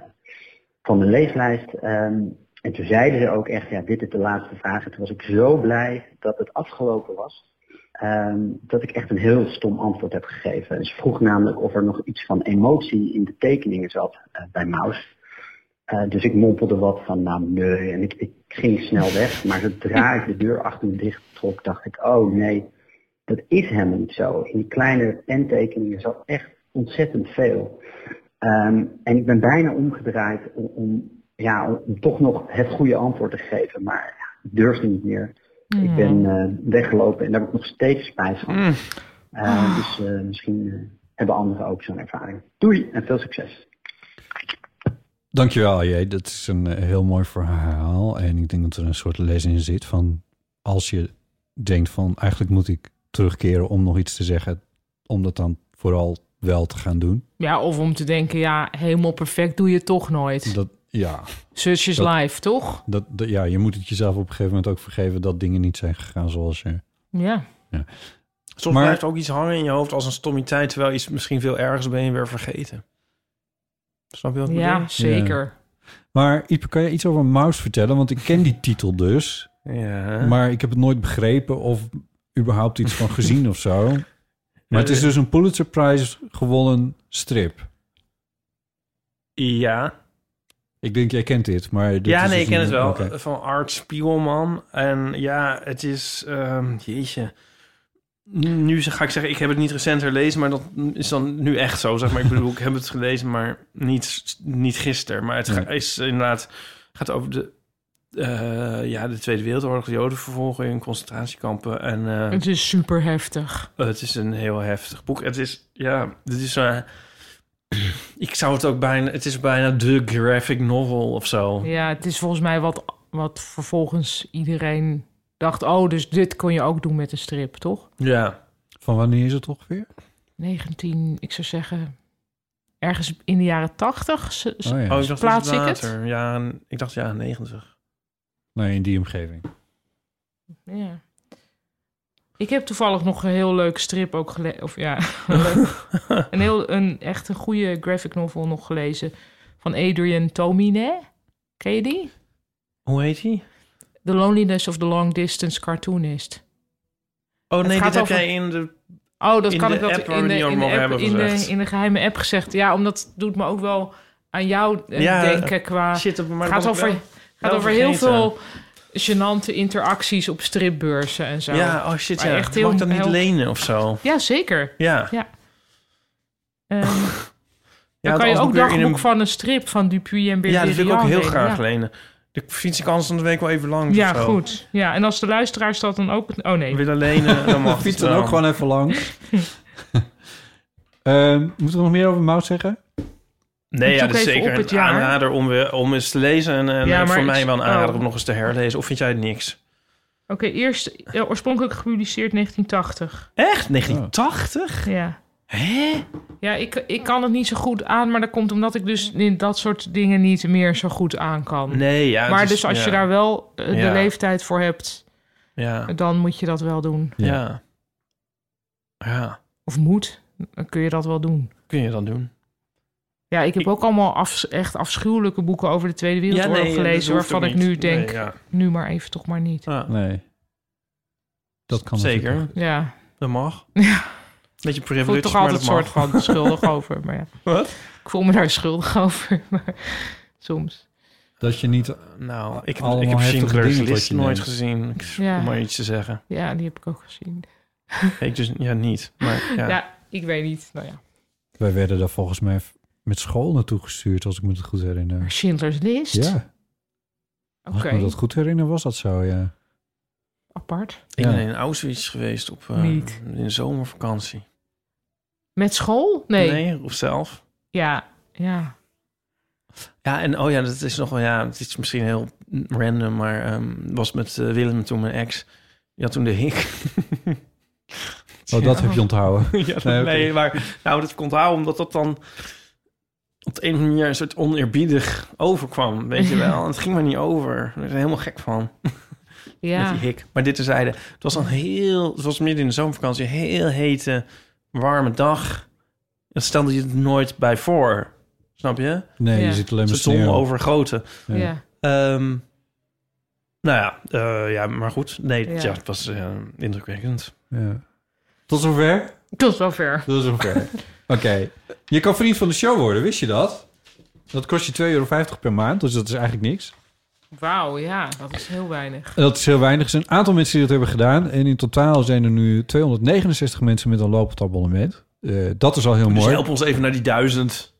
K: van mijn leeslijst. Ehm, en toen zeiden ze ook echt, ja, dit is de laatste vraag. En toen was ik zo blij dat het afgelopen was, ehm, dat ik echt een heel stom antwoord heb gegeven. En ze vroeg namelijk of er nog iets van emotie in de tekeningen zat eh, bij Maus. Eh, dus ik mompelde wat van, nou nee, en ik, ik ging snel weg. Maar zodra ik de deur achter me dicht trok, dacht ik, oh nee, dat is helemaal niet zo. In die kleine pentekeningen zat echt ontzettend veel. Ehm, en ik ben bijna omgedraaid om, om, ja, om toch nog het goede antwoord te geven. Maar ja, ik durfde niet meer. Ik ben eh, weggelopen en daar heb ik nog steeds spijt van. Eh, dus eh, misschien eh, hebben anderen ook zo'n ervaring. Doei en veel succes.
C: Dankjewel, Jay. Dat is een eh, heel mooi verhaal. En ik denk dat er een soort les in zit van... als je denkt van eigenlijk moet ik terugkeren om nog iets te zeggen, om dat dan vooral wel te gaan doen.
B: Ja, of om te denken, ja, helemaal perfect doe je het toch nooit.
C: Dat, ja.
B: Zusjes
C: Dat-
B: live, toch?
C: Dat, dat- ja, je moet het jezelf op een gegeven moment ook vergeven dat dingen niet zijn gegaan zoals je.
B: Ja.
C: Ja.
D: Soms
C: Maar-
D: blijft ook iets hangen in je hoofd als een stommiteit... terwijl iets misschien veel ergers ben je weer vergeten. Snap je wat ik bedoel?
B: Ja, zeker.
C: Maar Ipe, kan je iets over Mouse vertellen? Want ik ken die titel dus.
D: Ja.
C: Maar ik heb het nooit begrepen of überhaupt iets van gezien of zo. Maar het is dus een Pulitzer Prize gewonnen strip.
D: Ja.
C: Ik denk, jij kent dit, maar... dit
D: ja,
C: is
D: nee,
C: dus
D: ik ken
C: een-
D: het wel.
C: oké.
D: Van Art Spiegelman. En ja, het is... ehm, jeetje. Nu ga ik zeggen, ik heb het niet recent herlezen... maar dat is dan nu echt zo, zeg maar. Ik bedoel, ik heb het gelezen, maar niet, niet gisteren. Maar het ga-
E: Nee.
D: is inderdaad... gaat over de, eh, ja, de Tweede Wereldoorlog, de jodenvervolging... concentratiekampen en... eh,
B: Het is super heftig.
D: eh, Het is een heel heftig boek. Het is, ja, dit is eh, ik zou het ook bijna, het is bijna de graphic novel of zo.
B: Ja, het is volgens mij wat, wat vervolgens iedereen dacht... oh, dus dit kon je ook doen met een strip, toch?
D: Ja.
C: Van wanneer is het ongeveer?
B: 19, ik zou zeggen... ergens in de jaren 80 s- s-
C: Oh ja.
D: Oh, ik dacht
B: plaats
D: dat
B: ik
D: het
B: het.
D: later. Ja, ik dacht ja, 90.
C: Nee, in die omgeving.
B: Ja. Ik heb toevallig nog een heel leuk strip ook gelezen. Of ja, leuk. een heel, een, echt een goede graphic novel nog gelezen. Van Adrian Tomine. Ken je die?
D: Hoe heet hij?
B: The Loneliness of the Long Distance Cartoonist.
D: Oh nee,
B: gaat
D: dit heb
B: over-
D: jij in de
B: Oh, dat
D: in
B: kan
D: de
B: ik dat
D: app waar we
B: in
D: het
B: de,
D: niet over
B: in, de
D: mogen
B: app,
D: hebben
B: in, de,
D: gezegd.
B: in de geheime app gezegd. Ja, omdat het doet me ook wel aan jou eh,
D: Ja,
B: denken qua...
D: shit, dat- maar dat
B: gaat
D: was ik
B: over,
D: wel-
B: gaat
D: wel
B: over heel
D: vergeten.
B: veel gênante interacties op stripbeurzen en zo.
D: Ja, oh shit,
B: Maar
D: ja.
B: echt
D: Mag
B: heel-
D: ik dat niet
B: heel-
D: lenen of zo?
B: Ja, zeker.
D: Ja.
B: ja. Ehm,
D: Ja,
B: dan kan
D: het
B: je ook
D: alsnog weer in
B: dagboek
D: een-
B: van een strip van Dupuy en
D: Ja,
B: Berberian
D: dat wil ik ook heel
B: lenen,
D: graag
B: ja.
D: lenen. De fiets ik anders dan de week wel even langs
B: Ja,
D: of zo.
B: goed. Ja, en als de luisteraars dat dan ook... Oh nee.
D: Willen lenen, eh, dan mag
C: Fiets dan ook gewoon even langs. Ehm, moeten we nog meer over Mouse zeggen?
D: Nee, ja,
C: Zoek
D: dat is
C: even op
D: zeker
C: het
D: een
C: jaar.
D: aanrader om, weer, om eens te lezen. En, en
B: Ja, maar
D: voor
B: ik-
D: mij wel een aanrader
B: oh.
D: om nog eens te herlezen. Of vind jij het niks?
B: Oké, eerst ja, oorspronkelijk gepubliceerd 1980.
D: Echt? 1980?
B: Ja.
D: Hè?
B: Ja, ik, ik kan het niet zo goed aan, maar dat komt omdat ik dus in dat soort dingen niet meer zo goed aan kan.
D: Nee, ja. het
B: maar
D: is-
B: dus als
D: ja.
B: je daar wel eh,
D: Ja.
B: de leeftijd voor hebt,
D: Ja.
B: dan moet je dat wel doen.
D: Ja. Ja.
B: Of moet, dan kun je dat wel doen.
D: Kun je dan doen?
B: Ja, ik heb ook allemaal afs- echt afschuwelijke boeken over de Tweede Wereldoorlog
D: nee, dat hoeft
B: gelezen,
D: ook
B: waarvan ik
D: niet.
B: nu denk,
D: Nee, ja.
B: nu maar even toch maar niet.
C: Nee. Dat kan natuurlijk
D: Zeker.
C: ook.
B: Ja.
D: Dat mag.
B: Ja.
D: Beetje
B: Ik voel me
D: privilege,
B: toch
D: maar
B: altijd een
D: dat mag.
B: soort van schuldig over. Maar ja.
D: Wat?
B: Ik voel me daar schuldig over, maar soms.
C: Dat je niet
D: Nou, ik,
C: allemaal
D: ik heb
C: heftige
D: Schindler's
C: dingen tot
D: List
C: je
D: nooit
C: neemt.
D: gezien. Ik,
B: Ja.
D: Om maar iets te zeggen.
B: Ja, die heb ik ook gezien.
D: Ik dus, ja, niet. Maar
B: Ja,
D: ja.
B: ik weet niet. Nou ja.
C: Wij werden daar volgens mij v- met school naartoe gestuurd, als ik me het goed herinner.
B: Maar Schindler's List?
C: Ja.
B: Oké,
C: Als ik me dat goed herinner, was dat zo, ja.
B: apart.
D: Ik
C: Ja.
D: ben in Auschwitz geweest op, eh,
B: Niet.
D: in de zomervakantie.
B: Met school? Nee.
D: of zelf.
B: Ja, ja.
D: Ja, en oh ja, dat is nog wel, ja, het is misschien heel random, maar ehm, was met eh, Willem toen mijn ex. Ja, toen de hik.
C: Oh, dat heb je onthouden.
D: ja,
C: Nee,
D: nee,
C: oké.
D: maar nou, dat komt houden omdat dat dan op de een of andere manier een soort oneerbiedig overkwam, weet je wel. En het ging maar niet over. Ik werd er helemaal gek van.
B: Ja.
D: Met die hik. Maar dit terzijde. Het was een heel... Het was midden in de zomervakantie. Een heel hete, warme dag. Dat stelde je het nooit bij voor. Snap je?
C: Nee,
B: Ja.
C: je zit alleen maar
D: Ze zon
C: sneeuw.
D: overgoten.
B: Ja. Ja.
D: Ehm, nou ja, eh, ja, maar goed. Nee,
B: Ja.
D: ja. het was eh, indrukwekkend.
C: Ja. Tot zover?
B: Tot zover.
C: Tot zover. Oké. Je kan vriend van de show worden, wist je dat? Dat kost je 2,50 euro per maand, dus dat is eigenlijk niks.
B: Wauw, ja, dat is heel weinig.
C: En Dat is heel weinig. Er zijn een aantal mensen die dat hebben gedaan. En in totaal zijn er nu 269 mensen met een lopend abonnement. Eh, dat is al heel
D: Dus
C: mooi.
D: help ons even naar die duizend.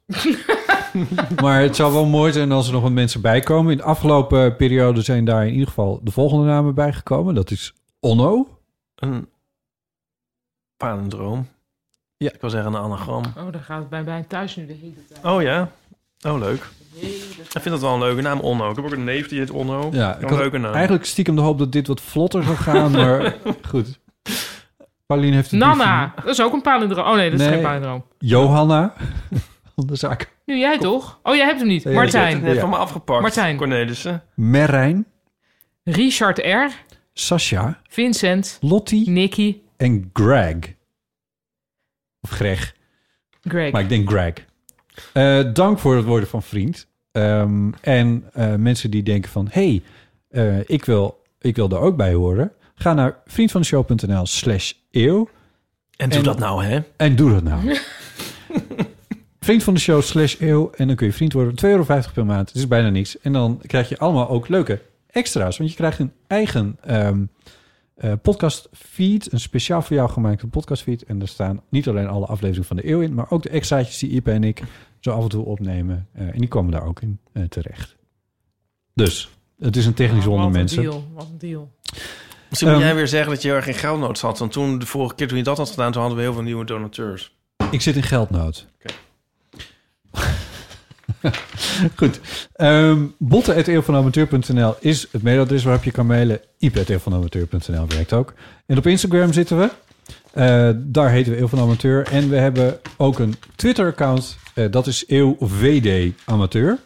C: Maar het zou wel mooi zijn als er nog wat mensen bij komen. In de afgelopen periode zijn daar in ieder geval de volgende namen bijgekomen. Dat is Onno.
D: Een palindroom.
C: Ja.
D: Ik wil zeggen een anagram.
B: Oh, dan gaat het bij mij thuis nu de hele tijd.
D: Oh ja? Oh, leuk. Ik vind dat wel een leuke naam, Onno. Ik heb ook een neef die heet Onno.
C: Ja,
D: Wel
C: ik
D: een
C: had
D: leuke naam.
C: eigenlijk stiekem de hoop dat dit wat vlotter zou gaan, maar goed. Pauline heeft het
B: Nana, dat is ook een palindroom. Oh nee, dat is
C: Nee.
B: geen palindroom.
C: Johanna. De zaak.
B: Nu jij toch? Oh, jij hebt hem niet.
C: Nee,
B: Martijn.
C: ik heb het net Ja. van me
D: afgepakt,
B: Martijn.
D: Cornelissen.
C: Merijn,
B: Richard R.
C: Sascha
B: Vincent.
C: Lottie.
B: Nicky.
C: en Greg. Of Greg.
B: Greg.
C: Maar ik denk Greg. Eh, dank voor het worden van vriend. Ehm, en eh, mensen die denken van... hey, eh, ik, wil, ik wil daar ook bij horen. Ga naar vriendvandeshow.nl slash eeuw.
D: En doe dat nou, hè?
C: En doe dat nou. Vriend van de show slash eeuw. En dan kun je vriend worden. 2,50 euro per maand. Dat is bijna niks. En dan krijg je allemaal ook leuke extra's. Want je krijgt een eigen ehm eh, podcast feed. Een speciaal voor jou gemaakte podcast feed. En daar staan niet alleen alle afleveringen van de eeuw in. Maar ook de extraatjes die Ipe en ik zo af en toe opnemen. Eh, en die komen daar ook in eh, terecht. Dus, het is een technisch wonder,
B: Wat een
C: mensen.
B: deal. Wat een deal.
D: Misschien moet
C: Ehm,
D: jij weer zeggen dat je heel erg geen geldnood had. Want toen, de vorige keer toen je dat had gedaan, toen hadden we heel veel nieuwe donateurs.
C: Ik zit in geldnood. Goed. Ehm botten.eeuwvanamateur.nl is het mailadres waarop je kan mailen. ip.eeuwvanamateur.nl werkt ook. En op Instagram zitten we. Eh, daar heten we Eeuw van Amateur. En we hebben ook een Twitter-account. Eh, dat is EeuwVD Amateur.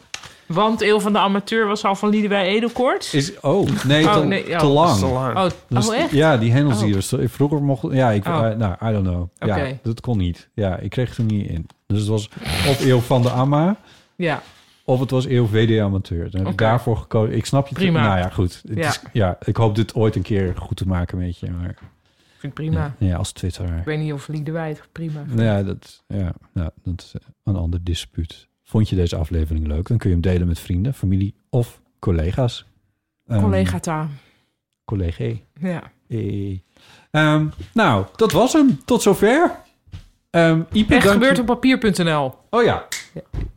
B: Want Eeuw van de Amateur was al van Liedewij Edelkoort.
C: Is, oh, nee, te,
B: oh.
C: te lang.
B: Oh,
C: Dus-
B: oh, echt?
C: Ja, die hendels die er sto- Vroeger mocht... Ja, ik,
B: Oh.
C: eh, nou, I don't know. Ja,
B: Oké.
C: dat kon niet. Ja, ik kreeg het er niet in. Dus het was of Eeuw van de Amma...
B: Ja.
C: Of het was E eeuw VD amateur. Dan heb ik
B: Oké.
C: daarvoor gekozen. Ik snap je.
B: Prima.
C: Nou ja, goed. Het
B: Ja.
C: Is, ja, ik hoop dit ooit een keer goed te maken met je. Maar
B: Vind ik prima.
C: ja, als Twitter.
B: Ik weet niet of Liedewij het prima vindt.
C: Nou ja, dat, ja, nou, dat is een ander dispuut. Vond je deze aflevering leuk? Dan kun je hem delen met vrienden, familie of collega's. Ehm,
B: Collega Ta.
C: Collega.
B: Ja.
C: Eh. Ehm, nou, dat was hem. Tot zover. Ehm Ipe,
B: Echt
C: dank je-
B: gebeurt op papier.nl.
C: Oh ja.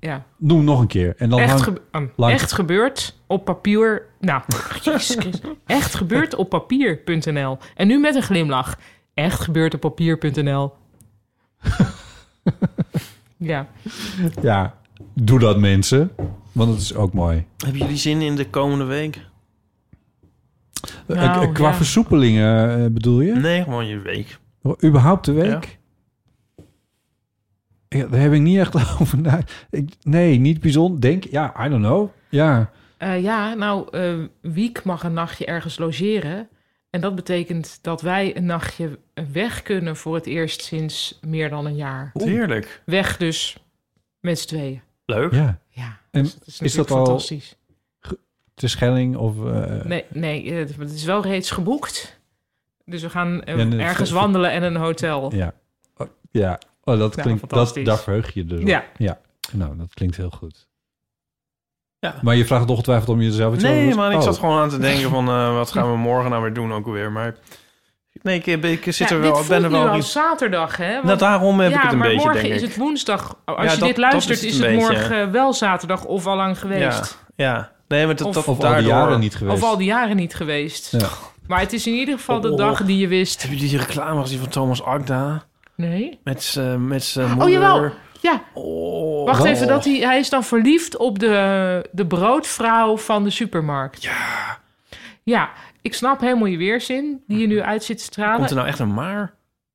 B: Ja.
C: Noem nog een keer. En dan
B: echt,
C: lang-
B: gebe- um,
C: lang-
B: echt gebeurd op papier. Nou, jezus Christus. echt gebeurd op papier.nl. En nu met een glimlach. Echt gebeurd op papier.nl. ja.
C: Ja, doe dat mensen. Want het is ook mooi.
D: Hebben jullie zin in de komende week?
C: Eh,
D: Nou,
C: eh, qua
D: ja.
C: versoepelingen eh, bedoel je?
D: Nee, gewoon je week.
C: Oh, Überhaupt de week? Ja. daar heb ik niet echt over na. Ik, nee, niet bijzonder. Denk, ja, I don't know. Ja,
B: Eh, ja, nou, eh Wiek mag een nachtje ergens logeren. En dat betekent dat wij een nachtje weg kunnen voor het eerst sinds meer dan een jaar.
D: Heerlijk.
B: Weg dus met z'n tweeën.
D: Leuk.
C: Ja.
B: Ja,
C: En
B: dus dat is, natuurlijk
C: al
B: fantastisch.
C: ge- Te schelling of... eh,
B: Nee, nee, eh, het is wel reeds geboekt. Dus we gaan eh,
C: Ja, nee, dat-
B: ergens wandelen en een hotel.
C: Ja. Oh, ja. Oh, dat
B: Ja,
C: klinkt... Dat,
B: fantastisch.
C: daar verheug je je dus op.
B: Ja.
C: ja. Nou, dat klinkt heel goed.
D: Ja.
C: Maar je vraagt het ongetwijfeld om jezelf iets over
D: Nee,
C: te-
D: man, ik
C: Oh.
D: zat gewoon aan te denken van... eh, wat gaan we morgen nou weer doen ook weer? Maar nee, ik, ik zit
B: Ja,
D: er wel,
B: dit
D: ik ben er
B: voelt nu
D: wel...
B: al
D: iets-
B: zaterdag, hè?
D: Nou, daarom heb
B: ja,
D: ik het een
B: maar
D: beetje,
B: morgen
D: denk
B: is
D: ik.
B: het woensdag. Als
D: Ja,
B: je
D: dat-
B: dit luistert,
D: dat is
B: is
D: het
B: het
D: een beetje.
B: morgen eh, wel zaterdag of al lang geweest.
D: Ja, ja. Nee, maar dat, dat,
C: of al
D: daardoor...
C: die jaren niet geweest.
B: Of al die jaren niet geweest.
C: Ja.
B: Maar het is in ieder geval de
D: Oh.
B: dag die je wist.
D: Heb je die reclame gezien van Thomas Agda?
B: Nee.
D: Met zijn met zijn
B: Oh,
D: moeder.
B: jawel. Ja. Wacht
D: Oh.
B: even, dat hij, hij is dan verliefd op de, de broodvrouw van de supermarkt. Ja. Ja, ik snap helemaal je weerzin die je nu uit zit te stralen.
D: Komt er nou echt een maar?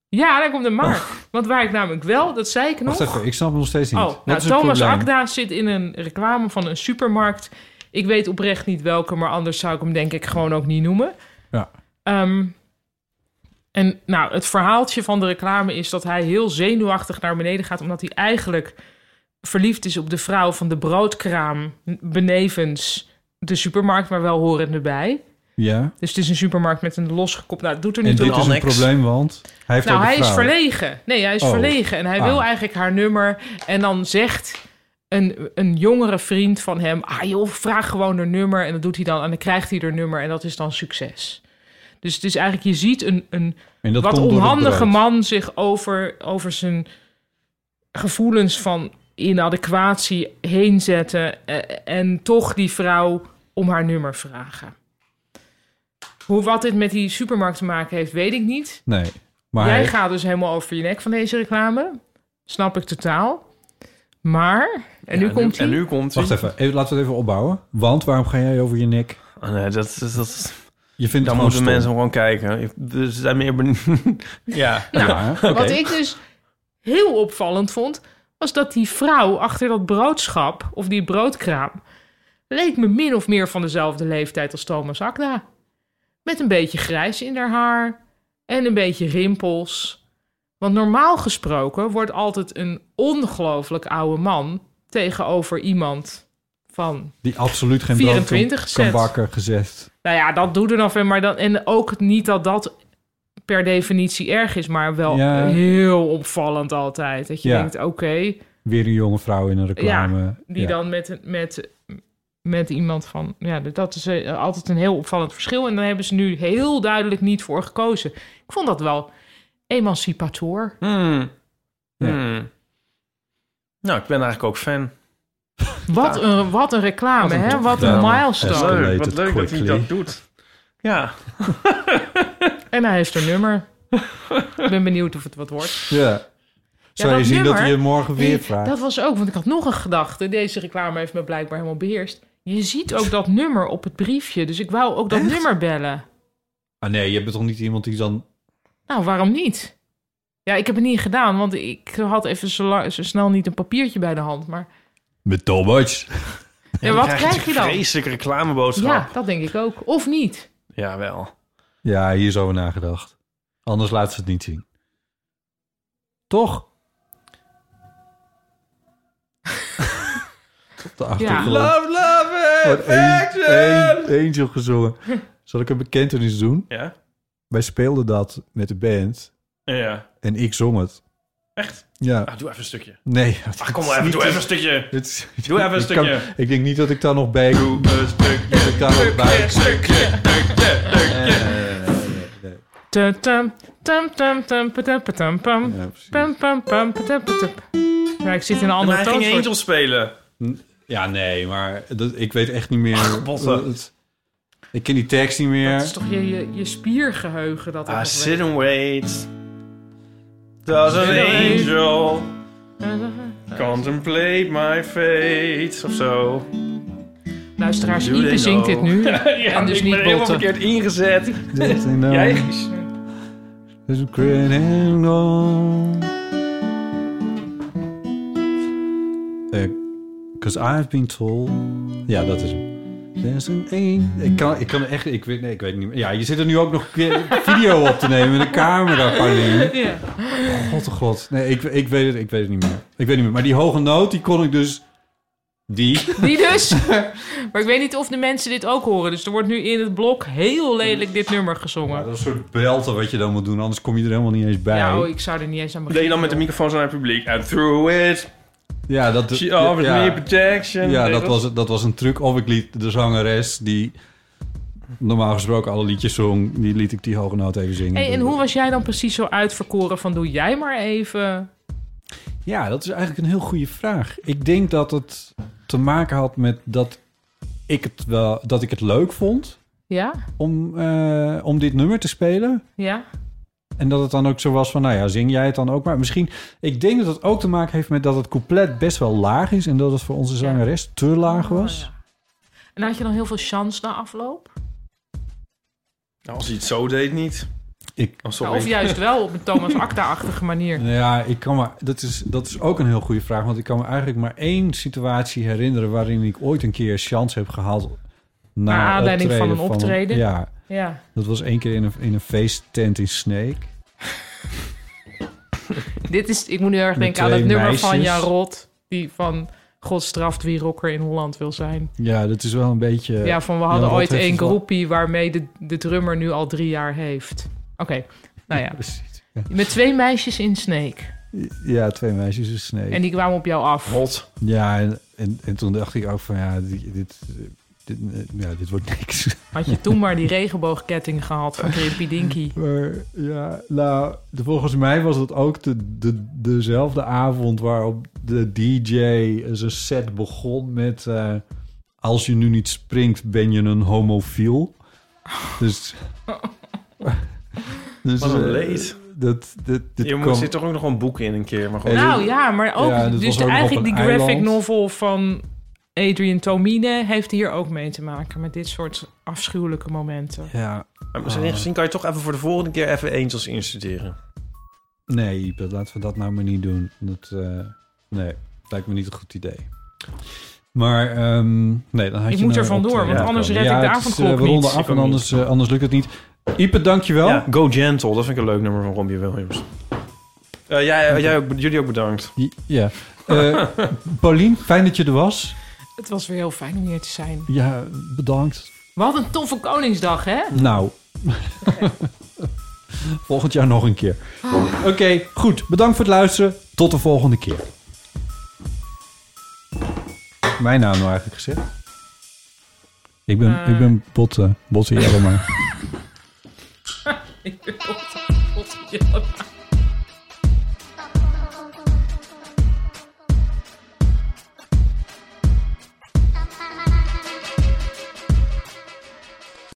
B: Ja, daar komt een maar. Want waar ik namelijk wel, dat zei ik nog...
C: Oh. Wacht even, ik snap het nog steeds niet.
B: Oh,
C: Wat
B: nou,
C: is het
B: Thomas
C: probleem?
B: Akda zit in een reclame van een supermarkt. Ik weet oprecht niet welke, maar anders zou ik hem denk ik gewoon ook niet noemen.
C: Ja.
B: Ehm, en nou, het verhaaltje van de reclame is dat hij heel zenuwachtig naar beneden gaat, omdat hij eigenlijk verliefd is op de vrouw van de broodkraam n- benevens de supermarkt, maar wel horende bij.
C: Ja.
B: Dus het is een supermarkt met een losgekoppeld. Nou, het doet er
C: En
B: niet
C: dit
B: toe.
C: is een probleem, want hij heeft
B: Nou,
C: ook een
B: hij is
C: vrouw.
B: verlegen. Nee, hij is
C: Oh.
B: verlegen. En hij
C: Ah.
B: wil eigenlijk haar nummer. En dan zegt een, een jongere vriend van hem... Ah joh, vraag gewoon haar nummer. En dat doet hij dan. En dan krijgt hij haar nummer. En dat is dan succes. Dus het is eigenlijk... Je ziet een, een
C: En dat
B: wat
C: komt door het
B: onhandige
C: brood.
B: man zich over, over zijn gevoelens van inadequatie heen zetten. eh, En toch die vrouw om haar nummer vragen. Hoe wat dit met die supermarkt te maken heeft, weet ik niet.
C: Nee. Maar
B: Jij
C: hij-
B: gaat dus helemaal over je nek van deze reclame. Snap ik totaal. Maar, en nu komt hij.
D: En nu komt
C: Wacht even, even, laten we het even opbouwen. Want waarom ga jij over je nek?
D: Ah, Nee, dat, dat, dat,
C: Je vindt
D: dan
C: het
D: moeten
C: gewoon
D: mensen
C: stom.
D: gewoon kijken. Er zijn meer benieuwd. ja.
B: Nou,
C: Ja, oké.
B: Wat ik dus heel opvallend vond, was dat die vrouw achter dat broodschap, of die broodkraam, leek me min of meer van dezelfde leeftijd als Thomas Akda. Met een beetje grijs in haar haar en een beetje rimpels. Want normaal gesproken wordt altijd een ongelooflijk oude man tegenover iemand van
C: Die absoluut geen
B: 24
C: brood kan-
B: gezet.
C: kan bakken gezet.
B: nou ja, dat doet er dan veel. Maar dan, en ook niet dat dat per definitie erg is, maar wel
C: Ja.
B: heel opvallend altijd. Dat je
C: Ja.
B: denkt, oké,
C: Weer een jonge vrouw in een reclame.
B: ja, die
C: Ja.
B: dan met, met, met iemand van... Ja, dat is eh, altijd een heel opvallend verschil. En daar hebben ze nu heel duidelijk niet voor gekozen. Ik vond dat wel emancipator.
D: Hmm. Hmm. Nou, ik ben eigenlijk ook fan.
B: Wat, een, wat een reclame,
D: Wat een
B: hè?
D: top
B: Wat een
D: reclame.
B: milestone.
D: Escalated
E: Wat leuk dat hij
D: quickly.
E: dat doet.
D: Ja.
B: En hij heeft een nummer. Ik ben benieuwd of het wat wordt.
C: Ja. Zou
B: dat
C: je zien dat
B: nummer-
C: hij je morgen weer
B: Nee,
C: vraagt?
B: Dat was ook, want ik had nog een gedachte. Deze reclame heeft me blijkbaar helemaal beheerst. Je ziet ook dat nummer op het briefje. Dus ik wou ook dat nummer bellen.
C: Ah nee, je bent toch niet iemand die dan...
B: Nou, waarom niet? Ja, ik heb het niet gedaan, want ik had even zo, lang- zo snel niet een papiertje bij de hand. Maar
C: Met Thomas.
B: Ja, wat krijg je dan?
D: Vreselijke reclameboodschap.
B: ja, dat denk ik ook. Of niet.
D: Jawel.
C: Ja, hier is over nagedacht. Anders laten ze het niet zien. Toch? Op de achtergrond.
D: Love, love it,
C: Wordt
D: perfection!
C: Angel- Angel gezongen. Zal ik een bekentenis doen?
D: Ja?
C: Wij speelden dat met de band
D: Ja.
C: en ik zong het.
D: Echt?
C: Ja.
D: Ah, doe even een stukje.
C: Nee.
D: Ach, kom maar even, doe even een stukje.
C: Het is-
D: Doe even een
C: ik kan-
D: stukje.
C: ik denk niet dat ik daar nog bij...
D: Doe een stukje.
C: Dat ik daar nog bij... Eh,
B: Tum, tum, tum, tum, tum, patum, patum, pam.
C: Ja, precies.
B: Pam, pam, pam, patum, patum. Ja, ik zit in een
D: Maar
B: andere
D: hij ging
B: toon.
D: Angel spelen.
C: Ja, nee, maar dat, ik weet echt niet meer.
D: botten.
C: Eh, het- ik ken die tekst niet meer.
B: Het is toch je, je, je spiergeheugen dat
D: I
B: dat
D: sit Ah, and wait. Does an angel contemplate my fate? Of zo.
B: Luisteraars,
D: Do they
B: Ipe zingt dit
D: know?
B: nu.
D: Ja,
B: En dus
D: ik
B: niet
D: ben helemaal
B: botten.
D: verkeerd ingezet.
C: Dit en dan.
D: Jij?
C: There's a great angle. Because Eh, I've been told. Ja, dat is hem. There's an angel. Ik kan, ik kan echt. Ik weet, nee, ik weet niet meer. Ja, je zit er nu ook nog een keer video op te nemen met een camera, Pauline.
B: Ja.
C: God, oh god. Nee, ik, ik, weet het, ik weet het niet meer. Ik weet het niet meer. Maar die hoge noot, die kon ik dus. Die.
B: Die dus. Maar ik weet niet of de mensen dit ook horen. Dus er wordt nu in het blok heel lelijk dit nummer
C: Ja,
B: gezongen.
C: dat is een soort belten wat je dan moet doen, anders kom je er helemaal niet eens bij.
B: Ja,
C: Ja,
B: oh, ik zou er niet eens aan
D: Deed
B: beginnen.
D: je dan met de microfoon zo naar het publiek. And through it,
C: dat,
D: she offers
C: ja,
D: me protection.
C: ja,
D: Nee,
C: dat, was, het- dat was een truc. Of ik liet de zangeres die normaal gesproken alle liedjes zong, die liet ik die hoge noot even zingen.
B: Hey, en hoe was jij dan precies zo uitverkoren van doe jij maar even?
C: Ja, dat is eigenlijk een heel goede vraag. Ik denk dat het te maken had met dat ik het, wel, dat ik het leuk vond
B: Ja?
C: om, eh, om dit nummer te spelen.
B: Ja?
C: En dat het dan ook zo was van, nou ja, zing jij het dan ook maar. Misschien, ik denk dat het ook te maken heeft met dat het couplet best wel laag is... en dat het voor onze zangeres te laag was.
B: Oh, ja. En had je dan heel veel chance na afloop?
D: Nou, als hij het zo deed, niet.
C: Ik,
D: Oh,
B: Nou,
D: sorry.
B: of juist wel op een Thomas Acta-achtige manier?
C: nou ja, ik kan maar, dat, is, dat is ook een heel goede vraag... want ik kan me eigenlijk maar één situatie herinneren... waarin ik ooit een keer chance heb gehaald... na
B: Naar aanleiding van een optreden?
C: ja,
B: Ja.
C: dat was één keer in een, in een feesttent in Sneek.
B: Dit is, ik moet nu erg
C: Met
B: denken aan
C: twee
B: het nummer van
C: meisjes.
B: Jan Rot. Die van God straft wie rocker in Holland wil zijn.
C: Ja, dat is wel een beetje...
B: Ja, van we hadden
C: Jan Rot
B: ooit
C: heeft
B: één
C: het wel-
B: groepie waarmee de, de drummer nu al drie jaar heeft. Oké, nou ja.
C: Precies.
B: Met twee meisjes in Sneek.
C: Ja, twee meisjes in Sneek.
B: En die kwamen op jou af.
D: Hot.
C: Ja, en, en, en toen dacht ik ook van ja, dit, dit, dit, eh, ja, dit wordt niks.
B: Had je toen maar die regenboogketting gehad van Trippy Dinky.
C: Maar ja, nou, de- volgens mij was dat ook de, de, dezelfde avond waarop de DJ zijn set begon met... eh, als je nu niet springt, ben je een homofiel. Dus... dus
D: Wat een
C: eh,
D: leed.
C: dat, dat, dit
D: Je
C: kwam-
D: moet, zit toch ook nog een boek in een keer. Maar goed.
B: Nou ja, maar ook.
C: Ja, dat was
B: dus
C: ook nog
B: eigenlijk
C: op
B: die
C: een
B: graphic
C: eiland.
B: novel van Adrian Tomine heeft hier ook mee te maken. Met dit soort afschuwelijke momenten.
C: Ja.
D: Maar misschien gezien kan je toch even voor de volgende keer even Angels instuderen.
C: Nee, Ipe, laten we dat nou maar niet doen. Dat, eh, nee, lijkt me niet een goed idee. Maar ehm, nee, dan had
B: Ik
C: je
B: moet
C: er
B: er vandoor, want anders red ik de avondklok
C: We ronden
B: niet.
C: af
B: Ik
C: en
B: ook
C: anders, eh, anders lukt het niet. Ipe, dankjewel.
D: Ja, Go Gentle, dat vind ik een leuk nummer van Robbie Williams. Eh, jij, jij ook, jullie ook bedankt.
C: Ja. Eh, Paulien, fijn dat je er was.
B: Het was weer heel fijn om hier te zijn.
C: Ja, bedankt.
B: Wat een toffe Koningsdag, hè?
C: Nou, volgend jaar nog een keer. Oké, goed. Bedankt voor het luisteren. Tot de volgende keer. Mijn naam nou eigenlijk gezegd? Ik ben,
B: Eh.
C: ik ben Botte. Botte Jellema.
B: Ik wil dat-